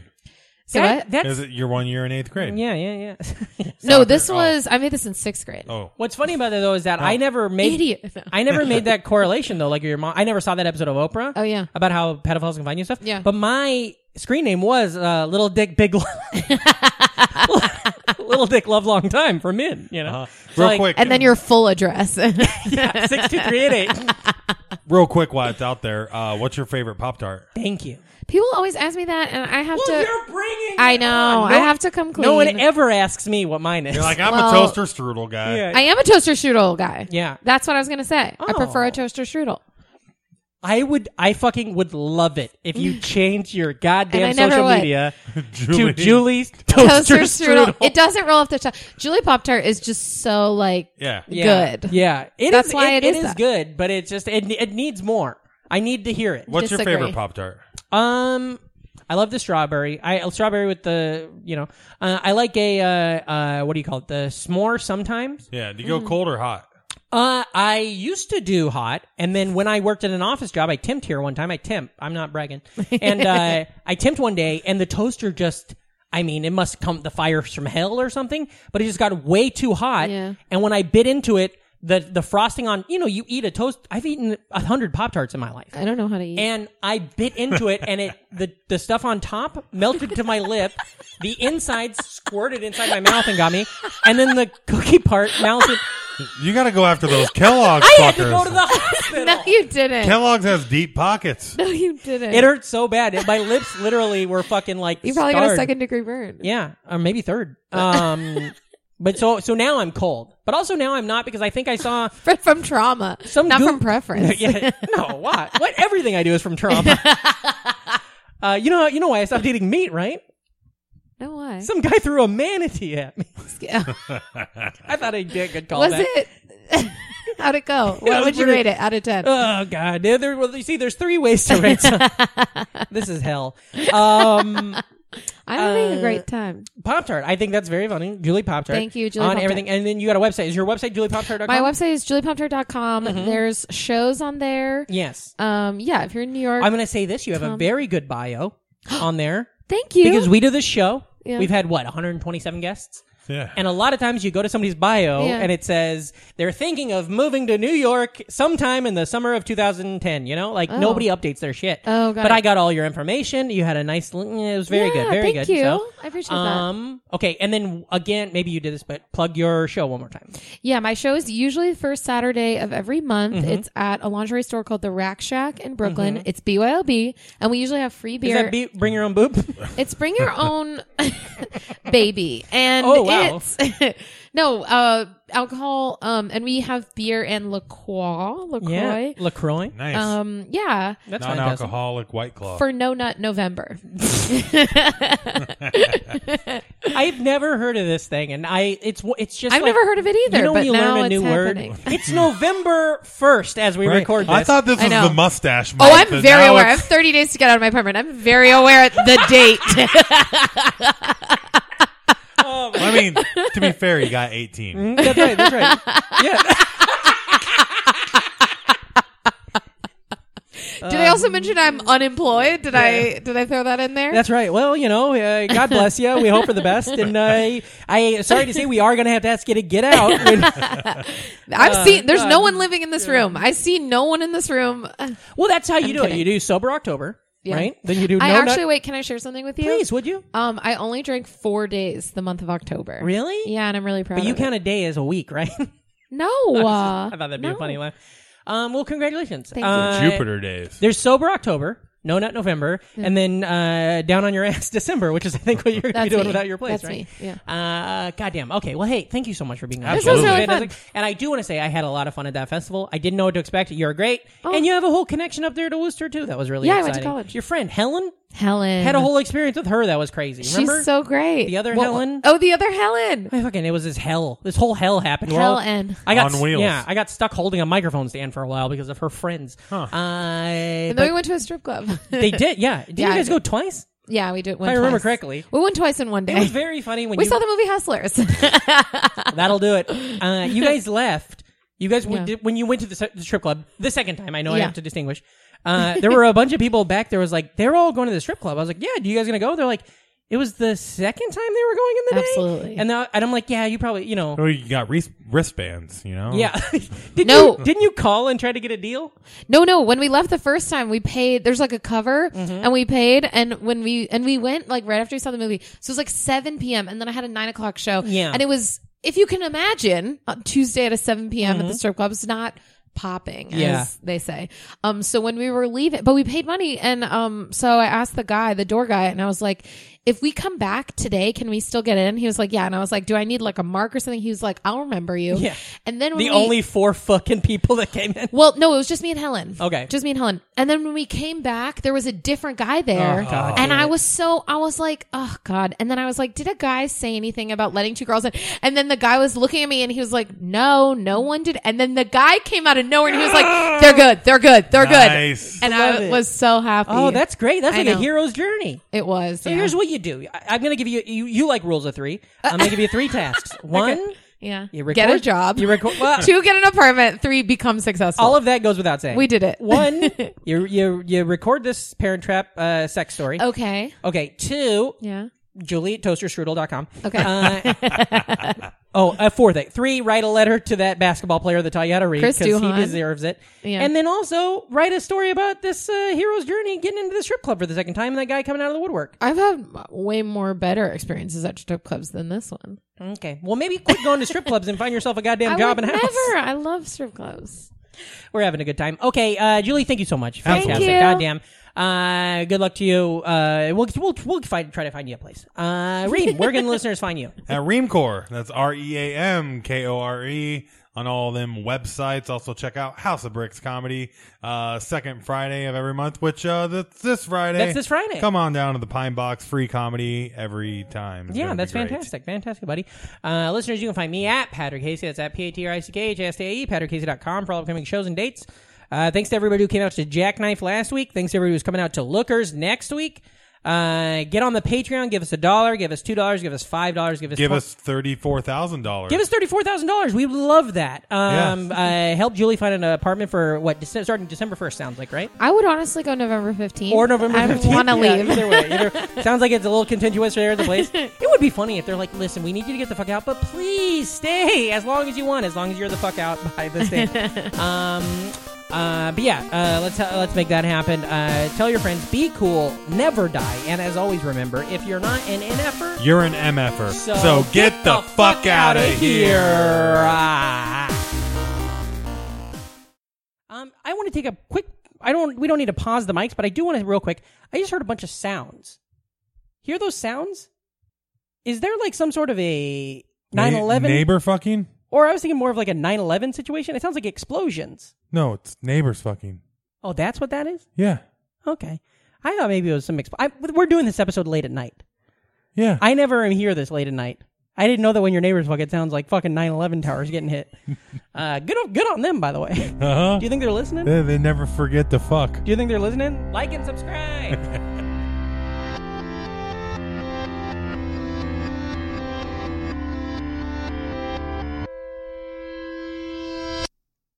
S9: Say what?
S1: That- that's
S2: Is it your one year in eighth grade?
S1: yeah, yeah, yeah.
S9: no, this
S2: Oh.
S9: was I made this in sixth grade.
S2: Oh,
S1: What's funny about that though is that I never made
S9: Oh, Idiot. No.
S1: I never made that correlation though. Like your mom, I never saw that episode of Oprah.
S9: Oh, yeah.
S1: about how pedophiles can find you and stuff.
S9: Yeah.
S1: but my screen name was uh, Little Dick Big. Lo- Little Dick Love Long Time for men. You know, So,
S2: Uh, Uh-huh. real
S1: like,
S2: quick,
S9: And then your full address.
S1: six two three eight eight.
S2: real quick, while it's out there, uh, what's your favorite Pop Tart?
S1: Thank you.
S9: People always ask me that, and I have to.
S1: bringing.
S9: I know. I have to come clean.
S1: No one ever asks me what mine is.
S2: You're like, uh, I'm
S9: Well-
S2: a toaster strudel guy.
S1: Yeah.
S9: I am a toaster strudel guy.
S1: Yeah.
S9: That's what I was going to say. I prefer
S1: Oh.
S9: a toaster strudel.
S1: I would. I fucking would love it if you change your
S9: And I
S1: goddamn
S9: never
S1: social
S9: would.
S1: media
S2: Julie.
S1: to Julie's toaster, strudel.
S9: It doesn't roll off the tongue. Julie Pop Tart is just so like.
S2: Yeah.
S1: Yeah.
S9: Good.
S1: Yeah, It is.
S9: That's why it
S1: it
S9: is
S1: is
S9: that.
S1: good, but it's just it it needs more. I need to hear it.
S2: What's
S9: Disagree.
S2: your favorite Pop Tart?
S1: Um, I love the strawberry. I uh, strawberry with the you know. Uh, I like a uh, uh, what do you call it? The s'more sometimes.
S2: Yeah. Do you
S1: Mm.
S2: go cold or hot?
S1: Uh, I used to do hot, and then when I worked at an office job, I temped here one time. I temp. I'm not bragging. And uh, I temped one day, and the toaster just. I mean, it must come the fires from hell or something, but it just got way too hot.
S9: Yeah.
S1: And when I bit into it, the the frosting on you know you eat a toast. I've eaten a hundred pop tarts in my life
S9: I don't know how to eat.
S1: and I bit into it, and it the the stuff on top melted to my lip. The insides squirted inside my mouth and got me, and then the cookie part melted.
S2: You got to go after those Kellogg's
S1: I had to
S2: fuckers.
S1: go to the hospital.
S9: no, you didn't.
S2: Kellogg's has deep pockets.
S9: no, you didn't.
S1: It hurt so bad. It, my lips literally were fucking like.
S9: you probably got a
S1: scarred.
S9: second degree burn.
S1: Yeah, or maybe third. Um, but so so now I'm cold, but also now I'm not because I think I saw
S9: From, from trauma.
S1: Some
S9: not
S1: goof-
S9: from preference.
S1: yeah, no, what? What? Everything I do is from trauma. Uh, you know, you know why I stopped eating meat, right?
S9: No, why?
S1: Some guy threw a manatee at me.
S9: was
S1: I thought I did good call. that.
S9: it. How'd it go? What
S1: was
S9: would you
S1: pretty-
S9: rate it out of 10?
S1: Oh God! Yeah, there, well, you see, there's three ways to rate. some- this is hell. Um,
S9: I'm having a great time.
S1: Pop Tart. I think that's very funny. Julie Pop Tart.
S9: Thank you, Julie
S1: On
S9: Pop Tart.
S1: everything. And then you got a website. Is your website juliepoptart.com?
S9: My website is juliepoptart.com.
S1: Mm-hmm.
S9: There's shows on there.
S1: Yes.
S9: Um, yeah, if you're in New York,
S1: I'm going to say this. You have a very good bio on there
S9: thank you.
S1: because we do this show.
S9: Yeah.
S1: We've had what 127 guests.
S2: Yeah.
S1: And a lot of times you go to somebody's bio
S9: Yeah.
S1: and it says they're thinking of moving to New York sometime in the summer of 2010. You know, like nobody updates their shit.
S9: Oh, got
S1: but
S9: it.
S1: I got all your information. You had a nice. l- It was very
S9: Yeah,
S1: good. Very
S9: thank
S1: good.
S9: you.
S1: So,
S9: I appreciate
S1: um, Okay, and then again, maybe you did this, but plug your show one more time.
S9: Yeah, my show is usually the first Saturday of every month.
S1: Mm-hmm.
S9: It's at a lingerie store called the Rack Shack in Brooklyn. It's BYOB, and we usually have free
S1: Is
S9: beer.
S1: that be- bring your own boob?
S9: it's bring your own baby, and
S1: Oh, wow.
S9: it's no uh, alcohol. Um, and we have beer and LaCroix,
S1: yeah,
S9: LaCroix.
S1: Lacroix.
S2: nice.
S9: Um, yeah,
S1: That's fantastic.
S2: Non-alcoholic White Claw.
S9: for No Nut November.
S1: I've never heard of this thing, and I it's it's just
S9: I've
S1: like-
S9: never heard of it either,
S1: You know,
S9: but
S1: when you
S9: now
S1: learn a
S9: it's
S1: new
S9: happening.
S1: word. It's November first as we
S2: Right?
S1: record this.
S2: I thought this
S9: I
S2: was
S9: know.
S2: the mustache.
S9: Oh,
S2: month,
S9: I'm
S2: but
S9: very
S2: now
S9: aware. I
S2: it's-
S9: have 30 days to get out of my apartment. I'm very aware at the date.
S2: I mean, to be fair, you got 18.
S1: that's right. That's right. Yeah.
S9: Did I also mention I'm unemployed? Did I did I throw that in there?
S1: Um, That's right. Well, you know, uh, God bless you. We hope for the best, and uh, I sorry to say we are going to have to ask you to get out.
S9: I've seen there's no one living in this room. I see no one in this room.
S1: well, that's how you do it.
S9: kidding.
S1: You do sober October,
S9: Yeah.
S1: right? Then you do. No
S9: I actually
S1: nut-
S9: wait, can I share something with you?
S1: please would you?
S9: Um I only drank 4 days the month of October.
S1: Really?
S9: Yeah, and I'm really proud
S1: But you
S9: of it.
S1: count a day as a week, right?
S9: No.
S1: I thought that'd be a funny one. Um, well, congratulations.
S9: Uh, Thank you.
S1: Uh,
S2: Jupiter days.
S1: There's sober October, no nut November, and then uh, down on your ass December, which is I think what you're gonna be
S9: That's
S1: doing
S9: me.
S1: without your place,
S9: That's
S1: right?
S9: me, yeah.
S1: Uh, goddamn. Okay. Well, hey, thank you so much for being on.
S9: This was really
S1: Fantastic.
S9: fun.
S1: And I do want to say I had a lot of fun at that festival. I didn't know what to expect. You're great, and you have a whole connection up there to Worcester too. That was really
S9: Oh. Yeah, I
S1: Exciting.
S9: went to college.
S1: Your friend Helen
S9: Helen.
S1: had a whole experience with her that was crazy. Remember?
S9: She's so great.
S1: The other Helen?
S9: Oh, the other Helen.
S1: I fucking it was this hell. This whole hell happened. We're
S9: Hell
S1: all-
S9: and-
S1: I got
S2: On wheels.
S1: Yeah, I got stuck holding a microphone stand for a while because of her friends. Uh,
S9: And
S1: but
S9: then we went to a strip club.
S1: they did. Yeah. Did
S9: Yeah,
S1: you
S9: I
S1: guys
S9: did.
S1: go twice?
S9: yeah, we did one
S1: I remember
S9: twice.
S1: correctly.
S9: We went twice in one day.
S1: It was very funny when
S9: we
S1: you,
S9: saw the movie Hustlers.
S1: That'll do it. Uh, you guys left. You guys
S9: Yeah.
S1: went did- when you went to the, se- the strip club the second time. I know I
S9: Yeah.
S1: have to distinguish. Uh, there were a bunch of people back. There was like they're all going to the strip club. I was like, yeah, do you guys gonna go? They're like, it was the second time they were going in the day.
S9: Absolutely.
S1: And now, and I'm like, yeah, you probably you know.
S2: Oh, you got wrist- wristbands, you know?
S1: Yeah, did
S9: No.
S1: you didn't you call and try to get a deal?
S9: No, no. When we left the first time, we paid. There's like a cover,
S1: Mm-hmm.
S9: and we paid. And when we and we went like right after we saw the movie, so it was like 7 p.m. And then I had a nine o'clock show.
S1: Yeah.
S9: and it was if you can imagine on Tuesday at a 7 p.m. at the strip club, it's not popping
S1: Mm-hmm. Yeah.
S9: as they say um so when we were leaving but we paid money and um so i asked the guy the door guy and i was like if we come back today can we still get in he was like yeah and i was like do i need like a mark or something he was like i'll remember you
S1: Yeah.
S9: and then when
S1: The
S9: we-
S1: only four fucking people that came in.
S9: well, no, it was just me and Helen.
S1: Okay.
S9: Just me and Helen. And then when we came back, there was a different guy there.
S1: Oh, God
S9: and
S1: damn
S9: I
S1: it.
S9: was so, I was like, oh, God. And then I was like, did a guy say anything about letting two girls in? And then the guy was looking at me and he was like, no, no one did. And then the guy came out of nowhere and he was like, they're good, they're good, they're
S2: Nice.
S9: good. And
S1: Love
S9: I
S1: it.
S9: was so happy.
S1: Oh, that's great. That's
S9: I
S1: like a
S9: know.
S1: hero's journey.
S9: It was.
S1: So
S9: yeah.
S1: here's what you do. I, I'm gonna give you, you. You like rules of three. I'm gonna give you three tasks. One.
S9: yeah.
S1: You record,
S9: get a job.
S1: You record. Well,
S9: Two, get an apartment. Three, become successful.
S1: all of that goes without saying.
S9: We did it.
S1: One, you you you record this Parent Trap uh, sex story.
S9: okay.
S1: Okay. Two,
S9: Yeah.
S1: Julie at toasterstrudel.com.
S9: Okay.
S1: Uh, oh, a fourth thing. Three, write a letter to that basketball player that taught you how to read
S9: Chris
S1: he
S9: Duhon.
S1: deserves it.
S9: Yeah.
S1: And then also write a story about this uh, hero's journey getting into the strip club for the second time and that guy coming out of the woodwork.
S9: I've had way more better experiences at strip clubs than this one.
S1: Okay. Well, maybe quit going to strip clubs and find yourself a goddamn job
S9: would
S1: and a house.
S9: Never. I love strip clubs.
S1: We're having a good time. Okay, uh, Julie, thank you so much.
S2: Absolutely.
S1: Fantastic.
S9: you.
S1: Goddamn. Uh, good luck to you. Uh, we'll we'll we'll find, try to find you a place. Uh, Reem, where can listeners find you?
S2: At Reamcore. That's R E A M K O R E on all them websites. Also check out House of Bricks Comedy, uh, second Friday of every month, which uh that's this Friday.
S1: That's this Friday.
S2: Come on down to the Pine Box, free comedy every time. It's
S1: Yeah,
S2: gonna be
S1: that's
S2: great.
S1: fantastic. Fantastic, buddy. Uh, listeners, you can find me at Patrick Hasey. That's at P A T R I C K H S T A E, patrickhasey.com for all upcoming shows and dates. Uh, thanks to everybody who came out to Jackknife last week. Thanks to everybody who's coming out to Lookers next week. Uh, get on the Patreon. Give us a dollar. Give us two dollars. Give us five dollars. Give us
S2: Give
S1: twen-
S2: us thirty-four thousand dollars.
S1: Give us thirty four thousand dollars. We love that. Um, uh, help Julie find an apartment for what Dece- starting December first sounds like right
S9: I would honestly go November 15th.
S1: or November.
S9: I
S1: 15th.
S9: want to
S1: Yeah,
S9: leave.
S1: Either way, either, sounds like it's a little contentious there at the place. It would be funny if they're like, "Listen, we need you to get the fuck out, but please stay as long as you want, as long as you're the fuck out by this date." um, uh, but yeah, uh, let's uh, let's make that happen. Uh, tell your friends, be cool, never die, and as always, remember if you're not an NFer,
S2: You're an mf'er. So, get, the, fuck out of
S1: outta
S2: here.
S1: Ah. Um, I want to take a quick. I don't. We don't need to pause the mics, but I do want to real quick. I just heard a bunch of sounds. Hear those sounds? Is there like some sort of a
S2: Na-
S1: 9/11?
S2: neighbor fucking?
S1: Or I was thinking more of like a 9/11 situation. It sounds like explosions.
S2: No, it's neighbors fucking.
S1: Oh, that's what that is.
S2: Yeah,
S1: Okay, I thought maybe it was some. Exp- I, we're doing this episode late at night.
S2: yeah.
S1: I never am here this late at night. I didn't know that when your neighbors fuck, it sounds like fucking 9/11 towers getting hit. uh, good, on, good on them, by the way. Do
S2: uh huh.
S1: you think they're listening? Do
S2: They, they never forget to fuck.
S1: you think they're listening? Like and subscribe.